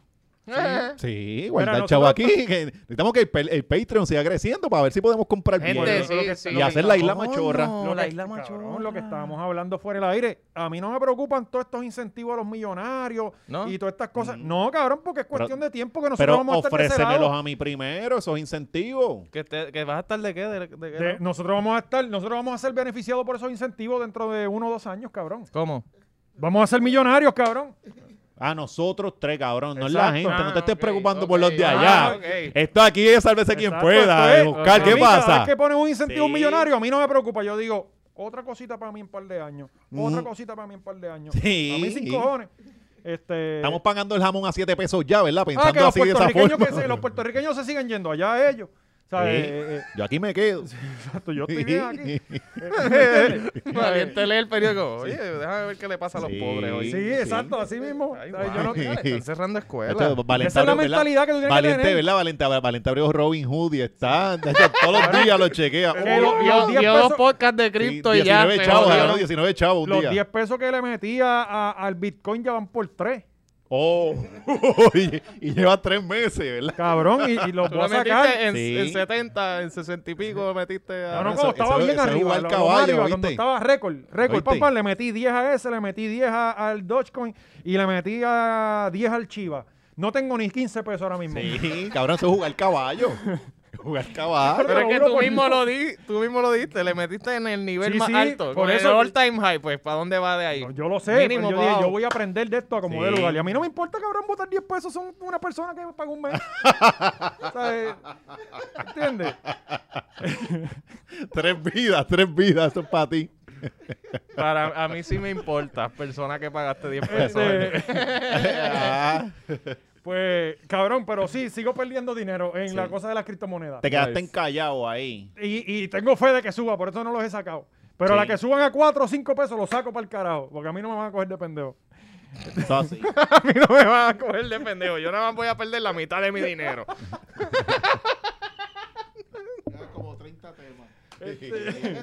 S2: Sí, guarda el
S3: nosotros-
S2: chavo aquí. que necesitamos que el, pe- el Patreon siga creciendo para ver si podemos comprar
S8: Gente,
S2: bien.
S8: sí,
S3: lo que-
S8: sí,
S2: y
S8: lo que
S2: hacer la isla
S4: Coño,
S2: machorra.
S3: Lo
S4: la
S3: que-
S4: isla
S3: cabrón,
S4: machorra.
S3: lo que estábamos hablando fuera del aire. A mí no me preocupan todos estos incentivos a los millonarios
S4: ¿No?
S3: y todas estas cosas. No, cabrón, porque es cuestión de tiempo que nosotros
S2: Mm. Pero
S3: vamos a estar de ese
S2: ofrécemelos
S3: lado.
S2: a mí primero, esos incentivos.
S4: Que, te- que vas a estar de qué, de, de qué
S3: De-
S4: no?
S3: nosotros vamos a estar, nosotros vamos a ser beneficiados por esos incentivos dentro de uno o dos años, cabrón.
S4: ¿Cómo?
S3: Vamos a ser millonarios, cabrón.
S2: A nosotros tres, cabrón. No es la
S3: Exacto. Ah,
S2: gente. no te estés
S8: ok,
S2: preocupando
S8: ok.
S2: por los de allá.
S4: Ah,
S2: (laughs)
S4: ok.
S2: Esto aquí es sálvese quien
S3: Exacto, esto
S2: pueda.
S3: es-
S2: Buscar,
S3: a
S2: ¿qué
S3: mí cada
S2: pasa?
S3: vez que ponen un incentivo a un
S2: Sí.
S3: millonario, a mí no me preocupa. Yo digo, otra cosita para mí en un par de años. Otra
S2: Mm.
S3: cosita para mí en un par de años.
S2: Sí.
S3: A mí sin cojones. Este,
S2: Estamos pagando el jamón a 7 pesos ya, ¿verdad?
S3: Ah,
S2: Pensando
S3: que los
S2: así de esa
S3: puertorriqueños,
S2: forma.
S3: que se, los puertorriqueños se siguen yendo allá a ellos. ¿Sabes?
S2: Sí.
S3: Eh, eh,
S2: Yo aquí me quedo.
S3: exacto, yo estoy bien
S2: (laughs)
S3: aquí. Eh,
S4: Valiente lee el periódico. Oye, déjame ver qué le pasa a los
S2: Sí.
S4: pobres
S3: sí,
S4: hoy.
S2: Sí.
S3: exacto, así mismo.
S4: Ay,
S3: ¿Sabes?
S4: guau,
S3: Yo no-
S4: mira, están cerrando
S2: Esto
S4: escuelas.
S2: es Valente
S3: Pues, Esa es la
S2: abrió, ¿verdad?
S3: mentalidad que tú tienes que
S2: Valiente,
S3: tener.
S2: ¿verdad? Valente, Valente abrió Robin Hood y está. de hecho, todos los días lo chequea.
S3: Que
S2: Uh,
S3: lo-
S8: Vio-
S3: los 10
S8: Vio dos
S3: pesos,
S8: podcasts de cripto y ya.
S2: 19
S8: se
S2: chavos,
S8: jodió.
S2: ganó 19 chavos un
S3: los
S2: día.
S3: 10 pesos que le metía a- al Bitcoin ya van por 3.
S2: Oh, (laughs) y, y lleva tres meses, ¿verdad?
S3: Cabrón, y, y los
S4: Tú
S3: voy
S4: lo
S3: a sacar.
S4: metiste en,
S2: Sí.
S4: en 70, en 60 y pico, lo metiste
S3: No,
S4: a...
S3: no,
S2: Eso-
S3: como estaba
S2: eso-
S3: bien
S2: eso es
S3: arriba,
S2: jugar
S3: lo- lo
S2: caballo,
S3: más arriba, cuando
S2: ¿oíste?
S3: estaba récord, récord, pam,
S2: ¿Oíste?
S3: pam, le metí 10 a ese, le metí 10 a- al Dogecoin y le metí a 10 al Chiva. No tengo ni 15 pesos ahora mismo.
S2: Sí, cabrón, eso es jugar
S3: (laughs)
S2: caballo. Jugar caballo.
S3: Pero
S4: Pero es que
S3: uno
S4: tú
S3: por
S4: mismo,
S3: uno.
S4: lo di, tú mismo lo diste, le metiste en el nivel
S3: Sí,
S4: más
S3: sí,
S4: alto.
S3: por
S4: Por eso,
S3: eso-
S4: el all time high, pues, ¿para dónde va de ahí?
S3: No, yo lo sé,
S4: Mínimo
S3: pero yo
S4: pa'
S3: dije,
S4: abajo.
S3: yo voy a aprender de esto a como de
S2: Sí.
S3: lugar. Y a mí no me importa, cabrón, botar 10 pesos, son una persona que paga un
S2: (laughs)
S3: mes. ¿Sabes? ¿Entiendes?
S2: Tres vidas, tres vidas, eso es para ti.
S4: Para, a mí sí me importa, persona que pagaste 10
S2: Pues
S4: pesos. (laughs)
S3: Este,
S2: Ah,
S3: pues, cabrón, pero sí, sigo perdiendo dinero en
S2: Sí.
S3: la cosa de las criptomonedas.
S2: te quedaste encallado ahí.
S3: Y, y tengo fe de que suba, por eso no los he sacado. Pero
S2: Sí.
S3: la que suban a 4 o 5 pesos los saco para el carajo, porque a mí no me van a coger de pendejo. (laughs)
S2: Eso así.
S4: a mí no me van a coger de pendejo. Yo nada más voy a perder la mitad de
S3: (laughs)
S4: mi dinero.
S10: Como 30 temas.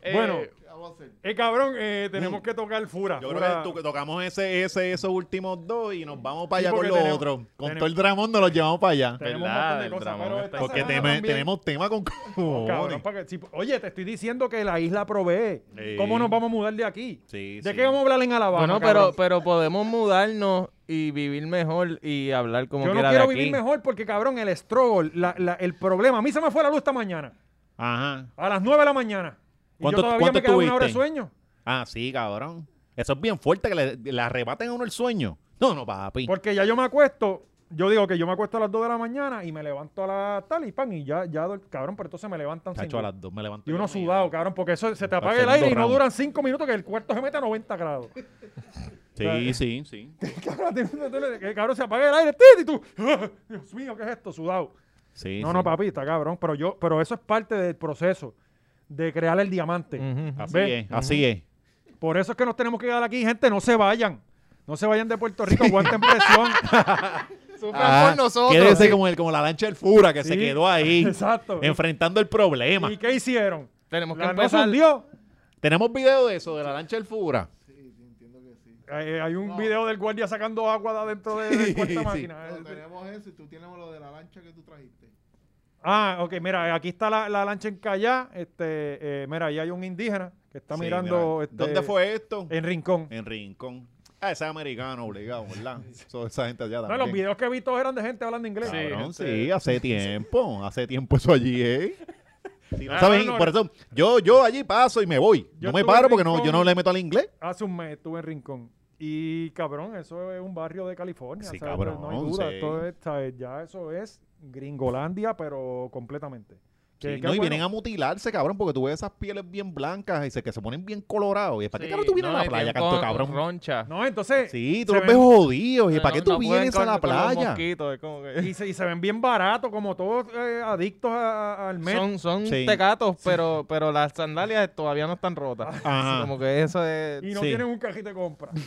S4: Eh,
S3: bueno,
S10: ¿Qué vamos a hacer?
S3: eh, cabrón, eh,
S2: Mm.
S3: tenemos que tocar Fura.
S2: Yo
S3: Fura-
S2: creo que tú- tocamos ese, ese, esos últimos dos y nos vamos para
S3: Sí,
S2: allá con
S3: porque
S2: los
S3: tenemos-
S2: otros. Con
S3: tenemos-
S2: todo el dramón nos los llevamos para allá.
S3: tenemos un
S4: ¿Verdad?
S3: montón de
S4: El
S3: cosas,
S4: drama
S3: pero
S4: está
S3: esta
S2: Porque
S3: semana
S2: teme-
S3: también-
S2: tenemos tema con
S3: Cabrón, pues.
S2: cojones.
S3: para que- si- oye, te estoy diciendo que la isla provee.
S2: Sí.
S3: ¿Cómo nos vamos a mudar de aquí?
S2: Sí,
S3: ¿De
S2: sí.
S3: qué vamos a hablar en Alabama?
S4: bueno, pero,
S3: cabrón?
S4: pero podemos mudarnos y vivir mejor y hablar como
S3: yo no
S4: quiera de
S3: quiero
S4: aquí.
S3: vivir mejor porque, cabrón, el struggle, la- la- el problema. A mí se me fue la luz esta mañana,
S2: Ajá.
S3: a las 9 de la mañana. Y yo
S2: ¿Cuánto-
S3: todavía
S2: cuánto
S3: me quedaba una hora de
S2: estuviste?
S3: sueño.
S2: Ah, sí, cabrón. Eso es bien fuerte que le, le arrebaten a uno el sueño. No, no, papi.
S3: Porque ya yo me acuesto, yo digo que yo me acuesto a las 2 de la mañana y me levanto a las tal y pan y ya, ya, duer- cabrón, pero entonces me levantan sin
S2: Chacho, a
S3: luz.
S2: las dos me levanto.
S3: Y uno
S2: yo, mira.
S3: sudado, cabrón, porque eso se te apaga el
S2: Haciendo
S3: aire y no
S2: ramo.
S3: duran 5 minutos que el cuarto se mete a 90 grados.
S2: Sí, sí, sí.
S3: cabrón, te- te- te- que, cabrón, se apaga el aire tit, y tú, ¡Ah! Dios mío, ¿qué es esto? Sudado.
S2: Sí,
S3: No,
S2: sí.
S3: no, papita, cabrón, pero yo, pero eso es parte del proceso de crear el diamante.
S4: Ujú.
S2: Así
S3: Ve.
S2: es, así es.
S3: Por eso es que nos tenemos que quedar aquí, gente, no se vayan. No se vayan de Puerto Rico, aguanten presión.
S8: Sufran
S2: Ah,
S8: por nosotros.
S2: Quédense como, el, como la lancha del Fura que se
S3: Sí,
S2: quedó ahí.
S3: (laughs) exacto.
S2: Enfrentando el problema.
S3: ¿Y qué hicieron?
S4: Tenemos que
S3: La no se
S4: empezar.
S3: hundió.
S2: Tenemos video de eso, de la lancha del Fura.
S3: Hay, hay un video del guardia sacando agua de adentro de, de cuarta
S2: (laughs) Sí.
S3: máquina. Eh,
S10: No, tenemos eso y tú tienes lo de la lancha que tú trajiste.
S3: Ah, ok, mira, aquí está la, la lancha encallada. Este, eh, mira, ahí hay un indígena que está
S2: Sí,
S3: mirando.
S2: mira.
S3: este,
S2: ¿Dónde fue esto?
S3: En Rincón.
S2: En Rincón. Ah, ese es americano, obligado,
S3: (laughs)
S2: ¿verdad? Eso- esa gente allá
S3: No,
S2: también.
S3: los videos que he visto eran de gente hablando inglés.
S2: Cabrón, sí, hace tiempo. Hace tiempo eso allí,
S4: (laughs)
S2: ¿eh? Si no
S3: Ah,
S2: saben,
S3: no, no.
S2: por eso yo, yo allí paso y me voy.
S3: Yo
S2: no me
S3: estuve
S2: paro
S3: en
S2: porque no,
S3: Rincón.
S2: yo no le meto al inglés.
S3: Hace un mes estuve en Rincón. Y cabrón, eso es un barrio de California.
S2: Sí,
S3: ¿sabes?
S2: cabrón,
S3: No hay duda.
S2: sí.
S3: esto es, ¿sabes? Ya eso es Gringolandia, pero completamente. Que-
S2: Sí,
S3: que
S2: no, y
S3: bueno,
S2: vienen a mutilarse, cabrón, porque tú ves esas pieles bien blancas y se, que se ponen bien colorados. ¿Y para qué
S4: Sí,
S2: cabrón tú vienes
S4: no,
S2: a
S4: y
S2: la playa,
S4: bien
S2: canto
S4: con-
S2: cabrón?
S4: Roncha.
S3: No, entonces.
S2: Sí, tú
S3: se
S2: los ves
S3: ven-
S2: jodidos. ¿Y para
S4: No,
S2: qué tú
S4: no pueden
S2: vienes a
S4: con-
S2: la
S4: con los
S2: playa?
S4: mosquitos, es como que-
S3: Y se, y se ven bien baratos, como todos eh, adictos a- a- al mes.
S4: Son, son
S2: Sí.
S4: tecatos, pero, pero las sandalias todavía no están rotas. (laughs)
S2: Ajá.
S4: Como que eso es.
S3: y no
S2: sí.
S3: tienen un cajito de compra. (laughs)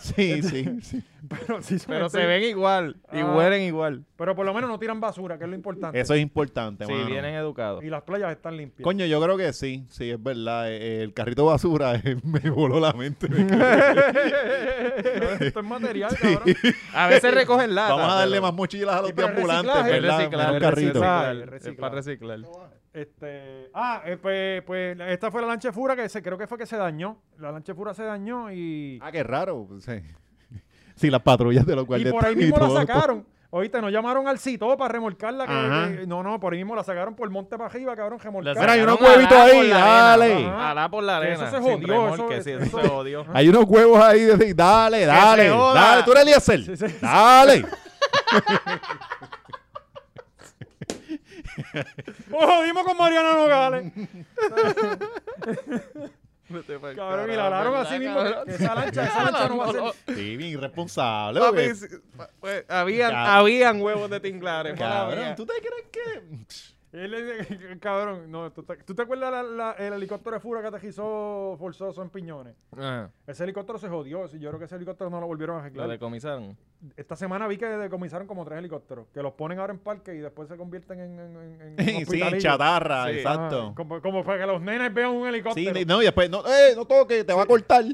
S2: Sí, sí, sí.
S3: Pero, sí son
S4: Pero se
S3: estrellas.
S4: ven igual y
S3: Ah.
S4: huelen igual.
S3: Pero por lo menos no tiran basura, que es lo importante.
S2: Eso es importante,
S4: Sí,
S2: mano.
S4: vienen educados.
S3: Y las playas están limpias. (laughs)
S2: Coño, yo creo que sí, sí, es verdad. Eh, El carrito de basura (laughs) eh, me voló la
S4: (laughs)
S2: mente.
S3: No, esto es material, cabrón.
S4: A veces recogen lata.
S2: Vamos a darle
S4: pero-
S2: más mochilas a los
S3: Sí, Ah, pero el
S2: ambulantes,
S3: reciclaje,
S4: Es
S2: ¿verdad?
S4: reciclar,
S2: Menos
S4: es
S2: carrito.
S4: reciclar,
S3: Reciclar,
S4: es para reciclar.
S3: Este, ah, eh, pues, pues la- esta fue la lancha de fura que se, creo que fue que se dañó. La lancha de fura se dañó y,
S2: Ah, qué raro. pues, sí. (laughs) Sí, las patrullas de los
S3: y
S2: guardias.
S3: por ahí mismo la
S2: todo-
S3: sacaron. Oíste, no llamaron al CITO para remolcarla. que-
S2: Ajá.
S3: que- no, no, por ahí mismo la sacaron por el monte para arriba, cabrón, remolcarla.
S2: Mira, hay unos
S4: Sacaron
S2: huevitos
S4: alá por
S2: ahí,
S4: la arena.
S2: dale.
S4: Ajá. Alá por la
S3: Que
S4: arena.
S3: eso se
S4: sin
S3: jodió, eso-
S4: remolque, sí,
S3: eso-
S4: eso
S3: (laughs)
S4: se jodió.
S2: Hay unos huevos ahí de decir, dale, dale,
S4: se joda.
S2: dale. Tú eres Eliezer.
S3: Sí, sí, sí. (laughs)
S2: Dale.
S3: ¡Oh, jodimos con Mariana Nogales!
S4: Vete pa'l
S3: Cabrón, y la
S4: carajo,
S3: alaron
S4: ¿verdad,
S3: así mismo.
S4: cabrón?
S3: que Esa lancha, esa lancha no va a ser...
S2: Sí, bien irresponsable.
S4: Papi,
S2: porque-
S4: sí, pa- pues, habían,
S2: Cabrón.
S4: habían huevos de tinglares.
S2: Cabrón,
S4: mala
S2: ¿tú
S3: (laughs)
S2: te crees que...?
S3: Él es- cabrón, no, ¿tú te, tú te acuerdas la- la- el helicóptero de fura que aterrizó forzoso en Piñones?
S4: mía. Ah,
S3: Ese helicóptero se jodió. sí, Yo creo que ese helicóptero no lo volvieron a arreglar.
S4: Lo decomisaron.
S3: Esta semana vi que decomisaron como tres helicópteros, que los ponen ahora en parque y después se convierten en, en, en, en
S2: (laughs) Sí,
S3: hospitalillos.
S2: chatarra,
S4: Sí.
S2: exacto.
S3: Ajá, como, como para que los nenes vean un
S2: Sí,
S3: helicóptero.
S2: no, y después, no, eh, no toques, te va
S3: (laughs)
S2: a cortar.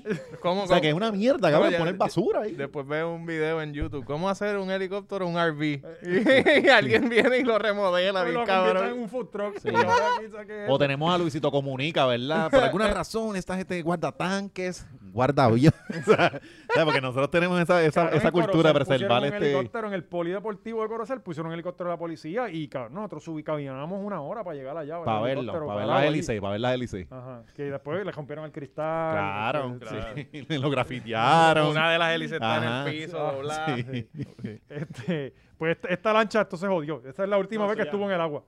S4: ¿Cómo,
S2: O sea,
S4: cómo?
S2: que es una mierda,
S4: No,
S2: cabrón,
S4: ya-
S2: poner basura ahí.
S4: Después veo un video en YouTube. ¿Cómo hacer un helicóptero un (laughs) RV? y alguien viene y lo remodela,
S3: Pues
S4: bien
S3: lo convierten en
S4: cabrón.
S3: un food truck. y ahora aquí saque-
S2: O tenemos a Luisito Comunica, ¿verdad? Por
S3: (laughs)
S2: alguna razón, esta gente guarda tanques, guarda aviones. (laughs) O sea, porque nosotros tenemos esa, esa,
S3: Cabrón,
S2: esa
S3: en
S2: cultura de
S3: Corozal
S2: preservar
S3: pusieron un
S2: este.
S3: helicóptero en el polideportivo de Corozal, pusieron un helicóptero de la policía y cabrón, nosotros subí, caminábamos una hora para llegar allá.
S2: Para verlo, para ver las hélices, para ver las hélices.
S3: Ajá, que después le rompieron el cristal. este,
S2: Claro,
S3: que-
S2: (laughs) sí. lo grafitearon.
S4: Una de las hélices está
S2: Ajá.
S4: en el piso, doblada.
S2: Sí.
S3: Este, pues esta- esta lancha esto se jodió. Esta es la última vez que estuvo en el agua.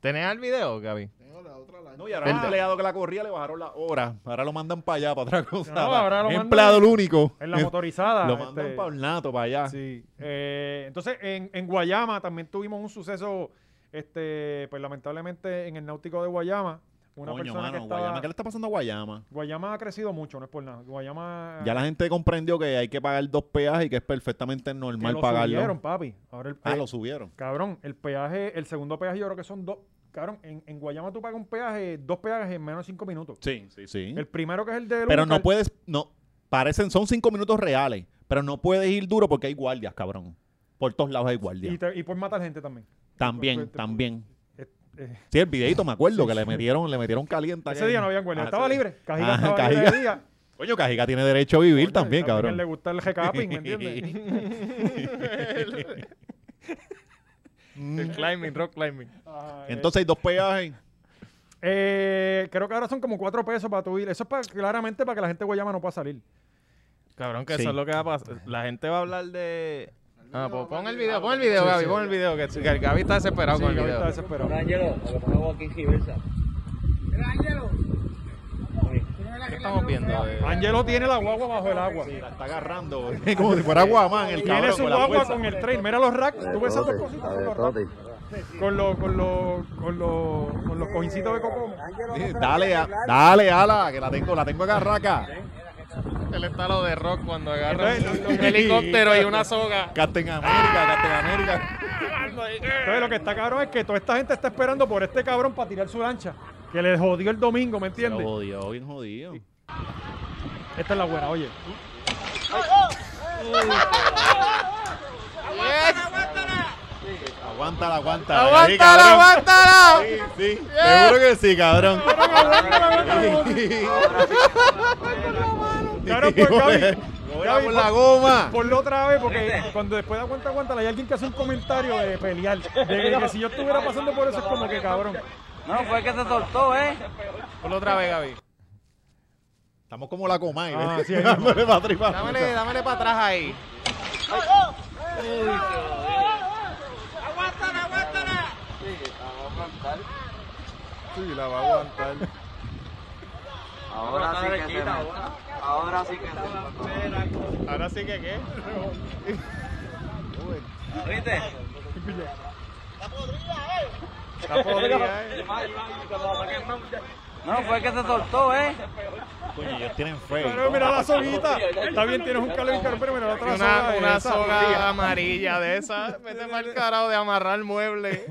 S4: ¿Tenés el video, Gaby?
S10: Tengo la otra lancha.
S2: No, y ahora el empleado que la corría le bajaron la hora. Ahora lo mandan para allá, para otra cosa.
S3: No, ahora lo mandan-
S2: empleado el único.
S3: En la motorizada.
S2: Lo mandan
S3: este,
S2: para Ornato, para allá.
S3: sí. Eh, entonces, en, en Guayama también tuvimos un suceso, este, pues lamentablemente en el náutico de Guayama, una
S2: Coño,
S3: persona
S2: mano,
S3: que estaba...
S2: Guayama, ¿qué le está pasando a Guayama?
S3: Guayama ha crecido mucho, no es por nada. Guayama...
S2: Ya la gente comprendió que hay que pagar dos peajes y que es perfectamente
S3: que
S2: normal
S3: lo
S2: pagarlo.
S3: subieron, papi. Ahora el
S2: Ah,
S3: pe-
S2: lo subieron.
S3: Cabrón, el peaje, el segundo peaje yo creo que son dos... Cabrón, en, en Guayama tú pagas un peaje, dos peajes en menos de cinco minutos.
S2: Sí, sí, sí.
S3: El primero que es el de...
S2: Pero no puedes, no, parecen, son cinco minutos reales, pero no puedes ir duro porque hay guardias, cabrón. Por todos lados hay guardias.
S3: Y, te- y puedes matar gente también.
S2: también,
S3: pues, te-
S2: también.
S3: Eh, eh,
S2: Sí, el videito me acuerdo que le metieron, le metieron caliente.
S3: Ese
S2: aquel.
S3: día no había guardia,
S2: Ah,
S3: estaba
S2: ese-
S3: libre. Cajiga
S2: Ajá,
S3: estaba libre
S2: Cajiga.
S3: ese día.
S2: Coño, Cajiga tiene derecho a vivir
S3: Coño,
S2: también,
S3: que Le
S2: cabrón.
S3: gusta el recapping, ¿me entiendes?
S2: (laughs)
S4: El climbing, rock climbing.
S3: Ah, eh,
S2: Entonces hay dos peajes.
S3: eh, creo que ahora son como cuatro pesos para tu ir. Eso es para, claramente para que la gente de Guayama no pueda salir.
S4: Cabrón, que eso es lo que va a pasar. La gente va a hablar de. Ah, pues
S8: Pon el video, pon el video, Gaby, pon el video.
S4: que, que el Gaby está desesperado
S3: Sí,
S4: con el
S3: Gaby
S4: video.
S3: está desesperado.
S4: ¿Qué estamos viendo? Eh,
S3: Angelo tiene la guagua bajo el agua.
S2: La está agarrando. (laughs) Como si fuera Guamán, el
S3: Tiene
S2: cabrón.
S3: su
S2: con la
S3: guagua
S2: fuerza.
S3: con el tren. Mira los racks. Tú ves esas dos
S5: Tote,
S3: cositas.
S5: a
S3: Son
S5: ver,
S3: los
S5: Tote.
S3: racks. Con los con los con los con los coincitos de cocomo.
S2: Sí, Dale, a- dale, ala, que la tengo, la tengo agarrada acá.
S4: él está lo de rock cuando agarra
S3: Entonces,
S4: un helicóptero y una soga.
S2: Captain América, Captain América.
S3: Entonces lo que está cabrón es que toda esta gente está esperando por este cabrón para tirar su lancha. Que les jodió el domingo, ¿me entiendes?
S2: jodido, bien jodido.
S3: Esta es la buena, oye.
S2: Aguántala, aguántala.
S4: ¡Aguántala,
S2: Sí, cabrón.
S4: aguántala!
S2: Sí, sí, seguro que sí, cabrón.
S3: Cabrón, pues, Gaby,
S2: Voy a
S3: Gaby,
S2: por la goma.
S3: Ponlo otra vez porque cuando después de aguanta, aguanta, hay alguien que hace un comentario de pelear. De que si yo estuviera pasando por eso es como que cabrón.
S4: ¿eh? Ponlo otra vez, Gaby.
S2: Estamos como la coma. eh.
S3: Ah,
S2: (laughs)
S3: sí, ahí mismo.
S2: Dámele para atrás y para atrás.
S4: Dámele, dámele para atrás ahí.
S10: Sí, la va a aguantar.
S4: Ahora sí que qué. Está podrida, eh.
S2: Coño, ellos tienen fe.
S3: Cabrón, mira la soguita. Está bien, tienes un cable bien pero mira la otra
S4: Una,
S3: soga.
S4: una
S3: esa.
S4: soga amarilla de esa. Vete
S3: (laughs)
S4: mal carajo de amarrar muebles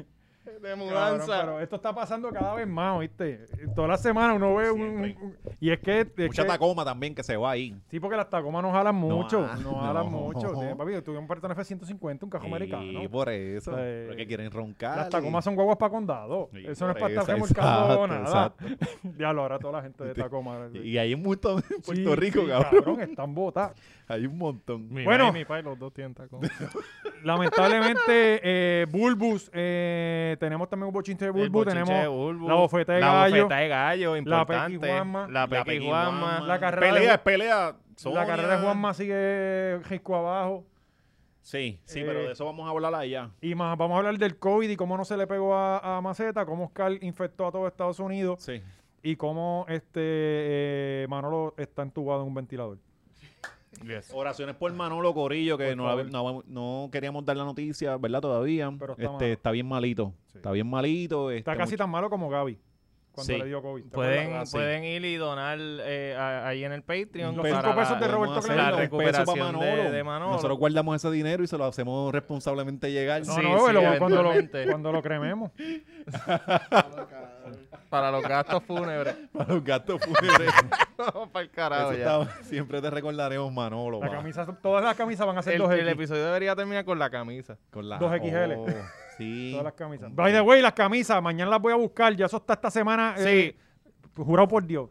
S4: de
S3: Cabrón,
S4: mudanza.
S3: pero esto está pasando cada vez más, ¿oíste? Toda la semana uno ve un, un- Y es que... es
S2: Mucha
S3: que-
S2: tacoma también que se va ahí.
S3: Sí, porque las tacomas no jalan mucho.
S2: ah,
S3: No, jalan
S2: no.
S3: (laughs) mucho. Sí, papi, yo tuve un Bertone F-150, un cajo americano.
S2: Y por eso.
S3: Eh,
S2: Porque quieren roncar.
S3: Las
S2: y-
S3: tacomas son guaguas para condado.
S2: Sí,
S3: Eso no es
S2: por
S3: para estar
S2: eso,
S3: remolcando nada.
S2: exacto,
S3: (laughs) Diablo, ahora toda la gente de
S2: Sí.
S3: Tacoma.
S2: Y y hay un montón en
S3: Sí,
S2: Puerto Rico,
S3: sí,
S2: cabrón.
S3: están botados.
S2: Hay un montón.
S4: Mi
S3: Bueno.
S4: bueno, mi pai, los dos tienen tacón.
S3: (laughs) Lamentablemente, eh, Bulbus, eh, tenemos también un bochinche de
S4: El
S3: Bulbus,
S4: bochinche
S3: tenemos
S4: de Bulbu,
S3: la bofeta de
S4: la
S3: gallo,
S4: bofeta de gallo,
S3: Pequi
S4: importante.
S3: Juanma,
S4: La
S2: La
S4: Pequi
S2: Pequi
S4: Juanma.
S2: Juanma.
S3: la carrera
S2: Pelea
S3: de-
S2: es pelea.
S3: la
S2: Sonia.
S3: carrera de Juanma sigue risco abajo.
S2: Sí, sí,
S3: Eh,
S2: pero de eso vamos a hablar allá.
S3: Y más, vamos a hablar del COVID y cómo no se le pegó a, a Maceta, cómo Oscar infectó a todo Estados Unidos
S2: Sí.
S3: y cómo este eh, Manolo está entubado en un ventilador.
S4: Yes.
S2: Oraciones por Manolo Corillo, que
S3: Por
S2: no, la-
S3: favor.
S2: no, no queríamos dar la noticia, ¿verdad? Todavía.
S3: Pero está
S2: este,
S3: malo.
S2: está bien malito.
S3: Sí.
S2: Está bien malito.
S3: Está
S2: este,
S3: casi
S2: mucho-
S3: tan malo como Gaby cuando
S2: Sí.
S3: le dio COVID. ¿te acuerdas?
S4: Pueden,
S2: sí.
S4: pueden ir y donar eh, a- ahí en el Patreon.
S3: Los
S4: para
S3: cinco pesos
S4: la-
S3: de Roberto
S2: Vamos a hacer
S3: Clemente.
S2: un
S4: La
S2: peso para
S4: recuperación de- de Manolo.
S2: Nosotros guardamos ese dinero y se lo hacemos responsablemente llegar.
S3: No,
S4: Sí,
S3: no,
S4: sí,
S3: lo- cuando, lo,
S4: eventualmente.
S3: cuando lo (laughs) crememos.
S4: Para los gastos (laughs) fúnebres.
S2: (laughs) Para los gastos
S3: (laughs)
S2: fúnebres.
S4: para el carajo
S2: Eso
S4: ya.
S2: está- siempre te recordaremos, Manolo.
S3: Ah, La
S2: va.
S3: camisa, todas las camisas van a ser
S4: El,
S3: dos
S4: el
S3: X.
S4: episodio debería terminar con la camisa.
S2: Con la-
S3: Dos XL.
S2: Oh, sí.
S3: Todas las camisas. By the way, las camisas, mañana las voy a buscar. Ya eso está esta semana. eh, jurado por Dios.